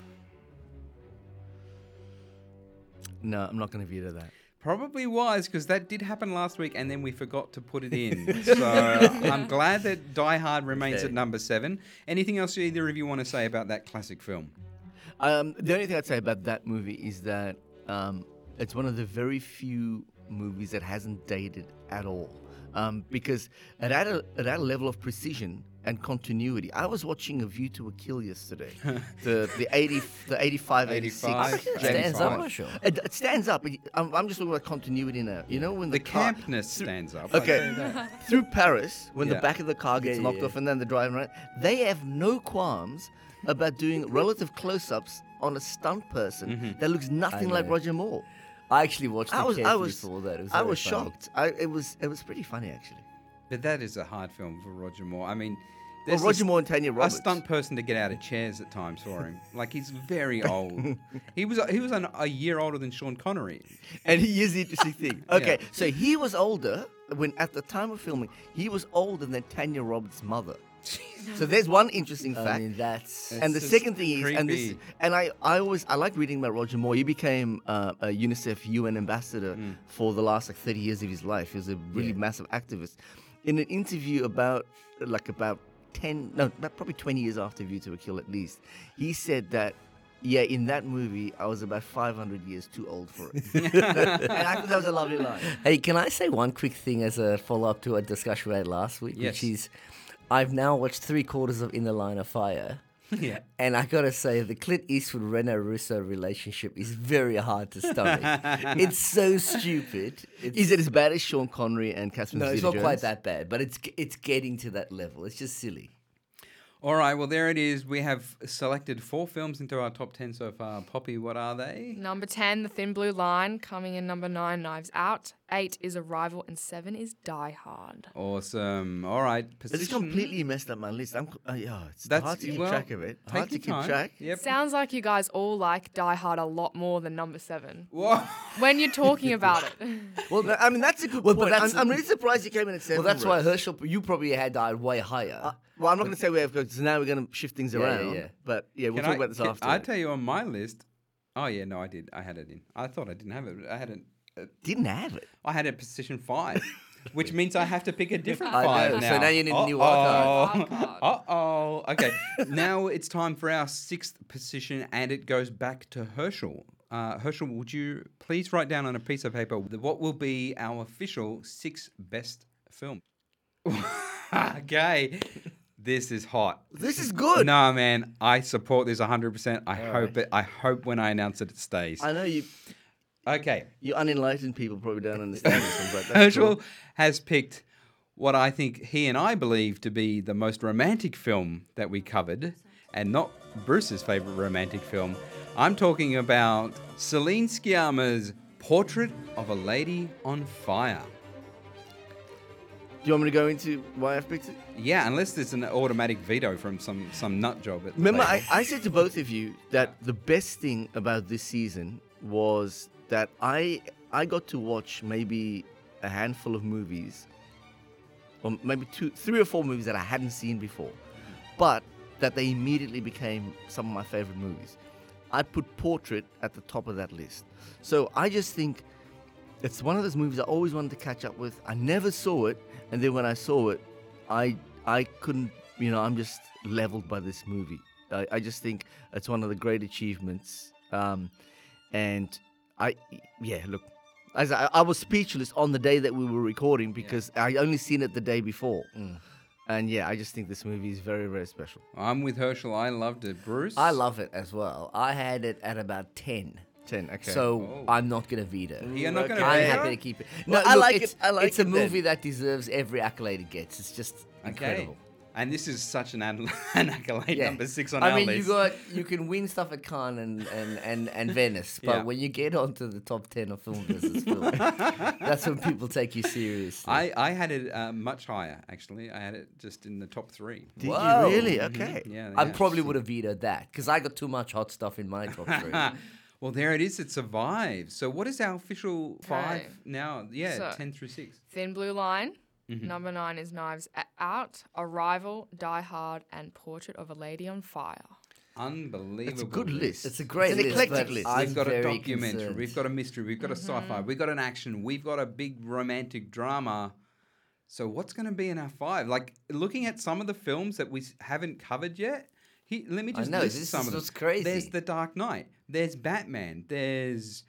[SPEAKER 8] No, I'm not going to veto that.
[SPEAKER 7] Probably wise because that did happen last week, and then we forgot to put it in. so I'm glad that Die Hard remains at number seven. Anything else either of you want to say about that classic film?
[SPEAKER 5] Um, the only thing I'd say about that movie is that um, it's one of the very few movies that hasn't dated at all. Um, because it had, a, it had a level of precision and continuity. I was watching A View to a Kill yesterday, the, the, 80, the 85, 86.
[SPEAKER 7] 85,
[SPEAKER 5] It stands up.
[SPEAKER 7] 85.
[SPEAKER 5] It, it stands up. I'm, I'm just talking about continuity now. You know, when the,
[SPEAKER 7] The
[SPEAKER 5] car-
[SPEAKER 7] campness stands up.
[SPEAKER 5] Okay, through Paris, when
[SPEAKER 7] Yeah.
[SPEAKER 5] the back of the car gets knocked off and then the driver, right, they have no qualms about doing relative close-ups on a stunt person that looks nothing like
[SPEAKER 8] Hmm. know.
[SPEAKER 5] Roger Moore.
[SPEAKER 8] I actually watched the
[SPEAKER 5] I was, I was,
[SPEAKER 8] before that. It was
[SPEAKER 5] I
[SPEAKER 8] very
[SPEAKER 5] was
[SPEAKER 8] funny.
[SPEAKER 5] shocked. I, it was, it was pretty funny actually.
[SPEAKER 7] But that is a hard film for Roger Moore. I mean,
[SPEAKER 5] Well,
[SPEAKER 7] there's
[SPEAKER 5] Roger
[SPEAKER 7] a-
[SPEAKER 5] Moore and Tanya
[SPEAKER 7] a
[SPEAKER 5] Roberts.
[SPEAKER 7] stunt person to get out of chairs at times for him. Like he's very old. he was he was an, a year older than Sean Connery.
[SPEAKER 5] And he is the interesting thing. Okay, so he was older when at the time of filming, he was older than Tanya Roberts' mother. So there's one interesting fact.
[SPEAKER 8] I mean, that's
[SPEAKER 5] and the
[SPEAKER 7] It's
[SPEAKER 5] second
[SPEAKER 7] just
[SPEAKER 5] thing is, and this,
[SPEAKER 7] creepy.
[SPEAKER 5] and I, I always, I like reading about Roger Moore. He became uh, a UNICEF UN ambassador for the last like 30 years of his life. He was a really massive activist. In an interview about, like about 10, no, about probably 20 years after View to a Kill at least, he said that, yeah, in that movie, I was about 500 years too old for it. and I thought that was a lovely line.
[SPEAKER 8] Hey, can I say one quick thing as a follow up to a discussion we had last week?
[SPEAKER 7] Yes.
[SPEAKER 8] Which is, I've now watched three quarters of In the Line of Fire.
[SPEAKER 7] Yeah.
[SPEAKER 8] And I gotta say, the Clint Eastwood Reno Russo relationship is very hard to stomach. it's so stupid. It's,
[SPEAKER 5] Is it as bad as Sean Connery and Catherine
[SPEAKER 8] no, it's not
[SPEAKER 5] Zeta-Jones?
[SPEAKER 8] quite that bad, but it's it's getting to that level. It's just silly.
[SPEAKER 7] All right. Well, there it is. We have selected four films into our top ten so far. Poppy, what are they?
[SPEAKER 9] Number 10, The Thin Blue Line. Coming in number 9, Knives Out. 8 is Arrival. And 7 is Die Hard.
[SPEAKER 7] Awesome. All right.
[SPEAKER 5] This is
[SPEAKER 7] Position.
[SPEAKER 5] completely messed up my list. I'm, co- uh, yeah, it's
[SPEAKER 7] That's-
[SPEAKER 5] hard to keep
[SPEAKER 7] well,
[SPEAKER 5] track of it.
[SPEAKER 7] take
[SPEAKER 5] Hard to
[SPEAKER 7] your
[SPEAKER 5] keep
[SPEAKER 7] time.
[SPEAKER 5] track.
[SPEAKER 7] Yep.
[SPEAKER 9] Sounds like you guys all like Die Hard a lot more than number 7
[SPEAKER 7] Whoa.
[SPEAKER 9] when you're talking about it.
[SPEAKER 5] Well, no, I mean that's a good
[SPEAKER 8] Well, but
[SPEAKER 5] point.
[SPEAKER 8] that's-
[SPEAKER 5] I'm, I'm really surprised you came in at seven.
[SPEAKER 8] Well, that's why
[SPEAKER 5] Ross.
[SPEAKER 8] Herschel, you probably had died way higher.
[SPEAKER 5] Well, I'm not going to say we have because now we're going to shift things
[SPEAKER 8] yeah,
[SPEAKER 5] around.
[SPEAKER 8] yeah.
[SPEAKER 5] But yeah, we'll
[SPEAKER 7] Can
[SPEAKER 5] talk
[SPEAKER 7] I-
[SPEAKER 5] about this
[SPEAKER 7] can
[SPEAKER 5] after.
[SPEAKER 7] I tell you on my list. Oh yeah, no, I did. I had it in. I thought I didn't have it. But I had it.
[SPEAKER 5] Didn't have it.
[SPEAKER 7] I had it at position five, which means I have to pick a different
[SPEAKER 8] I
[SPEAKER 7] five
[SPEAKER 8] know,
[SPEAKER 7] now.
[SPEAKER 8] so now you need a new wild
[SPEAKER 7] Uh oh. Okay. now it's time for our sixth position, and it goes back to Herschel. Uh, Herschel, would you please write down on a piece of paper the- what will be our official six best film? okay. This is hot.
[SPEAKER 5] This is good.
[SPEAKER 7] No, man, I support this 100%. I hope it. I hope when I announce it, it stays.
[SPEAKER 5] I know you.
[SPEAKER 7] Okay.
[SPEAKER 5] You unenlightened people probably don't understand this one, but that's
[SPEAKER 7] Herschel
[SPEAKER 5] cool.
[SPEAKER 7] has picked what I think he and I believe to be the most romantic film that we covered, and not Bruce's favorite romantic film. I'm talking about Celine Sciamma's Portrait of a Lady on Fire.
[SPEAKER 5] Do you want me to go into why I've picked it?
[SPEAKER 7] Yeah, unless there's an automatic veto from some some nut job. At the
[SPEAKER 5] Remember, I,
[SPEAKER 7] table.
[SPEAKER 5] I said to both of you that the best thing about this season was that I I got to watch maybe a handful of movies, or maybe two, three or four movies that I hadn't seen before, but that they immediately became some of my favorite movies. I put Portrait at the top of that list. So I just think it's one of those movies I always wanted to catch up with. I never saw it, and then when I saw it, I I couldn't. You know, I'm just leveled by this movie. I, I just think it's one of the great achievements. Um, and I, yeah, look, as I, I was speechless on the day that we were recording because I only seen it the day before. And yeah, I just think this movie is very, very special.
[SPEAKER 7] I'm with Herschel. I loved it, Bruce.
[SPEAKER 8] I love it as well. I had it at about 10.
[SPEAKER 5] Ten. Okay.
[SPEAKER 8] So I'm not going to veto.
[SPEAKER 7] Oh. You're not gonna
[SPEAKER 8] I'm
[SPEAKER 7] veto?
[SPEAKER 8] happy to keep it.
[SPEAKER 5] Well, I like
[SPEAKER 8] it's,
[SPEAKER 5] it- I like
[SPEAKER 8] It's a
[SPEAKER 5] it then.
[SPEAKER 8] movie that deserves every accolade it gets. It's just incredible.
[SPEAKER 7] And this is such an, an an accolade number six on
[SPEAKER 8] I
[SPEAKER 7] our
[SPEAKER 8] mean,
[SPEAKER 7] list.
[SPEAKER 8] you got you can win stuff at Cannes and and and, and Venice, but
[SPEAKER 7] Yeah.
[SPEAKER 8] when you get onto the top ten of film versus film, that's when people take you seriously.
[SPEAKER 7] I, I had it uh, much higher, actually. I had it just in the top three.
[SPEAKER 5] Did
[SPEAKER 8] Whoa.
[SPEAKER 5] you really? Okay.
[SPEAKER 7] Yeah,
[SPEAKER 8] I
[SPEAKER 7] yeah.
[SPEAKER 8] probably would have vetoed that because I got too much hot stuff in my top three.
[SPEAKER 7] Ah, Well, there it is. It survives. So, what is our official
[SPEAKER 9] Okay.
[SPEAKER 7] five now? Yeah,
[SPEAKER 9] So-
[SPEAKER 7] 10 through 6.
[SPEAKER 9] Thin Blue Line.
[SPEAKER 5] Mm-hmm.
[SPEAKER 9] Number 9 is Knives A- Out. Arrival, Die Hard, and Portrait of a Lady on Fire.
[SPEAKER 7] Unbelievable.
[SPEAKER 5] It's a good list.
[SPEAKER 8] It's a great
[SPEAKER 5] an
[SPEAKER 8] list,
[SPEAKER 5] eclectic
[SPEAKER 8] but
[SPEAKER 5] list.
[SPEAKER 7] We've
[SPEAKER 5] I'm
[SPEAKER 7] got a
[SPEAKER 5] very
[SPEAKER 7] documentary.
[SPEAKER 5] concerned.
[SPEAKER 7] We've got a mystery. We've got a sci-fi. We've got an action. We've got a big romantic drama. So what's going to be in our five? Like looking at some of the films that we s- haven't covered yet. He, let me
[SPEAKER 5] I
[SPEAKER 7] just
[SPEAKER 5] know,
[SPEAKER 7] list
[SPEAKER 5] this
[SPEAKER 7] some
[SPEAKER 5] is
[SPEAKER 7] of them.
[SPEAKER 5] what's crazy.
[SPEAKER 7] There's The Dark Knight. There's Batman. There's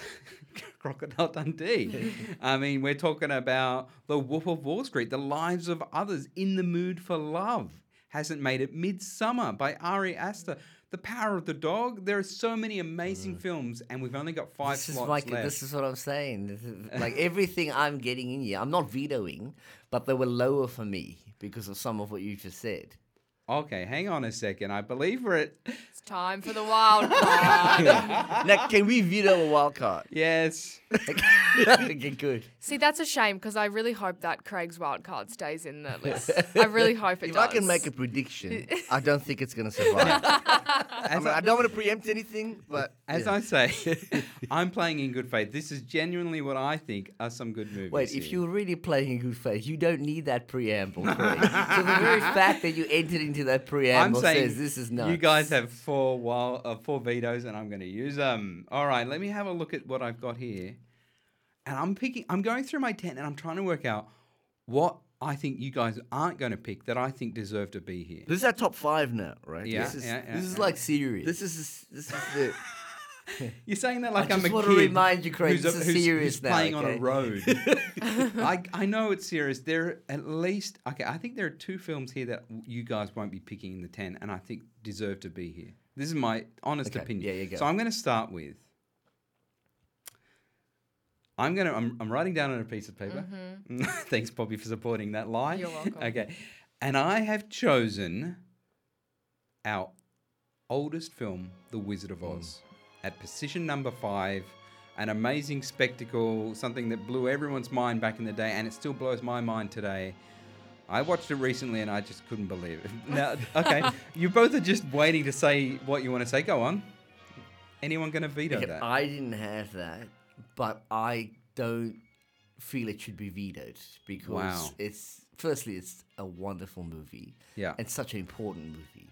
[SPEAKER 7] Crocodile Dundee. I mean, we're talking about The Wolf of Wall Street, The Lives of Others, In the Mood for Love, Hasn't Made It, Midsummer by Ari Aster, The Power of the Dog. There are so many amazing films, and we've only got five
[SPEAKER 5] Mm. This is
[SPEAKER 7] slots
[SPEAKER 5] like
[SPEAKER 7] left.
[SPEAKER 5] this is what I'm saying. This is- Like everything I'm getting in here, I'm not vetoing, but they were lower for me because of some of what you just said.
[SPEAKER 7] Okay, hang on a second. I believe we're at
[SPEAKER 9] It's time for the wild card.
[SPEAKER 5] now, can we veto a wild card?
[SPEAKER 7] yes.
[SPEAKER 5] okay, good.
[SPEAKER 9] See, that's a shame because I really hope that Craig's wild card stays in the list. I really hope it
[SPEAKER 5] If
[SPEAKER 9] does.
[SPEAKER 5] I can make a prediction, I don't think it's going to survive. I, mean, I don't want to preempt anything, but
[SPEAKER 7] As
[SPEAKER 5] yeah.
[SPEAKER 7] I say, I'm playing in good faith. This is genuinely what I think are some good movies.
[SPEAKER 5] Wait, if
[SPEAKER 7] here.
[SPEAKER 5] you're really playing in good faith, you don't need that preamble. Craig. so the very fact that you entered into that
[SPEAKER 7] I'm
[SPEAKER 5] preamble
[SPEAKER 7] saying
[SPEAKER 5] says this is nuts.
[SPEAKER 7] You guys have four wild, uh, four vetoes, and I'm going to use them. All right, let me have a look at what I've got here, and I'm picking. I'm going through my ten, and I'm trying to work out what I think you guys aren't going to pick that I think deserve to be here.
[SPEAKER 5] This is our top five now, right?
[SPEAKER 7] Yeah,
[SPEAKER 5] This is,
[SPEAKER 7] yeah, yeah,
[SPEAKER 5] this is
[SPEAKER 7] yeah.
[SPEAKER 5] like serious. This is this is the.
[SPEAKER 7] You're saying that like
[SPEAKER 5] I
[SPEAKER 7] am
[SPEAKER 5] just
[SPEAKER 7] a
[SPEAKER 5] want
[SPEAKER 7] kid
[SPEAKER 5] to remind you, Craig,
[SPEAKER 7] who's,
[SPEAKER 5] this is
[SPEAKER 7] who's-
[SPEAKER 5] serious
[SPEAKER 7] who's
[SPEAKER 5] now.
[SPEAKER 7] playing on a
[SPEAKER 5] okay?
[SPEAKER 7] road. I, I know it's serious. There are at least okay. I think there are two films here that w- you guys won't be picking in the ten, and I think deserve to be here. This is my honest
[SPEAKER 5] Okay,
[SPEAKER 7] opinion.
[SPEAKER 5] yeah, you go.
[SPEAKER 7] So I'm going to start with. I'm gonna. I'm, I'm writing down on a piece of paper. Thanks, Bobby, for supporting that lie.
[SPEAKER 9] Mm-hmm. You're welcome.
[SPEAKER 7] Okay, and I have chosen our oldest film, The Wizard of Oz,
[SPEAKER 5] Hmm.
[SPEAKER 7] at position number five. An amazing spectacle, something that blew everyone's mind back in the day, and it still blows my mind today. I watched it recently, and I just couldn't believe it. Now, okay, you both are just waiting to say what you want to say. Go on. Anyone going to veto
[SPEAKER 5] Okay,
[SPEAKER 7] that?
[SPEAKER 5] I didn't have that, but I don't feel it should be vetoed because
[SPEAKER 7] Wow.
[SPEAKER 5] it's firstly it's a wonderful movie.
[SPEAKER 7] Yeah.
[SPEAKER 5] It's such an important movie.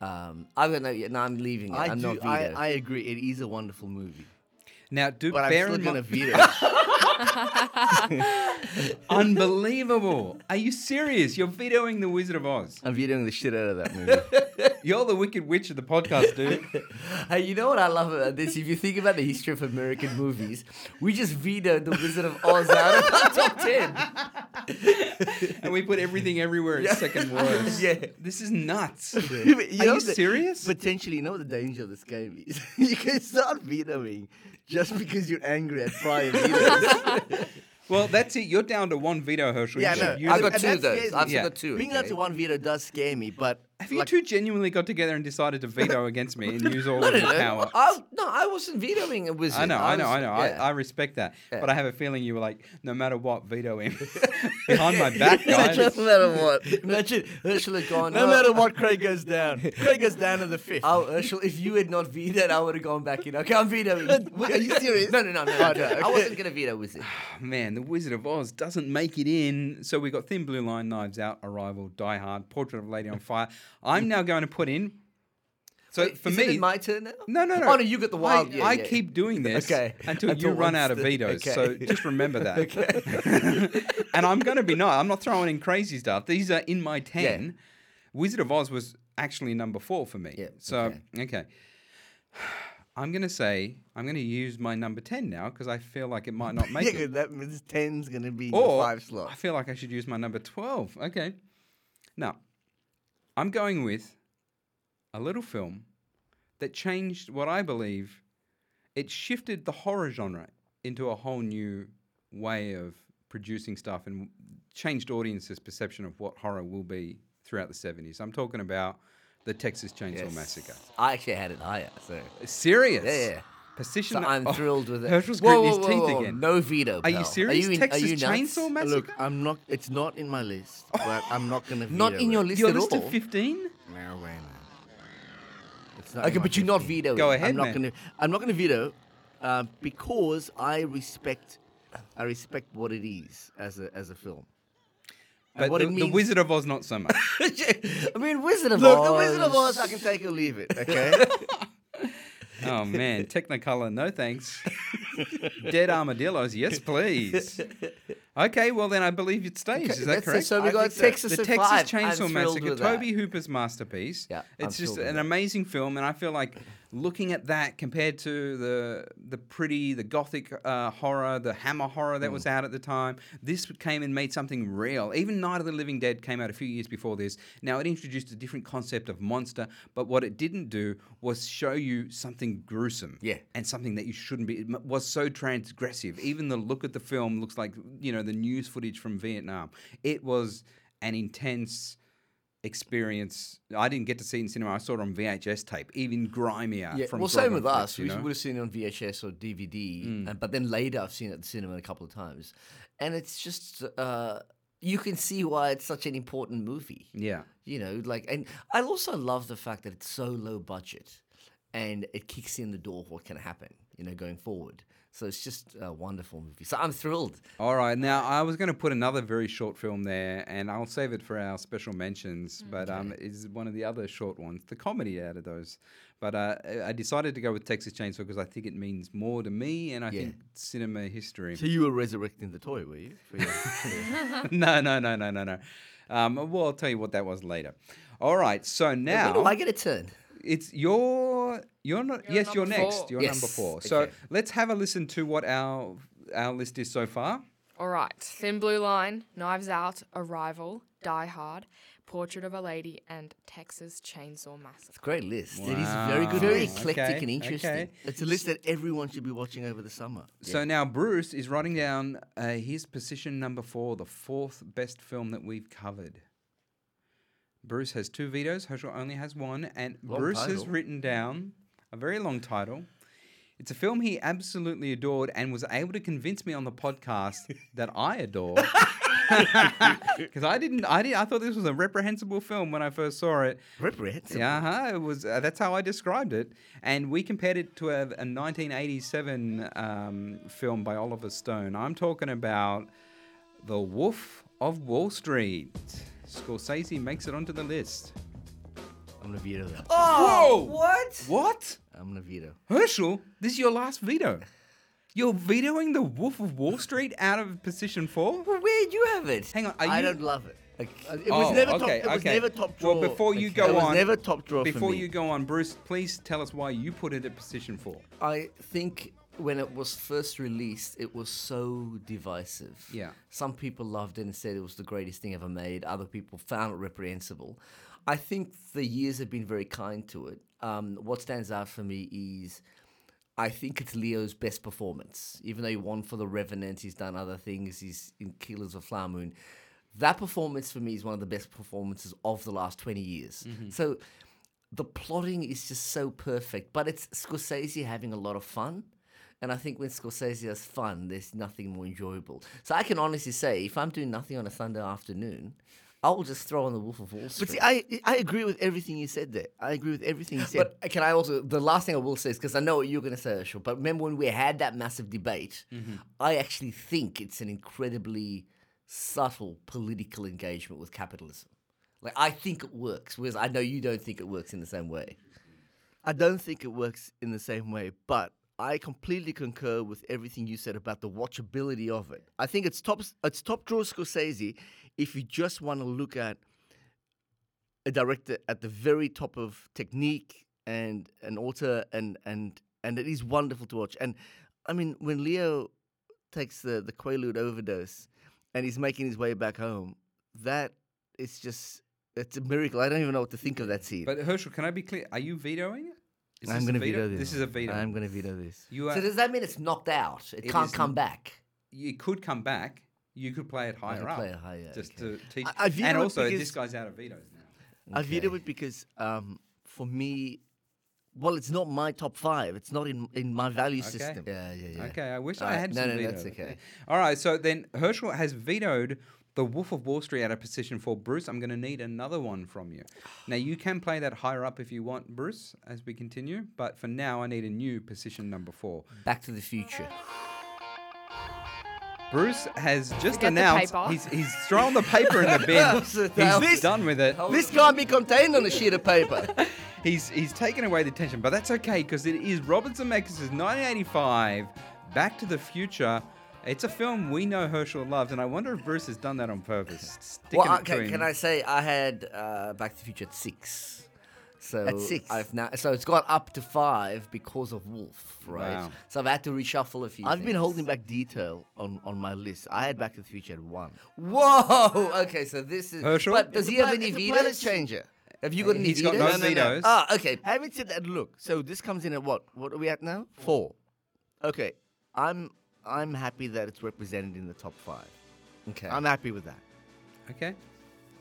[SPEAKER 5] Um, I don't know. Yeah, no, I'm leaving it.
[SPEAKER 7] I
[SPEAKER 5] I am
[SPEAKER 7] do-
[SPEAKER 5] not veto.
[SPEAKER 7] I- I
[SPEAKER 5] agree. It is a wonderful movie,
[SPEAKER 7] now, do
[SPEAKER 5] but I'm
[SPEAKER 7] bear
[SPEAKER 5] still
[SPEAKER 7] in
[SPEAKER 5] gonna
[SPEAKER 7] mind-
[SPEAKER 5] veto. it.
[SPEAKER 7] Unbelievable! Are you serious? You're vetoing the Wizard of Oz.
[SPEAKER 5] I'm vetoing the shit out of that movie.
[SPEAKER 7] You're the Wicked Witch of the podcast, dude.
[SPEAKER 5] Hey, you know what I love about this? If you think about the history of American movies, we just vetoed The Wizard of Oz out of our top 10.
[SPEAKER 7] and we put everything everywhere as second worst.
[SPEAKER 5] Yeah.
[SPEAKER 7] This is nuts.
[SPEAKER 5] You
[SPEAKER 7] Are
[SPEAKER 5] know
[SPEAKER 7] you
[SPEAKER 5] the-
[SPEAKER 7] serious?
[SPEAKER 5] Potentially, you know what the danger of this game is? you can start vetoing just because you're angry at prior vetoes.
[SPEAKER 7] well, that's it. You're down to one veto, Herschel. You should
[SPEAKER 5] no,
[SPEAKER 7] use
[SPEAKER 5] I've
[SPEAKER 7] it.
[SPEAKER 5] got
[SPEAKER 7] And
[SPEAKER 5] two
[SPEAKER 7] that's-
[SPEAKER 5] of those. I've
[SPEAKER 7] Yeah.
[SPEAKER 5] still got two. Being down to one veto does scare me, but.
[SPEAKER 7] Have you
[SPEAKER 5] like-
[SPEAKER 7] two genuinely got together and decided to veto against me and use all
[SPEAKER 5] No,
[SPEAKER 7] of
[SPEAKER 5] no,
[SPEAKER 7] your
[SPEAKER 5] no.
[SPEAKER 7] power?
[SPEAKER 5] I, no, I wasn't vetoing a wizard.
[SPEAKER 7] I know, I know,
[SPEAKER 5] was-
[SPEAKER 7] I know.
[SPEAKER 5] yeah.
[SPEAKER 7] I, I respect that.
[SPEAKER 5] Yeah.
[SPEAKER 7] But I have a feeling you were like, no matter what, veto him. Behind my back,
[SPEAKER 5] no
[SPEAKER 7] guys.
[SPEAKER 5] matter what. Imagine Herschel had gone. No, matter what, Craig goes down. Craig goes down to the fifth. Oh, Herschel, if you had not vetoed, I would have gone back in. Okay, I'm vetoing. Are you serious? No, no, no, no. no, I wasn't going to veto with it.
[SPEAKER 7] Man, The Wizard of Oz doesn't make it in. So we got Thin Blue Line, Knives Out, Arrival, Die Hard, Portrait of a Lady on Fire. I'm now going to put in. So for
[SPEAKER 5] Is
[SPEAKER 7] me,
[SPEAKER 5] it in my turn now?
[SPEAKER 7] No, no, no.
[SPEAKER 5] Oh, no, you got the wild.
[SPEAKER 7] I,
[SPEAKER 5] yeah,
[SPEAKER 7] I
[SPEAKER 5] yeah.
[SPEAKER 7] keep doing this
[SPEAKER 5] Okay.
[SPEAKER 7] until
[SPEAKER 5] Until
[SPEAKER 7] you run
[SPEAKER 5] once
[SPEAKER 7] out of
[SPEAKER 5] the-
[SPEAKER 7] vetoes.
[SPEAKER 5] okay.
[SPEAKER 7] So just remember that. and I'm going to be nice. I'm not throwing in crazy stuff. These are in my 10. Wizard of Oz was actually number four for me.
[SPEAKER 5] Yeah,
[SPEAKER 7] So, okay. I'm going to say, I'm going to use my number 10 now because I feel like it might not make
[SPEAKER 5] Yeah,
[SPEAKER 7] it.
[SPEAKER 5] 'cause that means ten's going to be your
[SPEAKER 7] Or
[SPEAKER 5] five
[SPEAKER 7] I
[SPEAKER 5] slot.
[SPEAKER 7] feel like I should use my number 12. Okay. Now, I'm going with a little film that changed what I believe it shifted the horror genre into a whole new way of producing stuff and changed audiences' perception of what horror will be throughout the 70s. I'm talking about the Texas Chainsaw Massacre.
[SPEAKER 5] I actually had it higher, so.
[SPEAKER 7] Serious.
[SPEAKER 5] Yeah, yeah.
[SPEAKER 7] Position
[SPEAKER 5] So I'm
[SPEAKER 7] oh,
[SPEAKER 5] thrilled with it.
[SPEAKER 7] Herschel's
[SPEAKER 5] Whoa,
[SPEAKER 7] gritting
[SPEAKER 5] whoa,
[SPEAKER 7] his
[SPEAKER 5] whoa,
[SPEAKER 7] teeth
[SPEAKER 5] whoa,
[SPEAKER 7] again.
[SPEAKER 5] No veto.
[SPEAKER 7] Are you
[SPEAKER 5] pal.
[SPEAKER 7] serious?
[SPEAKER 5] in-
[SPEAKER 7] Texas
[SPEAKER 5] nuts?
[SPEAKER 7] Chainsaw Massacre?
[SPEAKER 5] Look,
[SPEAKER 7] Look,
[SPEAKER 5] I'm not.
[SPEAKER 8] It's not in my list, but I'm not gonna.
[SPEAKER 5] Not
[SPEAKER 8] veto
[SPEAKER 5] in your
[SPEAKER 8] it.
[SPEAKER 5] list
[SPEAKER 7] Your
[SPEAKER 5] at
[SPEAKER 7] list
[SPEAKER 5] all.
[SPEAKER 7] of 15?
[SPEAKER 8] No way, no. It's not in
[SPEAKER 5] Okay,
[SPEAKER 8] my
[SPEAKER 5] but you're not
[SPEAKER 8] 15.
[SPEAKER 5] vetoing.
[SPEAKER 7] Go ahead,
[SPEAKER 5] I'm not
[SPEAKER 7] man.
[SPEAKER 5] gonna. I'm not gonna veto, uh, because I respect. I respect what it is as a as a film.
[SPEAKER 7] But
[SPEAKER 8] what
[SPEAKER 7] the,
[SPEAKER 8] it
[SPEAKER 7] the
[SPEAKER 8] means-
[SPEAKER 7] Wizard of Oz, not so much.
[SPEAKER 8] I mean, Wizard of
[SPEAKER 5] Look,
[SPEAKER 8] Oz.
[SPEAKER 5] the Wizard of Oz, I can take or leave it. Okay.
[SPEAKER 7] oh man, Technicolor, no thanks. Dead armadillos, yes please. Okay, well then I believe it stays. Is that
[SPEAKER 8] That's it.
[SPEAKER 7] correct?
[SPEAKER 8] So we
[SPEAKER 5] I
[SPEAKER 8] got
[SPEAKER 5] think so.
[SPEAKER 8] Texas
[SPEAKER 7] the
[SPEAKER 8] at
[SPEAKER 7] Texas
[SPEAKER 8] five. I'm
[SPEAKER 7] Chainsaw
[SPEAKER 8] thrilled
[SPEAKER 7] Massacre,
[SPEAKER 8] with that.
[SPEAKER 7] Toby Hooper's masterpiece.
[SPEAKER 8] Yeah, I'm
[SPEAKER 7] it's just
[SPEAKER 8] thrilled with
[SPEAKER 7] an
[SPEAKER 8] that.
[SPEAKER 7] amazing film, and I feel like looking at that compared to the the pretty, the gothic uh, horror, the Hammer horror that was out at the time, this came and made something real. Even Night of the Living Dead came out a few years before this. Now it introduced a different concept of monster, but what it didn't do was show you something gruesome,
[SPEAKER 5] Yeah.
[SPEAKER 7] and something that you shouldn't be. It m- was so transgressive. Even the look at the film looks like you know the news footage from Vietnam. It was an intense experience. I didn't get to see it in cinema. I saw it on VHS tape, even grimier.
[SPEAKER 8] Yeah,
[SPEAKER 7] from
[SPEAKER 8] well, same with
[SPEAKER 7] Grogan Flicks,
[SPEAKER 8] us.
[SPEAKER 7] you
[SPEAKER 8] We
[SPEAKER 7] know?
[SPEAKER 8] would have seen it on VHS or DVD, uh, but then later I've seen it at the cinema a couple of times, and it's just uh, you can see why it's such an important movie.
[SPEAKER 7] Yeah.
[SPEAKER 8] You know, like, and I also love the fact that it's so low budget, and it kicks in the door of what can happen, you know, going forward. So it's just a wonderful movie. So I'm thrilled.
[SPEAKER 7] All right. Now, I was going to put another very short film there, and I'll save it for our special mentions, but um, it's one of the other short ones, the comedy out of those. But uh, I- I decided to go with Texas Chainsaw because I think it means more to me, and I think cinema history.
[SPEAKER 8] So you were resurrecting the toy, were you? For your-
[SPEAKER 7] no, no, no, no, no, no. Um, well, I'll tell you what that was later. All right. So
[SPEAKER 8] When
[SPEAKER 7] now.
[SPEAKER 8] do I get a turn?
[SPEAKER 7] It's your you're not
[SPEAKER 9] You're
[SPEAKER 7] yes, you're
[SPEAKER 9] number
[SPEAKER 7] next.
[SPEAKER 9] four.
[SPEAKER 7] You're number
[SPEAKER 8] Yes.
[SPEAKER 7] four. So
[SPEAKER 8] Okay.
[SPEAKER 7] let's have a listen to what our our list is so far.
[SPEAKER 9] All right. Thin Blue Line, Knives Out, Arrival, Die Hard, Portrait of a Lady, and Texas Chainsaw Massacre.
[SPEAKER 8] Great list. It is very good, very eclectic
[SPEAKER 7] Okay,
[SPEAKER 8] and interesting.
[SPEAKER 7] okay.
[SPEAKER 8] It's a list that everyone should be watching over the summer.
[SPEAKER 7] So now Bruce is writing down uh, his position number four, the fourth best film that we've covered. Bruce has two vetoes. Herschel only has one, and
[SPEAKER 8] Long
[SPEAKER 7] Bruce has
[SPEAKER 8] title.
[SPEAKER 7] written down a very long title. It's a film he absolutely adored and was able to convince me on the podcast that I adore. Because I didn't, I did, I thought this was a reprehensible film when I first saw it.
[SPEAKER 8] Reprehensible.
[SPEAKER 7] Yeah, uh-huh, it was. Uh, that's how I described it, and we compared it to a, a 1987 um, film by Oliver Stone. I'm talking about The Wolf of Wall Street. Scorsese makes it onto the list.
[SPEAKER 8] I'm gonna veto that.
[SPEAKER 7] Oh, Whoa! What? What?
[SPEAKER 8] I'm gonna veto.
[SPEAKER 7] Herschel, this is your last veto. You're vetoing The Wolf of Wall Street out of position four.
[SPEAKER 8] Well, where'd you have it?
[SPEAKER 7] Hang on, are
[SPEAKER 8] I
[SPEAKER 7] you-
[SPEAKER 8] don't love it. Like, it was
[SPEAKER 7] Oh,
[SPEAKER 8] never top.
[SPEAKER 7] okay,
[SPEAKER 8] It was
[SPEAKER 7] okay.
[SPEAKER 8] never top draw.
[SPEAKER 7] Well, before you
[SPEAKER 8] Okay.
[SPEAKER 7] go
[SPEAKER 8] it was
[SPEAKER 7] on-
[SPEAKER 8] never top draw.
[SPEAKER 7] Before
[SPEAKER 8] for me.
[SPEAKER 7] you go on, Bruce, please tell us why you put it at position four.
[SPEAKER 8] I think when it was first released, it was so divisive.
[SPEAKER 7] Yeah.
[SPEAKER 8] Some people loved it and said it was the greatest thing ever made. Other people found it reprehensible. I think the years have been very kind to it. Um, what stands out for me is I think it's Leo's best performance. Even though he won for The Revenant, he's done other things, he's in Killers of Flower Moon. That performance for me is one of the best performances of the last 20 years.
[SPEAKER 5] Mm-hmm.
[SPEAKER 8] So the plotting is just so perfect, but it's Scorsese having a lot of fun. And I think when Scorsese has fun, there's nothing more enjoyable. So I can honestly say, if I'm doing nothing on a Sunday afternoon, I will just throw on The Wolf of Wall Street.
[SPEAKER 5] But see, I I agree with everything you said there. I agree with everything you said.
[SPEAKER 8] But uh, can I also the last thing I will say is because I know what you're going to say, Herschel. But remember when we had that massive debate?
[SPEAKER 5] Mm-hmm.
[SPEAKER 8] I actually think it's an incredibly subtle political engagement with capitalism. Like I think it works, whereas I know you don't think it works in the same way.
[SPEAKER 5] I don't think it works in the same way, but I completely concur with everything you said about the watchability of it. I think it's top it's top draw Scorsese if you just want to look at a director at the very top of technique and an author and and and it is wonderful to watch. And I mean when Leo takes the the Quaalude overdose and he's making his way back home, that is just it's a miracle. I don't even know what to think of that scene.
[SPEAKER 7] But Herschel, can I be clear? Are you vetoing it? Is
[SPEAKER 5] I'm
[SPEAKER 7] this a
[SPEAKER 5] going to veto this.
[SPEAKER 7] This is a veto.
[SPEAKER 5] I'm going to veto this.
[SPEAKER 7] You are,
[SPEAKER 8] so does that mean it's knocked out? It,
[SPEAKER 7] It
[SPEAKER 8] can't
[SPEAKER 7] is
[SPEAKER 8] come
[SPEAKER 7] n-
[SPEAKER 8] back.
[SPEAKER 7] it could come back. You could play it higher
[SPEAKER 8] could
[SPEAKER 7] up.
[SPEAKER 8] play it higher,
[SPEAKER 7] Just
[SPEAKER 8] okay.
[SPEAKER 7] to teach.
[SPEAKER 5] I- I veto
[SPEAKER 7] and
[SPEAKER 5] it
[SPEAKER 7] also,
[SPEAKER 5] because-
[SPEAKER 7] this guy's out of vetoes now.
[SPEAKER 5] I veto it because um, for me, well, it's not my top five. It's not in in my value system.
[SPEAKER 8] Yeah, yeah, yeah.
[SPEAKER 7] Okay, I wish I
[SPEAKER 8] Alright,
[SPEAKER 7] had
[SPEAKER 8] no,
[SPEAKER 7] some
[SPEAKER 8] no,
[SPEAKER 7] veto.
[SPEAKER 8] that's okay.
[SPEAKER 7] All right, so then Herschel has vetoed The Wolf of Wall Street out of position for Bruce. I'm going to need another one from you. Now, you can play that higher up if you want, Bruce, as we continue. But for now, I need a new position number four.
[SPEAKER 8] Back to the Future.
[SPEAKER 7] Bruce has just
[SPEAKER 9] the
[SPEAKER 7] announced
[SPEAKER 9] paper.
[SPEAKER 7] he's, he's thrown the paper in the bin. he's
[SPEAKER 5] This-
[SPEAKER 7] done with it.
[SPEAKER 5] This can't be contained on a sheet of paper.
[SPEAKER 7] He's he's taken away the tension, but that's okay because it is Robert Zemeckis' 1985 Back to the Future. It's a film we know Herschel loves, and I wonder if Bruce has done that on purpose. Sticking
[SPEAKER 8] Well,
[SPEAKER 7] it to
[SPEAKER 8] okay,
[SPEAKER 7] him.
[SPEAKER 8] can I say I had uh, Back to the Future at six. So
[SPEAKER 5] At six?
[SPEAKER 8] I've now so it's gone up to five because of Wolf, right?
[SPEAKER 7] Wow.
[SPEAKER 8] So I've had to reshuffle a few.
[SPEAKER 5] I've been
[SPEAKER 8] things.
[SPEAKER 5] holding back detail on, on my list. I had Back to the Future at one.
[SPEAKER 8] Whoa! Okay, so this is.
[SPEAKER 7] Herschel?
[SPEAKER 8] But does
[SPEAKER 5] It's
[SPEAKER 8] he
[SPEAKER 5] a
[SPEAKER 8] have
[SPEAKER 5] pla-
[SPEAKER 8] any
[SPEAKER 5] it's a planet
[SPEAKER 8] Vitas?
[SPEAKER 5] changer.
[SPEAKER 8] Have you got any
[SPEAKER 7] He's got
[SPEAKER 8] Vitas?
[SPEAKER 7] no Vitas.
[SPEAKER 8] Ah, okay.
[SPEAKER 5] Having said that, look. So this comes in at what? What are we at now? Four. Okay. I'm I'm happy that it's represented in the top five.
[SPEAKER 8] Okay.
[SPEAKER 5] I'm happy with that.
[SPEAKER 7] Okay,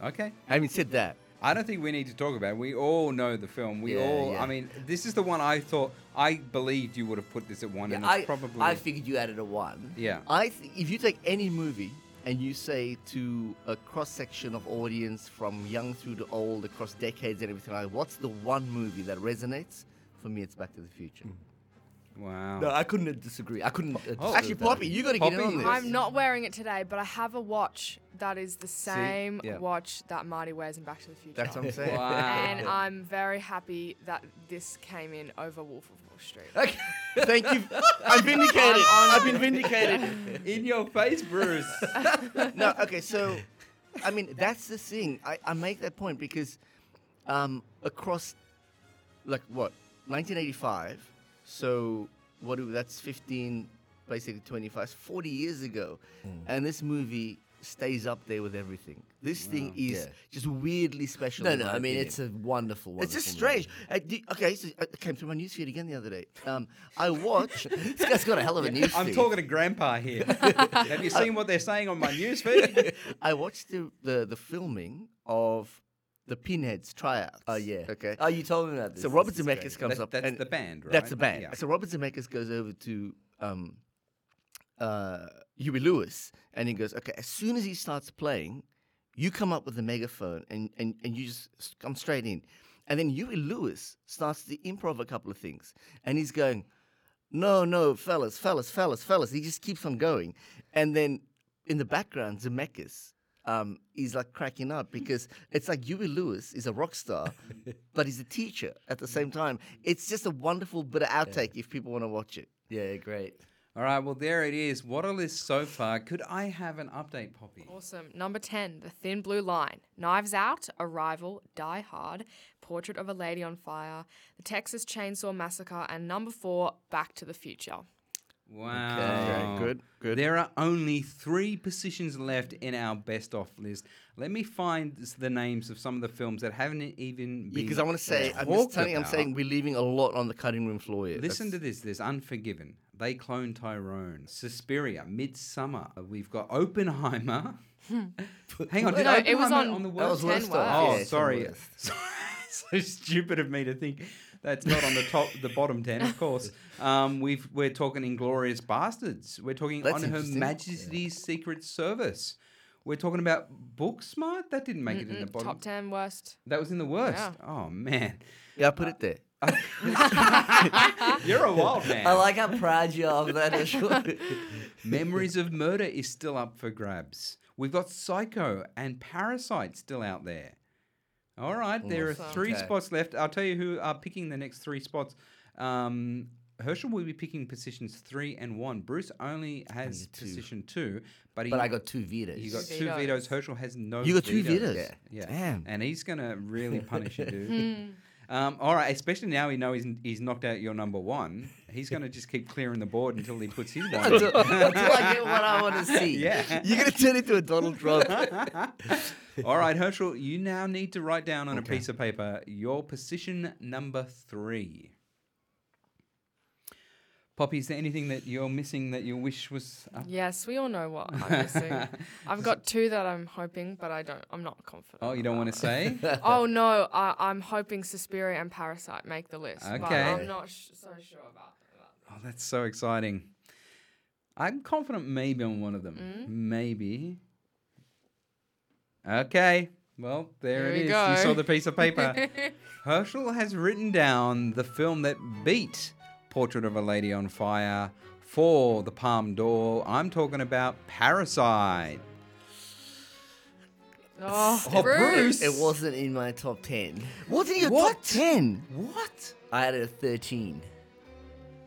[SPEAKER 7] okay.
[SPEAKER 5] Having said that,
[SPEAKER 7] I don't think we need to talk about it. We all know the film. We
[SPEAKER 8] Yeah,
[SPEAKER 7] all.
[SPEAKER 8] yeah.
[SPEAKER 7] I mean, this is the one I thought. I believed you would have put this at one,
[SPEAKER 8] Yeah,
[SPEAKER 7] and it's
[SPEAKER 8] I,
[SPEAKER 7] probably.
[SPEAKER 8] I figured you added a one.
[SPEAKER 7] yeah.
[SPEAKER 5] I th- if you take any movie and you say to a cross section of audience from young through to old across decades and everything like, what's the one movie that resonates? For me, it's Back to the Future.
[SPEAKER 7] Hmm. wow.
[SPEAKER 8] No, I couldn't disagree. I couldn't. uh, disagree
[SPEAKER 5] Oh. Actually,
[SPEAKER 8] with that.
[SPEAKER 5] Poppy, you got to get in
[SPEAKER 7] Poppy,
[SPEAKER 5] on this.
[SPEAKER 9] I'm not wearing it today, but I have a watch that is the same
[SPEAKER 7] Yeah.
[SPEAKER 9] watch that Marty wears in Back to the Future.
[SPEAKER 5] That's what I'm saying.
[SPEAKER 7] wow.
[SPEAKER 9] and I'm very happy that this came in over Wolf of Wall Street.
[SPEAKER 8] Okay.
[SPEAKER 5] Thank you. I've vindicated. I've been vindicated.
[SPEAKER 7] In your face, Bruce.
[SPEAKER 5] no, okay, so I mean that's the thing. I, I make that point because um, across like what 1985. So what do that's 15, basically 25, 40 years ago,
[SPEAKER 8] Hmm.
[SPEAKER 5] and this movie stays up there with everything. This thing is
[SPEAKER 8] Yeah.
[SPEAKER 5] just weirdly special.
[SPEAKER 8] No,
[SPEAKER 5] in
[SPEAKER 8] no.
[SPEAKER 5] my
[SPEAKER 8] I mean,
[SPEAKER 5] opinion.
[SPEAKER 8] it's a wonderful, wonderful.
[SPEAKER 5] It's just
[SPEAKER 8] movie.
[SPEAKER 5] strange. Uh, d- okay, so it came through my newsfeed again the other day. Um, I watched. this guy's got a hell of a newsfeed.
[SPEAKER 7] I'm talking to Grandpa here. Have you seen what they're saying on my newsfeed?
[SPEAKER 5] I watched the, the the filming of the Pinheads tryouts.
[SPEAKER 8] Oh yeah.
[SPEAKER 5] Okay.
[SPEAKER 8] Oh, you told me about this.
[SPEAKER 5] so
[SPEAKER 8] This
[SPEAKER 5] Robert
[SPEAKER 8] is great.
[SPEAKER 5] Zemeckis comes
[SPEAKER 7] That-
[SPEAKER 5] up.
[SPEAKER 7] that's
[SPEAKER 5] and
[SPEAKER 7] the band, right?
[SPEAKER 5] That's the band.
[SPEAKER 7] Yeah.
[SPEAKER 5] So Robert Zemeckis goes over to um, uh, Huey Lewis, and he goes, "Okay, as soon as he starts playing, you come up with a megaphone, and and and you just s- come straight in." And then Huey Lewis starts to improv a couple of things, and he's going, no, no, fellas, fellas, fellas, fellas. He just keeps on going. And then in the background, Zemeckis um, is like cracking up because it's like Huey Lewis is a rock star, but he's a teacher at the same time. It's just a wonderful bit of outtake if people want to watch it.
[SPEAKER 8] Yeah, great.
[SPEAKER 7] All right, well, there it is. What a list so far. Could I have an update, Poppy?
[SPEAKER 9] Awesome. Number 10, The Thin Blue Line, Knives Out, Arrival, Die Hard, Portrait of a Lady on Fire, The Texas Chainsaw Massacre, and number 4, Back to the Future.
[SPEAKER 7] Wow.
[SPEAKER 5] Okay, good, good.
[SPEAKER 7] There are only three positions left in our best off list. Let me find s- the names of some of the films that haven't even been.
[SPEAKER 5] Because I want to say, I'm just
[SPEAKER 7] talked
[SPEAKER 5] telling you, I'm
[SPEAKER 7] about.
[SPEAKER 5] saying we're leaving a lot on the cutting room floor here.
[SPEAKER 7] Listen to this. There's Unforgiven. They clone Tyrone. Suspiria. Midsummer. Uh, We've got Oppenheimer. Hang on. Did
[SPEAKER 9] No, it was
[SPEAKER 7] Oppenheimer
[SPEAKER 9] on-
[SPEAKER 7] on the
[SPEAKER 9] that
[SPEAKER 7] world
[SPEAKER 8] was
[SPEAKER 7] 10
[SPEAKER 8] worst
[SPEAKER 7] worst?
[SPEAKER 8] off. Yeah,
[SPEAKER 7] Oh,
[SPEAKER 8] it's on the
[SPEAKER 7] sorry.
[SPEAKER 8] worst.
[SPEAKER 7] so stupid of me to think that's not on the top, the bottom ten. Of course, um, we've we're talking Inglorious Bastards. We're talking
[SPEAKER 5] That's
[SPEAKER 7] on Her
[SPEAKER 5] interesting.
[SPEAKER 7] Majesty's Secret Service. We're talking about Booksmart. That didn't make it in the bottom.
[SPEAKER 9] Top 10 worst.
[SPEAKER 7] That was in the worst.
[SPEAKER 9] Yeah.
[SPEAKER 7] Oh man,
[SPEAKER 5] yeah, I put it there.
[SPEAKER 9] Ah.
[SPEAKER 7] you're a wild man.
[SPEAKER 8] I like how proud you are of that. Herschel.
[SPEAKER 7] Memories of Murder is still up for grabs. We've got Psycho and Parasite still out there. All right, there are three spots left. I'll tell you who are picking the next three spots. Um, Herschel will be picking positions three and one. Bruce only has position two, but he
[SPEAKER 8] but I got two Vitas.
[SPEAKER 7] he got
[SPEAKER 9] Two
[SPEAKER 7] two
[SPEAKER 9] vetoes.
[SPEAKER 7] vetoes. Herschel has no.
[SPEAKER 5] You got two vetoes?
[SPEAKER 7] Yeah.
[SPEAKER 5] Damn.
[SPEAKER 7] And he's gonna really punish you, dude. um, all right. Especially now we know he's he's knocked out your number one. He's gonna just keep clearing the board until he puts his one.
[SPEAKER 8] until,
[SPEAKER 7] in.
[SPEAKER 8] until I get what I want to see.
[SPEAKER 7] Yeah.
[SPEAKER 5] You're going to turn into a Donald Trump.
[SPEAKER 7] All right, Herschel, you now need to write down on a piece of paper your position number three. Poppy, is there anything that you're missing that you wish was uh, up?
[SPEAKER 9] Yes, we all know what I'm missing. I've got two that I'm hoping, but I don't. I'm not confident.
[SPEAKER 7] Oh, you don't want to say?
[SPEAKER 9] to. Oh no, I, I'm hoping Suspiria and Parasite make the list, but
[SPEAKER 7] Okay.
[SPEAKER 9] I'm not sh- so sure about that.
[SPEAKER 7] Oh, that's so exciting. I'm confident maybe on one of them.
[SPEAKER 9] Mm.
[SPEAKER 7] Maybe. Okay. Well, there
[SPEAKER 9] Here
[SPEAKER 7] it
[SPEAKER 9] we
[SPEAKER 7] is.
[SPEAKER 9] go.
[SPEAKER 7] You saw the piece of paper. Herschel has written down the film that beat Portrait of a Lady on Fire, for the Palm d'Or. I'm talking about Parasite.
[SPEAKER 9] Oh,
[SPEAKER 7] Oh,
[SPEAKER 9] Bruce.
[SPEAKER 7] Bruce.
[SPEAKER 5] It wasn't in my top 10. Wasn't in your
[SPEAKER 7] What?
[SPEAKER 5] top 10?
[SPEAKER 7] What?
[SPEAKER 5] I had a 13.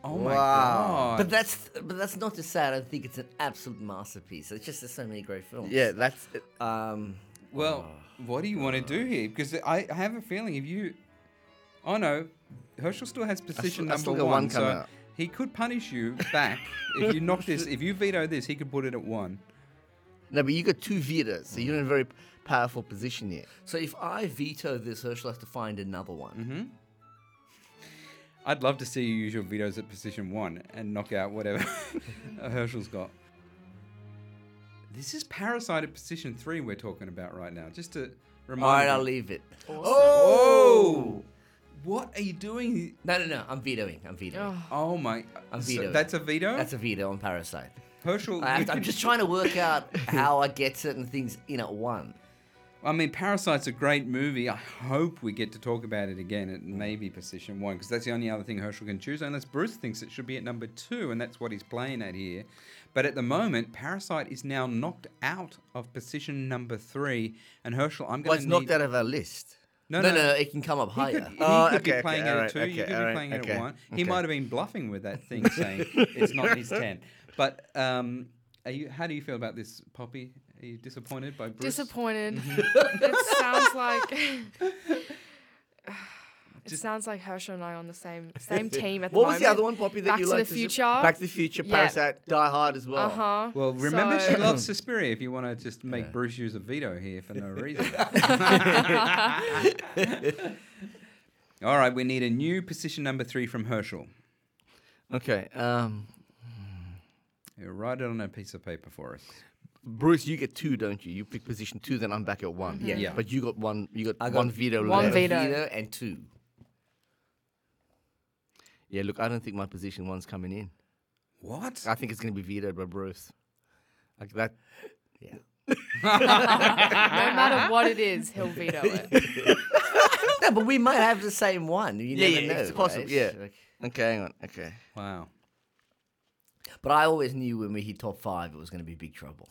[SPEAKER 7] Oh my god.
[SPEAKER 5] But that's but that's not to say I don't think it's an absolute masterpiece. It's just there's so many great films.
[SPEAKER 8] Yeah, that's
[SPEAKER 5] Um,
[SPEAKER 7] Well, what do you want to do here? Because I, I have a feeling if you, oh no, Herschel still has position
[SPEAKER 8] still- I still
[SPEAKER 7] number
[SPEAKER 8] got
[SPEAKER 7] one,
[SPEAKER 8] one
[SPEAKER 7] so
[SPEAKER 8] coming up.
[SPEAKER 7] he could punish you back if you knock this. If you veto this, he could put it at one.
[SPEAKER 8] no, but you got two Vitas, so you're in a very powerful position here.
[SPEAKER 5] so if I veto this, Herschel has to find another one.
[SPEAKER 7] Mm-hmm. I'd love to see you use your vetoes at position one and knock out whatever Herschel's got. This is Parasite at position three we're talking about right now. Just to
[SPEAKER 5] All
[SPEAKER 7] remind.
[SPEAKER 5] right,
[SPEAKER 7] you.
[SPEAKER 5] I'll leave it.
[SPEAKER 7] Oh! What are you doing?
[SPEAKER 5] No, no, no. I'm vetoing. I'm vetoing.
[SPEAKER 7] Oh my!
[SPEAKER 5] I'm
[SPEAKER 7] so
[SPEAKER 5] vetoing.
[SPEAKER 7] that's a veto.
[SPEAKER 5] That's a veto on Parasite.
[SPEAKER 7] Herschel. you
[SPEAKER 5] I have to- I'm
[SPEAKER 7] could-
[SPEAKER 5] just trying to work out how I get certain things in at one.
[SPEAKER 7] I mean, Parasite's a great movie. I hope we get to talk about it again at maybe position one, because that's the only other thing Herschel can choose, unless Bruce thinks it should be at number two, and that's what he's playing at here. But at the moment, Parasite is now knocked out of position number three, and Herschel, I'm going to
[SPEAKER 5] Well, it's
[SPEAKER 7] need...
[SPEAKER 5] knocked out of our list.
[SPEAKER 7] No,
[SPEAKER 5] No,
[SPEAKER 7] no.
[SPEAKER 5] no, it can come up
[SPEAKER 7] He
[SPEAKER 5] higher.
[SPEAKER 7] could, he
[SPEAKER 8] Oh,
[SPEAKER 7] could
[SPEAKER 8] okay,
[SPEAKER 7] be
[SPEAKER 8] okay,
[SPEAKER 7] playing it at
[SPEAKER 8] alright,
[SPEAKER 7] two. you
[SPEAKER 8] okay,
[SPEAKER 7] could be
[SPEAKER 8] alright,
[SPEAKER 7] playing it at
[SPEAKER 8] okay,
[SPEAKER 7] one. He
[SPEAKER 8] okay.
[SPEAKER 7] might have been bluffing with that thing, saying it's not his ten. But um, are you? How do you feel about this, Poppy? Are you disappointed by Bruce?
[SPEAKER 9] Disappointed.
[SPEAKER 8] Mm-hmm.
[SPEAKER 9] it sounds like. it sounds like Herschel and I on the same same team at the
[SPEAKER 8] What
[SPEAKER 9] moment.
[SPEAKER 8] was the other one, Poppy, that
[SPEAKER 9] Back
[SPEAKER 8] you
[SPEAKER 9] to
[SPEAKER 8] liked?
[SPEAKER 9] the
[SPEAKER 8] Is it
[SPEAKER 9] future.
[SPEAKER 8] Back to the Future,
[SPEAKER 9] Yeah.
[SPEAKER 8] Parasite, Die Hard as well.
[SPEAKER 9] Uh huh.
[SPEAKER 7] Well, remember she
[SPEAKER 9] So-
[SPEAKER 7] loves Suspiria. If you want to just make Bruce use a veto here for no reason. All right, we need a new position number three from Herschel.
[SPEAKER 5] Okay. Um,
[SPEAKER 7] You write it on a piece of paper for us.
[SPEAKER 8] Bruce, you get two, don't you? You pick position two, then I'm back at one.
[SPEAKER 7] Mm-hmm. Yeah. Yeah.
[SPEAKER 8] But you got one. You got,
[SPEAKER 5] I got
[SPEAKER 8] one veto
[SPEAKER 9] one
[SPEAKER 8] left.
[SPEAKER 9] veto.
[SPEAKER 5] and two.
[SPEAKER 8] Yeah. Look, I don't think my position one's coming in.
[SPEAKER 7] What?
[SPEAKER 8] I think it's going to be vetoed by Bruce. Like that.
[SPEAKER 9] No matter what it is, he'll veto it.
[SPEAKER 5] No, but we might have the same one. You
[SPEAKER 8] Yeah,
[SPEAKER 5] never
[SPEAKER 8] yeah,
[SPEAKER 5] know.
[SPEAKER 8] it's possible,
[SPEAKER 5] right?
[SPEAKER 8] yeah.
[SPEAKER 5] Like-
[SPEAKER 8] Okay, hang on. Okay.
[SPEAKER 7] Wow.
[SPEAKER 5] But I always knew when we hit top five, it was going to be big trouble.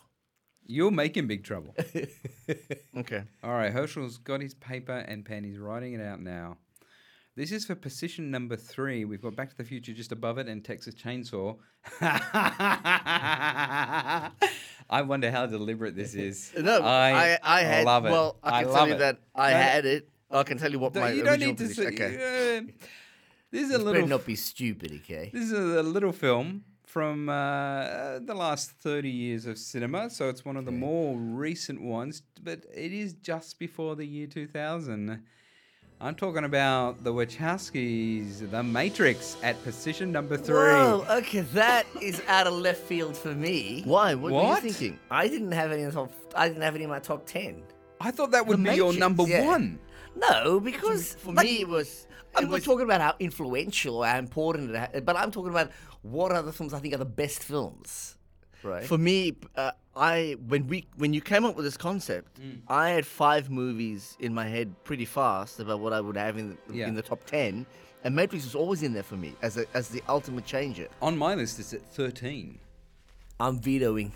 [SPEAKER 7] You're making big trouble.
[SPEAKER 8] Okay.
[SPEAKER 7] All right, Herschel's got his paper and pen. He's writing it out now. This is for position number three. We've got Back to the Future just above it and Texas Chainsaw. I wonder how deliberate this is.
[SPEAKER 8] No, I, I, had.
[SPEAKER 7] love it.
[SPEAKER 8] Well, I can tell
[SPEAKER 7] love
[SPEAKER 8] you
[SPEAKER 7] it.
[SPEAKER 8] that I
[SPEAKER 7] No,
[SPEAKER 8] had it. I can tell you what
[SPEAKER 7] don't-
[SPEAKER 8] my
[SPEAKER 7] you don't
[SPEAKER 8] original
[SPEAKER 7] need to
[SPEAKER 8] position.
[SPEAKER 7] say.
[SPEAKER 8] okay.
[SPEAKER 7] uh, this is a
[SPEAKER 5] It's better
[SPEAKER 7] little.
[SPEAKER 5] not be stupid, okay?
[SPEAKER 7] This is a little film from uh, the last 30 years of cinema, so it's one of the more recent ones, but it is just before the year 2000. I'm talking about the Wachowskis, The Matrix, at position number three.
[SPEAKER 5] Whoa, okay, that is out of left field for me.
[SPEAKER 8] Why? What,
[SPEAKER 7] What?
[SPEAKER 8] were you thinking?
[SPEAKER 5] I didn't have any in the top. I didn't have any in my top ten.
[SPEAKER 7] I thought that would be your
[SPEAKER 5] Matrix,
[SPEAKER 7] number
[SPEAKER 5] yeah.
[SPEAKER 7] one.
[SPEAKER 5] No, because
[SPEAKER 8] For
[SPEAKER 5] like,
[SPEAKER 8] me, it was.
[SPEAKER 5] I'm
[SPEAKER 8] it
[SPEAKER 5] not
[SPEAKER 8] was-
[SPEAKER 5] talking about how influential or how important it. Ha- but I'm talking about what other films I think are the best films. Right.
[SPEAKER 8] For me, uh, I when we when you came up with this concept,
[SPEAKER 5] Mm.
[SPEAKER 8] I had five movies in my head pretty fast about what I would have in the,
[SPEAKER 7] Yeah.
[SPEAKER 8] in the top ten, and Matrix was always in there for me as a, as the ultimate changer.
[SPEAKER 7] On my list, it's at 13.
[SPEAKER 5] I'm vetoing.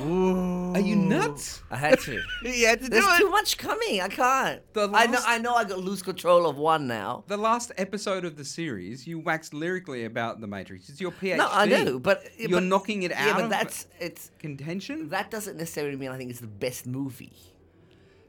[SPEAKER 7] Are you nuts?
[SPEAKER 5] I Oh. had to.
[SPEAKER 8] You had to
[SPEAKER 5] There's too much coming. I can't.
[SPEAKER 7] The
[SPEAKER 5] I know.
[SPEAKER 7] last-
[SPEAKER 5] I know. I got lose control of one now.
[SPEAKER 7] The last episode of the series, you waxed lyrically about The Matrix. It's your PhD.
[SPEAKER 5] No, I know, but
[SPEAKER 7] you're
[SPEAKER 5] but-
[SPEAKER 7] knocking it out
[SPEAKER 5] Yeah,
[SPEAKER 7] of
[SPEAKER 5] but that's it's
[SPEAKER 7] contention.
[SPEAKER 5] that doesn't necessarily mean I think it's the best movie.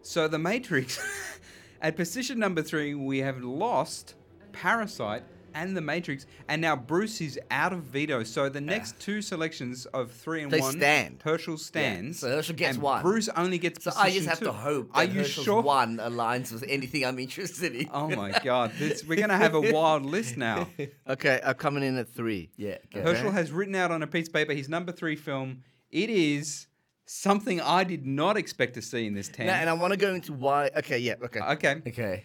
[SPEAKER 7] So the Matrix, at position number three, we have lost Parasite and the Matrix, and now Bruce is out of veto. So the next two selections of three and
[SPEAKER 8] They
[SPEAKER 7] one,
[SPEAKER 8] stand.
[SPEAKER 7] Herschel stands.
[SPEAKER 5] so Herschel gets
[SPEAKER 7] and
[SPEAKER 5] one.
[SPEAKER 7] Bruce only gets.
[SPEAKER 5] So I
[SPEAKER 7] position
[SPEAKER 5] just have
[SPEAKER 7] two.
[SPEAKER 5] to hope that
[SPEAKER 7] Are you
[SPEAKER 5] Herschel's
[SPEAKER 7] sure?
[SPEAKER 5] one aligns with anything I'm interested in.
[SPEAKER 7] Oh my God! This, we're gonna have a wild list now.
[SPEAKER 8] Okay, I'm coming in at three.
[SPEAKER 5] Yeah. okay.
[SPEAKER 7] Herschel has written out on a piece of paper his number three film. It is something I did not expect to see in this ten.
[SPEAKER 8] Now, and I want to go into why. Okay, yeah. Okay.
[SPEAKER 7] okay.
[SPEAKER 5] Okay.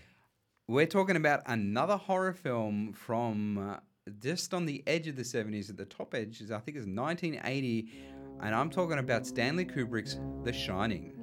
[SPEAKER 7] We're talking about another horror film from uh, just on the edge of the 70s, at the top edge, is I think is 1980, and I'm talking about Stanley Kubrick's The Shining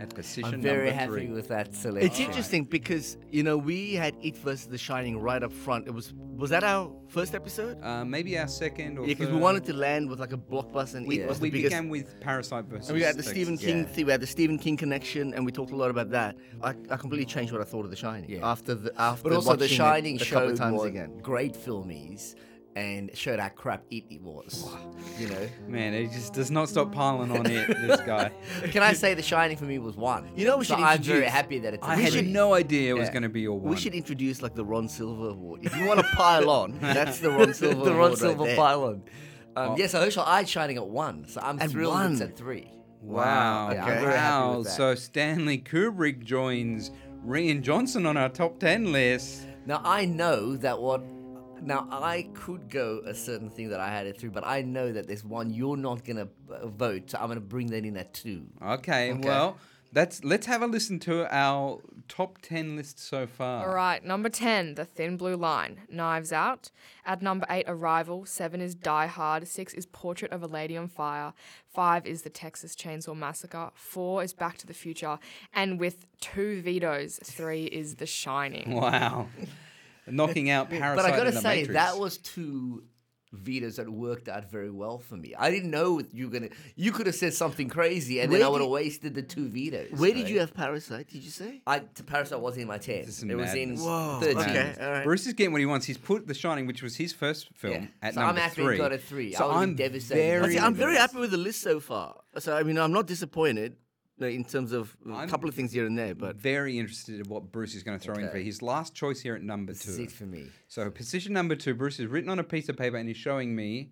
[SPEAKER 7] at position
[SPEAKER 5] I'm very
[SPEAKER 7] number
[SPEAKER 5] happy
[SPEAKER 7] three.
[SPEAKER 5] with that selection.
[SPEAKER 8] It's interesting because you know we had It versus The Shining right up front. It was was that our first episode?
[SPEAKER 7] Uh, maybe our second or
[SPEAKER 8] Yeah, because we
[SPEAKER 7] third.
[SPEAKER 8] wanted to land with like a blockbuster, and
[SPEAKER 7] We,
[SPEAKER 8] It was
[SPEAKER 7] we
[SPEAKER 8] the biggest.
[SPEAKER 7] began with Parasite versus.
[SPEAKER 8] and we had the
[SPEAKER 7] Texas.
[SPEAKER 8] Stephen King, thing we had the Stephen King connection, and we talked a lot about that. I, I completely changed what I thought of The Shining
[SPEAKER 5] Yeah.
[SPEAKER 8] after the after
[SPEAKER 5] But also, The
[SPEAKER 8] watching it
[SPEAKER 5] Shining
[SPEAKER 8] a couple
[SPEAKER 5] showed
[SPEAKER 8] of times
[SPEAKER 5] what
[SPEAKER 8] again.
[SPEAKER 5] great film is and showed how crap it was. You know?
[SPEAKER 7] Man, he just does not stop piling on it. This guy.
[SPEAKER 5] Can I say The Shining for me was one?
[SPEAKER 8] You know what we
[SPEAKER 5] so
[SPEAKER 8] should
[SPEAKER 5] I'm very
[SPEAKER 8] introduce?
[SPEAKER 5] happy that it's a
[SPEAKER 7] I had
[SPEAKER 5] three.
[SPEAKER 7] no idea it was
[SPEAKER 8] Yeah.
[SPEAKER 7] going to be your one.
[SPEAKER 8] We should introduce like the Ron Silver Award. If you want to pile on, that's the Ron Silver
[SPEAKER 5] the Ron
[SPEAKER 8] Award
[SPEAKER 5] Silver
[SPEAKER 8] right there.
[SPEAKER 5] pylon. Um, Yes, I shall I shining at one, so I'm
[SPEAKER 8] At
[SPEAKER 5] thrilled it's
[SPEAKER 8] one.
[SPEAKER 5] at three.
[SPEAKER 7] Wow.
[SPEAKER 5] Yeah, I'm
[SPEAKER 8] okay.
[SPEAKER 5] very happy
[SPEAKER 7] Wow.
[SPEAKER 5] with that.
[SPEAKER 7] So Stanley Kubrick joins Rian Johnson on our top 10 list.
[SPEAKER 5] Now I know that what. Now I could go a certain thing that I had it through, but I know that there's one you're not gonna uh, vote, so I'm gonna bring that in at two.
[SPEAKER 7] Okay, well, that's let's have a listen to our top 10 list so far.
[SPEAKER 9] All right, number 10, The Thin Blue Line, Knives Out. At number 8, Arrival. 7 is Die Hard. 6 is Portrait of a Lady on Fire. 5 is The Texas Chainsaw Massacre. 4 is Back to the Future. And with two vetoes, 3 is The Shining.
[SPEAKER 7] Wow. Knocking out Parasite
[SPEAKER 5] But I gotta
[SPEAKER 7] and the
[SPEAKER 5] say
[SPEAKER 7] Matrix.
[SPEAKER 5] that was two vetoes that worked out very well for me. I didn't know what you were gonna. You could have said something crazy, and then
[SPEAKER 8] Where
[SPEAKER 5] I would have
[SPEAKER 8] did-
[SPEAKER 5] wasted the two vetoes.
[SPEAKER 8] Where did
[SPEAKER 5] right?
[SPEAKER 8] you have Parasite? Did you say?
[SPEAKER 5] I to Paris, I was in my ten.
[SPEAKER 7] is
[SPEAKER 5] It was in
[SPEAKER 7] madness.
[SPEAKER 8] Whoa,
[SPEAKER 5] thirteen.
[SPEAKER 8] okay. all right.
[SPEAKER 7] Bruce is getting what he wants. He's put The Shining, which was his first film,
[SPEAKER 5] Yeah.
[SPEAKER 7] at
[SPEAKER 5] So I'm
[SPEAKER 7] number
[SPEAKER 5] happy it
[SPEAKER 7] three.
[SPEAKER 5] got a three. I
[SPEAKER 7] So
[SPEAKER 5] would've been
[SPEAKER 7] I'm
[SPEAKER 5] devastated if it
[SPEAKER 7] very.
[SPEAKER 8] See, I'm
[SPEAKER 5] Really
[SPEAKER 8] very
[SPEAKER 5] good.
[SPEAKER 8] happy with the list so far. So I mean, I'm not disappointed you know, in terms of a
[SPEAKER 7] I'm-
[SPEAKER 8] couple of things here and there, but
[SPEAKER 7] very interested in what Bruce is going to throw in for
[SPEAKER 5] Okay.
[SPEAKER 7] his last choice here at number two.
[SPEAKER 5] This is it for me.
[SPEAKER 7] So position number two, Bruce is written on a piece of paper and he's showing me.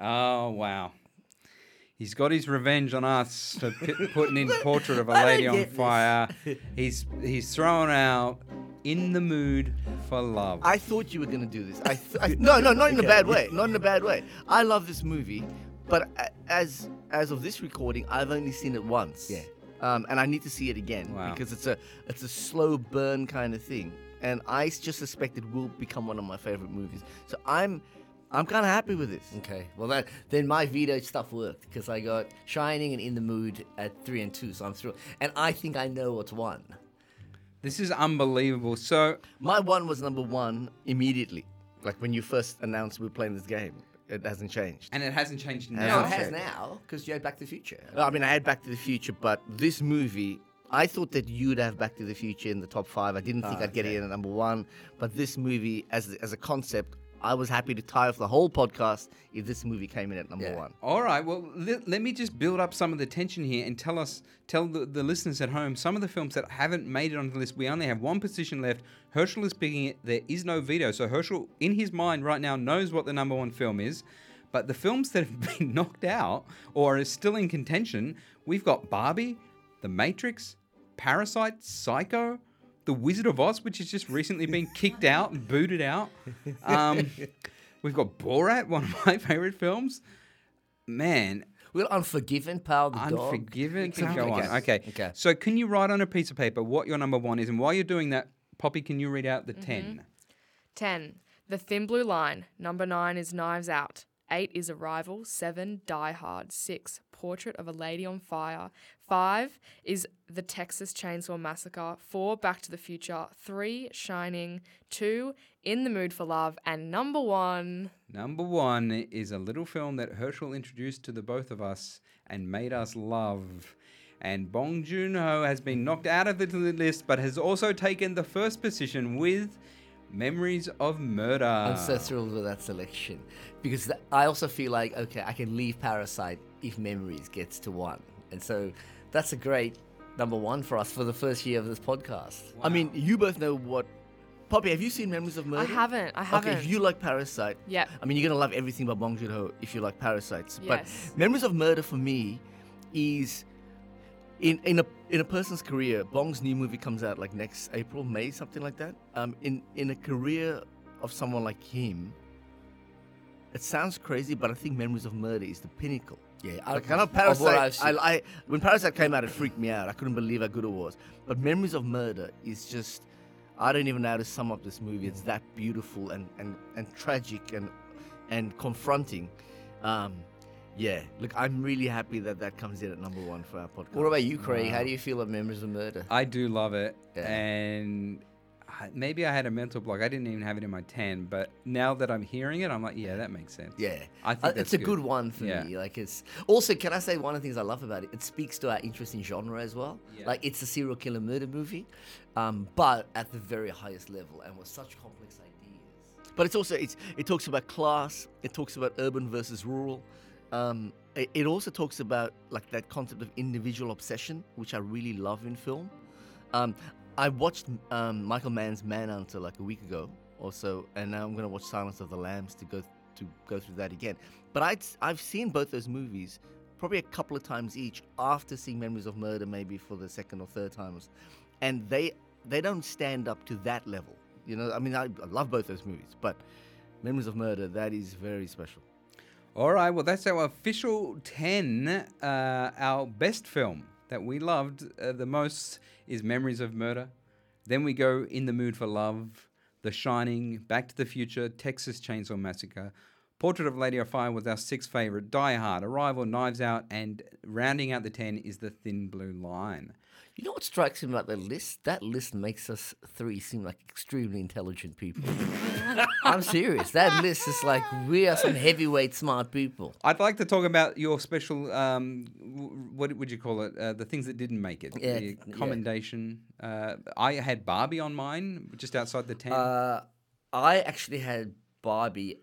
[SPEAKER 7] Oh wow, he's got his revenge on us for p- putting in portrait of a lady on
[SPEAKER 5] get this.
[SPEAKER 7] fire. He's he's thrown out in the mood for love.
[SPEAKER 8] I thought you were going to do this. I, th- I no, no, not in a bad way. Not in a bad way. I love this movie, but a- as as of this recording, I've only seen it once.
[SPEAKER 5] Yeah.
[SPEAKER 8] Um, and I need to see it again
[SPEAKER 7] Wow.
[SPEAKER 8] because it's a it's a slow burn kind of thing, and I s- just suspect it will become one of my favorite movies. So I'm I'm kind of happy with this.
[SPEAKER 5] Okay. Well, that then my veto stuff worked because I got Shining and In the Mood at three and two, so I'm thrilled. And I think I know what's one.
[SPEAKER 7] this is unbelievable. So
[SPEAKER 8] My one was number one immediately, like when you first announced we were playing this game. It hasn't changed.
[SPEAKER 7] and it hasn't changed
[SPEAKER 5] No,
[SPEAKER 7] now.
[SPEAKER 5] it has
[SPEAKER 8] Okay.
[SPEAKER 5] now because you had Back to the Future.
[SPEAKER 8] I mean, I had Back to the Future, but this movie, I thought that you'd have Back to the Future in the top five. I didn't
[SPEAKER 5] Ah,
[SPEAKER 8] think I'd get it in at number one, but this movie, as as a concept, I was happy to tie off the whole podcast if this movie came in at number
[SPEAKER 5] Yeah.
[SPEAKER 8] one.
[SPEAKER 7] All right. Well, let, let me just build up some of the tension here and tell us, tell the, the listeners at home, some of the films that haven't made it onto the list. We only have one position left. Herschel is picking it. There is no veto. So Herschel, in his mind right now, knows what the number one film is. But the films that have been knocked out or are still in contention, we've got Barbie, The Matrix, Parasite, Psycho, The Wizard of Oz, which has just recently been kicked out and booted out. Um, we've got Borat, one of my favorite films. Man,
[SPEAKER 5] Well, Unforgiven, pal, the dog.
[SPEAKER 7] Unforgiven can go on.
[SPEAKER 5] Okay.
[SPEAKER 7] Okay.
[SPEAKER 5] Okay.
[SPEAKER 7] So, can you write on a piece of paper what your number one is? And while you're doing that, Poppy, can you read out the 10?
[SPEAKER 9] 10. The Thin Blue Line. Number 9 is Knives Out. 8 is Arrival. 7. Die Hard. 6. Portrait of a Lady on Fire. 5 is The Texas Chainsaw Massacre. 4. Back to the Future. 3. Shining. 2. In the Mood for Love. And number 1.
[SPEAKER 7] Number one is a little film that Herschel introduced to the both of us and made us love. And Bong Joon Ho has been knocked out of the li- list, but has also taken the first position with Memories of Murder.
[SPEAKER 5] I'm so
[SPEAKER 8] Oh.
[SPEAKER 5] thrilled with that selection because th- I also feel like okay, I can leave Parasite if Memories gets to one, and so that's a great number one for us for the first year of this podcast.
[SPEAKER 8] I mean, you both know what. Poppy, have you seen Memories of Murder?
[SPEAKER 9] haven't, I
[SPEAKER 8] Okay,
[SPEAKER 9] haven't.
[SPEAKER 8] if you like Parasite,
[SPEAKER 9] Yep.
[SPEAKER 8] I mean, you're gonna love everything by Bong Joon Ho if you like Parasites.
[SPEAKER 9] Yes.
[SPEAKER 8] But Memories of Murder for me is in in a in a person's career. Bong's new movie comes out like next April, May, something like that. Um, in in a career of someone like him, it sounds crazy, but I think Memories of Murder is the pinnacle.
[SPEAKER 5] Yeah, I-
[SPEAKER 8] like, I know
[SPEAKER 5] of what I've
[SPEAKER 8] Parasite. I,
[SPEAKER 5] seen.
[SPEAKER 8] I when Parasite came out, it freaked me out. I couldn't believe how good it was. But Memories of Murder is just. I don't even know how to sum up this movie. It's that beautiful and, and, and tragic and and confronting. Um, Yeah, look, I'm really happy that that comes in at number one for our podcast. Um, uh,
[SPEAKER 11] What about you, Craig? How do you feel about Memories of Murder?
[SPEAKER 7] I do love it, and I- maybe I had a mental block. I didn't even have it in my ten, but now that I'm hearing it, I'm like, yeah, that makes sense.
[SPEAKER 8] Yeah,
[SPEAKER 7] I think
[SPEAKER 8] Uh,
[SPEAKER 7] that's
[SPEAKER 8] it's a good,
[SPEAKER 7] good.
[SPEAKER 8] one for
[SPEAKER 7] Yeah.
[SPEAKER 8] me. Like it's also, can I say one of the things I love about it? It speaks to our interest in genre as well. Like it's a serial killer murder movie, um, but at the very highest level and with such complex ideas. But it's also it's it talks about class. It talks about urban versus rural. Um, it, it also talks about like that concept of individual obsession, which I really love in film. Um, I watched um, Michael Mann's Manhunter like a week ago or so, and now I'm gonna watch Silence of the Lambs to go to go through that again. But I'd, I've seen both those movies probably a couple of times each after seeing Memories of Murder, maybe for the second or third times, and they they don't stand up to that level. You know, I mean, I, I love both those movies, but Memories of Murder that is very special.
[SPEAKER 7] All right, well, that's our official 10. Uh, our best film that we loved uh, the most is Memories of Murder. Then we go In the Mood for Love, The Shining, Back to the Future, Texas Chainsaw Massacre, Portrait of a Lady of Fire was our sixth favorite, Die Hard, Arrival, Knives Out, and rounding out the 10 is The Thin Blue Line.
[SPEAKER 8] You know what strikes me about that list? That list makes us three seem like extremely intelligent people. I'm serious. That list is like we are some heavyweight smart people.
[SPEAKER 7] I'd like to talk about your special, um, w- what would you call it? Uh, the things that didn't make it.
[SPEAKER 8] Yeah,
[SPEAKER 7] The
[SPEAKER 8] yeah.
[SPEAKER 7] commendation. Uh, I had Barbie on mine, just outside the 10.
[SPEAKER 8] Uh, I actually had Barbie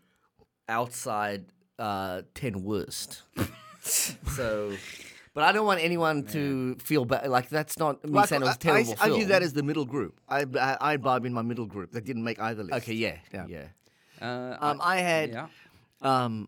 [SPEAKER 8] outside uh, ten worst. so, but I don't want anyone to feel bad. Like that's not me saying it was a terrible.
[SPEAKER 5] I, view that
[SPEAKER 8] film.
[SPEAKER 5] as the middle group. I, I, I had Barbie in my middle group that didn't make either list.
[SPEAKER 8] okay. Yeah, yeah.
[SPEAKER 7] Uh,
[SPEAKER 5] Um, I had
[SPEAKER 7] yeah.
[SPEAKER 5] um,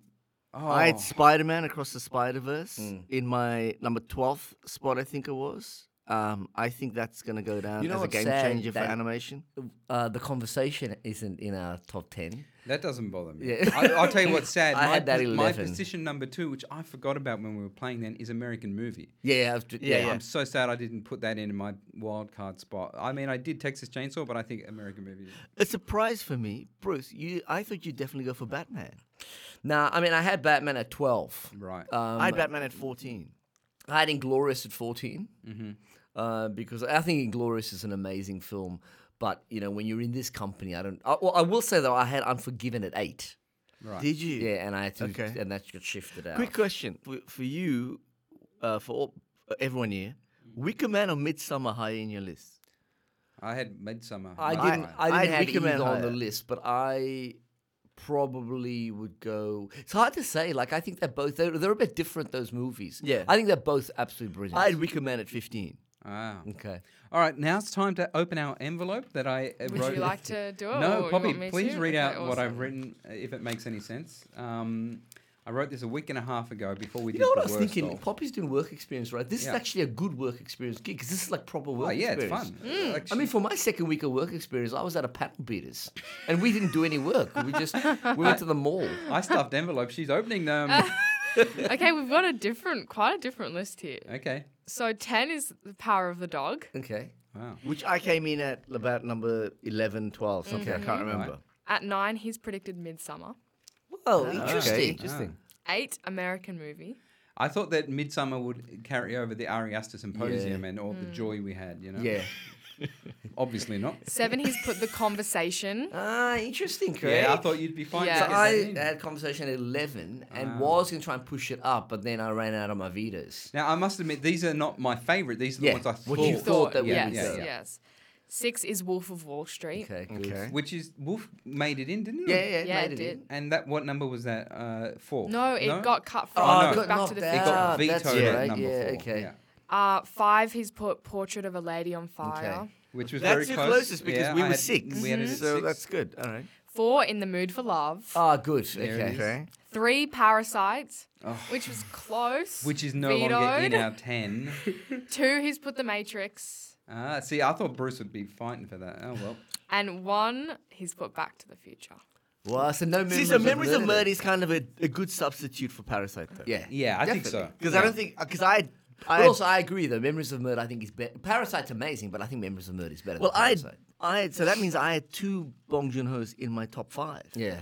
[SPEAKER 8] Oh.
[SPEAKER 5] I had Spider Man across the Spider Verse
[SPEAKER 8] Hmm.
[SPEAKER 5] in my number twelfth spot. I think it was. Um, I think that's gonna go down
[SPEAKER 8] You know
[SPEAKER 5] as a
[SPEAKER 8] what's
[SPEAKER 5] game
[SPEAKER 8] sad?
[SPEAKER 5] changer for
[SPEAKER 8] That-
[SPEAKER 5] animation.
[SPEAKER 8] Uh, the conversation isn't in our top ten.
[SPEAKER 7] That doesn't bother me.
[SPEAKER 8] Yeah.
[SPEAKER 7] I, I'll tell you what's sad.
[SPEAKER 8] I
[SPEAKER 7] my,
[SPEAKER 8] had that
[SPEAKER 7] pos- my
[SPEAKER 8] 11.
[SPEAKER 7] position number two, which I forgot about when we were playing then, is American Movie.
[SPEAKER 8] Yeah, I've, yeah, yeah.
[SPEAKER 7] I'm so sad I didn't put that in my wild card spot. I mean, I did Texas Chainsaw, but I think American Movie. is-
[SPEAKER 5] A surprise for me, Bruce. You, I thought you'd definitely go for Batman.
[SPEAKER 8] Nah, I mean, I had Batman at 12.
[SPEAKER 7] Right.
[SPEAKER 8] Um,
[SPEAKER 5] I had Batman at fourteen.
[SPEAKER 8] I had Inglorious at 14. Uh, because I think Inglorious is an amazing film. But, you know, when you're in this company, I don't. I, well, I will say, though, I had Unforgiven at 8.
[SPEAKER 7] Right.
[SPEAKER 5] Did you?
[SPEAKER 8] Yeah, and I had to.
[SPEAKER 5] Okay.
[SPEAKER 8] And that got shifted out.
[SPEAKER 5] Quick question for, for you, uh, for all, for everyone here. Wicker Man or Midsummer high in your list?
[SPEAKER 7] I had Midsummer.
[SPEAKER 8] I
[SPEAKER 7] Not
[SPEAKER 8] didn't.
[SPEAKER 7] high.
[SPEAKER 8] I,
[SPEAKER 5] I'd
[SPEAKER 8] didn't have
[SPEAKER 5] recommend
[SPEAKER 8] either on the
[SPEAKER 5] higher.
[SPEAKER 8] list, but I probably would go. It's hard to say. Like I think they're both. They're, they're a bit different. Those movies.
[SPEAKER 5] Yeah.
[SPEAKER 8] I think they're both absolutely brilliant.
[SPEAKER 5] I had Wicker Man at fifteen.
[SPEAKER 7] Ah.
[SPEAKER 8] okay.
[SPEAKER 7] All right, now it's time to open our envelope that I uh,
[SPEAKER 9] Would
[SPEAKER 7] wrote.
[SPEAKER 9] you like to do it? or
[SPEAKER 7] No,
[SPEAKER 9] Oh, you
[SPEAKER 7] Poppy,
[SPEAKER 9] want me
[SPEAKER 7] please
[SPEAKER 9] to?
[SPEAKER 7] read
[SPEAKER 9] Okay,
[SPEAKER 7] out what I've
[SPEAKER 9] awesome.
[SPEAKER 7] written, uh, if it makes any sense. Um, I wrote this a week and a half ago before we
[SPEAKER 8] You
[SPEAKER 7] did
[SPEAKER 8] know what
[SPEAKER 7] the
[SPEAKER 8] I was
[SPEAKER 7] worst
[SPEAKER 8] thinking?
[SPEAKER 7] of.
[SPEAKER 8] Poppy's doing work experience, right? This
[SPEAKER 7] Yeah.
[SPEAKER 8] is actually a good work experience gig because this is like proper work.
[SPEAKER 7] Oh, yeah, it's
[SPEAKER 8] experience.
[SPEAKER 7] fun.
[SPEAKER 9] Mm.
[SPEAKER 7] Like,
[SPEAKER 8] I mean, for my second week of work experience, I was at a paddle beaters, and we didn't do any work. We just we went to the mall.
[SPEAKER 7] I stuffed envelopes. She's opening them.
[SPEAKER 9] Okay, we've got a different, quite a different list here.
[SPEAKER 7] okay.
[SPEAKER 9] So 10 is The Power of the Dog.
[SPEAKER 8] Okay.
[SPEAKER 7] Wow.
[SPEAKER 5] Which I came in at about number 11, 12, something. I can't remember.
[SPEAKER 9] At 9, he's predicted Midsummer.
[SPEAKER 8] Whoa, Oh,
[SPEAKER 7] Ah,
[SPEAKER 8] interesting.
[SPEAKER 5] Okay, interesting.
[SPEAKER 9] Ah. 8, American Movie.
[SPEAKER 7] I thought that Midsummer would carry over the Ari Aster Symposium and all the
[SPEAKER 9] Mm.
[SPEAKER 7] joy we had, you know?
[SPEAKER 8] Yeah.
[SPEAKER 7] Obviously not.
[SPEAKER 9] 7, he's put The Conversation.
[SPEAKER 8] Ah, interesting, Craig.
[SPEAKER 7] Yeah, I thought you'd be fine.
[SPEAKER 9] Yeah.
[SPEAKER 8] So
[SPEAKER 9] Is that
[SPEAKER 8] I had a conversation at 11 and
[SPEAKER 7] Ah.
[SPEAKER 8] was going to try and push it up, but then I ran out of my Vitas.
[SPEAKER 7] now, I must admit, these are not my favourite. These are the
[SPEAKER 8] Yeah,
[SPEAKER 7] ones I thought.
[SPEAKER 8] what you thought that we
[SPEAKER 7] yeah,
[SPEAKER 8] would
[SPEAKER 7] yeah,
[SPEAKER 9] yes,
[SPEAKER 8] go.
[SPEAKER 7] yeah.
[SPEAKER 9] yes. 6 is Wolf of Wall Street.
[SPEAKER 8] Okay, good.
[SPEAKER 7] Which is, Wolf made it in, didn't
[SPEAKER 8] Yeah,
[SPEAKER 7] it?
[SPEAKER 8] yeah,
[SPEAKER 9] Yeah,
[SPEAKER 8] made
[SPEAKER 9] it
[SPEAKER 8] it in.
[SPEAKER 9] did.
[SPEAKER 7] And that what number was that? Uh, four?
[SPEAKER 9] No, it got cut from
[SPEAKER 7] Oh,
[SPEAKER 9] it
[SPEAKER 7] no.
[SPEAKER 9] got
[SPEAKER 7] It
[SPEAKER 9] Back to the
[SPEAKER 8] got
[SPEAKER 7] It
[SPEAKER 9] Future.
[SPEAKER 8] Ah,
[SPEAKER 7] got
[SPEAKER 8] that's
[SPEAKER 7] vetoed
[SPEAKER 8] right.
[SPEAKER 7] at number
[SPEAKER 8] Yeah,
[SPEAKER 7] four.
[SPEAKER 8] okay.
[SPEAKER 9] Uh, 5, he's put Portrait of a Lady on Fire.
[SPEAKER 7] Which was
[SPEAKER 5] That's
[SPEAKER 7] very
[SPEAKER 5] your
[SPEAKER 7] close.
[SPEAKER 5] closest because
[SPEAKER 7] Yeah,
[SPEAKER 5] we
[SPEAKER 7] I
[SPEAKER 5] were
[SPEAKER 7] had-
[SPEAKER 5] six.
[SPEAKER 7] We had it at
[SPEAKER 5] so
[SPEAKER 7] six.
[SPEAKER 5] that's good. All right.
[SPEAKER 9] 4, In the Mood for Love.
[SPEAKER 7] Uh.
[SPEAKER 8] Ah, good.
[SPEAKER 7] it
[SPEAKER 8] okay.
[SPEAKER 7] is.
[SPEAKER 5] Okay.
[SPEAKER 9] Three parasites, which was close.
[SPEAKER 7] Oh. Which is no longer in our ten.
[SPEAKER 9] Two, he's put the Matrix,
[SPEAKER 7] Ah, see, I thought Bruce would be fighting for that. Oh well.
[SPEAKER 9] and one, he's put Back to the Future.
[SPEAKER 8] Well, Uh, so no memories
[SPEAKER 5] See, so Memories of
[SPEAKER 8] Murder.
[SPEAKER 5] Murder is kind of a, a good substitute for Parasite, though.
[SPEAKER 8] Yeah.
[SPEAKER 7] Yeah, I think so.
[SPEAKER 5] Because I don't think, because I, had- I
[SPEAKER 8] But
[SPEAKER 5] had-
[SPEAKER 8] also, I agree, though. Memories of Murder, I think, is better. Parasite's amazing, but I think Memories of Murder is better
[SPEAKER 5] well,
[SPEAKER 8] than
[SPEAKER 5] I, had-
[SPEAKER 8] Parasite.
[SPEAKER 5] I, had- so that means I had two Bong Joon Ho's in my top five.
[SPEAKER 8] Yeah.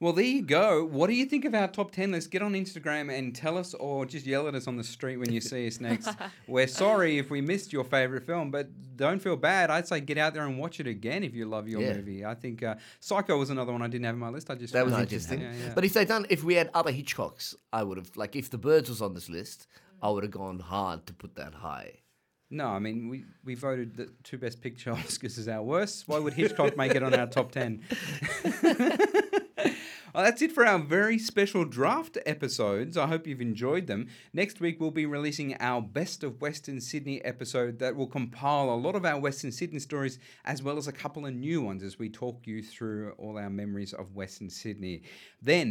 [SPEAKER 7] Well, there you go. What do you think of our top 10 list? Get on Instagram and tell us, or just yell at us on the street when you see us next. We're sorry if we missed your favorite film, but don't feel bad. I'd say get out there and watch it again if you love your
[SPEAKER 8] Yeah.
[SPEAKER 7] movie. I think uh, Psycho was another one I didn't have in my list. I just
[SPEAKER 8] That was
[SPEAKER 7] I didn't
[SPEAKER 8] interesting.
[SPEAKER 7] have- yeah, yeah.
[SPEAKER 8] But if they done, if we had other Hitchcocks, I would have like if the Birds was on this list, I would have gone hard to put that high.
[SPEAKER 7] no, I mean we, we voted the two best picture Oscars as our worst. Why would Hitchcock make it on our top ten? Well, that's it for our very special draft episodes. I hope you've enjoyed them. Next week, we'll be releasing our Best of Western Sydney episode that will compile a lot of our Western Sydney stories as well as a couple of new ones as we talk you through all our memories of Western Sydney. Then,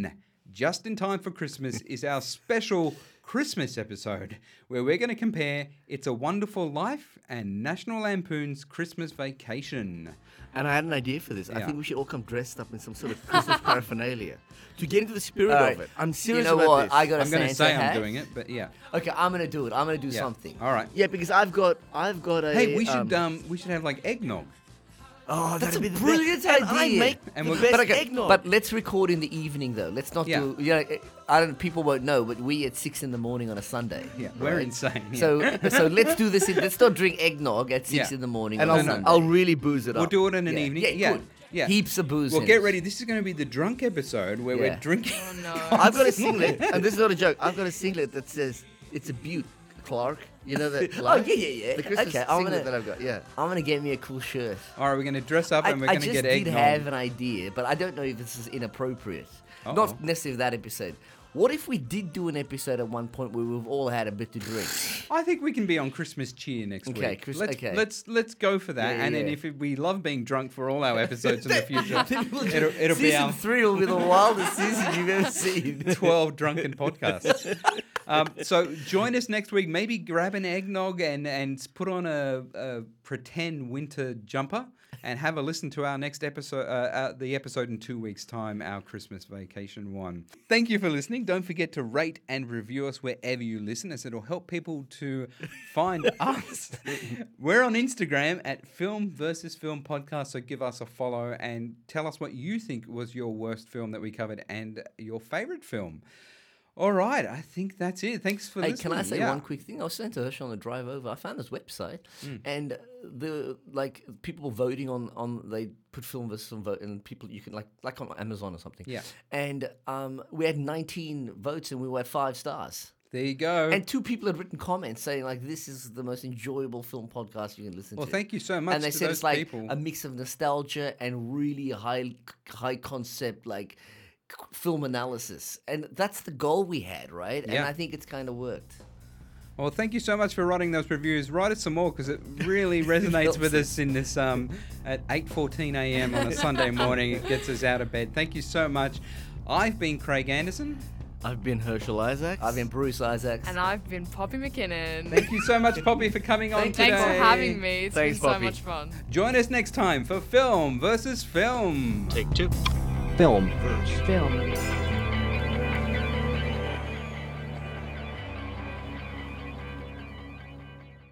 [SPEAKER 7] just in time for Christmas, is our special Christmas episode where we're going to compare It's a Wonderful Life and National Lampoon's Christmas Vacation.
[SPEAKER 8] And I had an idea for this. I
[SPEAKER 7] Yeah.
[SPEAKER 8] think we should all come dressed up in some sort of Christmas paraphernalia to get into the spirit
[SPEAKER 5] Alright,
[SPEAKER 8] of it. I'm serious
[SPEAKER 5] you know
[SPEAKER 8] about
[SPEAKER 5] what?
[SPEAKER 8] this.
[SPEAKER 5] I got a
[SPEAKER 7] I'm going to
[SPEAKER 5] Santa
[SPEAKER 7] say
[SPEAKER 5] hat.
[SPEAKER 7] I'm doing it, but yeah.
[SPEAKER 8] okay, I'm gonna do it. I'm gonna do
[SPEAKER 7] yeah.
[SPEAKER 8] something.
[SPEAKER 7] All right.
[SPEAKER 8] Yeah, because I've got I've got a.
[SPEAKER 7] Hey, we should
[SPEAKER 8] Um,
[SPEAKER 7] um, we should have like eggnog.
[SPEAKER 8] oh, that's
[SPEAKER 5] that'd
[SPEAKER 8] a
[SPEAKER 5] be the best.
[SPEAKER 8] brilliant
[SPEAKER 5] And I
[SPEAKER 8] idea.
[SPEAKER 5] make
[SPEAKER 7] And the we'll- best
[SPEAKER 8] but, okay,
[SPEAKER 5] eggnog.
[SPEAKER 8] but let's record in the evening though. Let's not
[SPEAKER 7] Yeah.
[SPEAKER 8] do. You know, I don't. People won't know, but we at six in the morning on a Sunday.
[SPEAKER 7] Yeah, we're insane, yeah.
[SPEAKER 8] So so let's do this. in- Let's not drink eggnog at six
[SPEAKER 7] Yeah.
[SPEAKER 8] in the morning.
[SPEAKER 7] And
[SPEAKER 8] on
[SPEAKER 7] I'll-
[SPEAKER 8] a Sunday.
[SPEAKER 5] I'll really booze it
[SPEAKER 7] We'll
[SPEAKER 5] up.
[SPEAKER 7] do it in an
[SPEAKER 8] Yeah.
[SPEAKER 7] evening.
[SPEAKER 8] Yeah,
[SPEAKER 7] Yeah, yeah.
[SPEAKER 8] good. Heaps of booze.
[SPEAKER 7] Well,
[SPEAKER 8] in
[SPEAKER 7] get
[SPEAKER 8] it.
[SPEAKER 7] ready. This is going to be the drunk episode where
[SPEAKER 8] Yeah.
[SPEAKER 7] we're drinking.
[SPEAKER 9] Oh, no.
[SPEAKER 8] I've got a singlet, and this is not a joke. I've got a singlet that says it's a butte, Clark. You know that? Clark?
[SPEAKER 5] yeah, yeah, yeah.
[SPEAKER 8] The Christmas
[SPEAKER 5] Okay, I'm
[SPEAKER 8] singlet
[SPEAKER 5] gonna-
[SPEAKER 8] that I've got. Yeah.
[SPEAKER 5] I'm gonna get me a cool shirt.
[SPEAKER 7] All right, we're going to dress up and we're
[SPEAKER 8] I
[SPEAKER 7] going to
[SPEAKER 8] just
[SPEAKER 7] get
[SPEAKER 8] did
[SPEAKER 7] eggnog.
[SPEAKER 8] have an idea, but I don't know if this is inappropriate. Not
[SPEAKER 7] Uh-oh.
[SPEAKER 8] necessarily that episode. What if we did do an episode at one point where we've all had a bit to drink?
[SPEAKER 7] I think we can be on Christmas cheer next
[SPEAKER 8] Okay,
[SPEAKER 7] week.
[SPEAKER 8] Chris-
[SPEAKER 7] let's,
[SPEAKER 8] okay.
[SPEAKER 7] Let's let's go for that.
[SPEAKER 8] Yeah,
[SPEAKER 7] and then
[SPEAKER 8] yeah.
[SPEAKER 7] if we love being drunk for all our episodes in the future, it'll, it'll be um,
[SPEAKER 8] season
[SPEAKER 7] our
[SPEAKER 8] three will be the wildest season you've ever seen.
[SPEAKER 7] 12 drunken podcasts. Um, so join us next week. Maybe grab an eggnog and, and put on a, a pretend winter jumper and have a listen to our next episode, uh, uh, the episode in two weeks' time, our Christmas vacation one. Thank you for listening. Don't forget to rate and review us wherever you listen, as it'll help people to find us. We're on Instagram at Film versus Film Podcast, so give us a follow and tell us what you think was your worst film that we covered and your favorite film. All right, I think that's it. Thanks for
[SPEAKER 8] Hey,
[SPEAKER 7] listening.
[SPEAKER 8] can I say
[SPEAKER 7] Yeah.
[SPEAKER 8] one quick thing? I was saying to Herschel on the drive over. I found this website,
[SPEAKER 7] Mm.
[SPEAKER 8] and the like people voting on on they put film versus film vote, and people you can like like on Amazon or something.
[SPEAKER 7] Yeah.
[SPEAKER 8] And um, we had 19 votes, and we were at five stars.
[SPEAKER 7] There you go.
[SPEAKER 8] And two people had written comments saying like, "This is the most enjoyable film podcast you can listen
[SPEAKER 7] well,
[SPEAKER 8] to."
[SPEAKER 7] thank you so much.
[SPEAKER 8] and they
[SPEAKER 7] to
[SPEAKER 8] said
[SPEAKER 7] those
[SPEAKER 8] it's like
[SPEAKER 7] people.
[SPEAKER 8] a mix of nostalgia and really high high concept like c- film analysis and that's the goal we had right and
[SPEAKER 7] Yeah.
[SPEAKER 8] i think it's kind of worked
[SPEAKER 7] Well, thank you so much for writing those reviews. Write us some more because it really resonates with us in this um, at 8:14 a.m. on a Sunday morning. It gets us out of bed. Thank you so much. I've been Craig Anderson.
[SPEAKER 5] I've been Herschel Isaacs.
[SPEAKER 8] i've been bruce isaacs
[SPEAKER 9] and I've been Poppy McKinnon.
[SPEAKER 7] Thank you so much, Poppy, for coming on today.
[SPEAKER 9] Thanks for having me. It's
[SPEAKER 5] Thanks,
[SPEAKER 9] been so
[SPEAKER 5] Poppy.
[SPEAKER 9] much fun.
[SPEAKER 7] Join us next time for Film versus Film.
[SPEAKER 10] Take two.
[SPEAKER 12] Film.
[SPEAKER 10] Verse.
[SPEAKER 12] Film.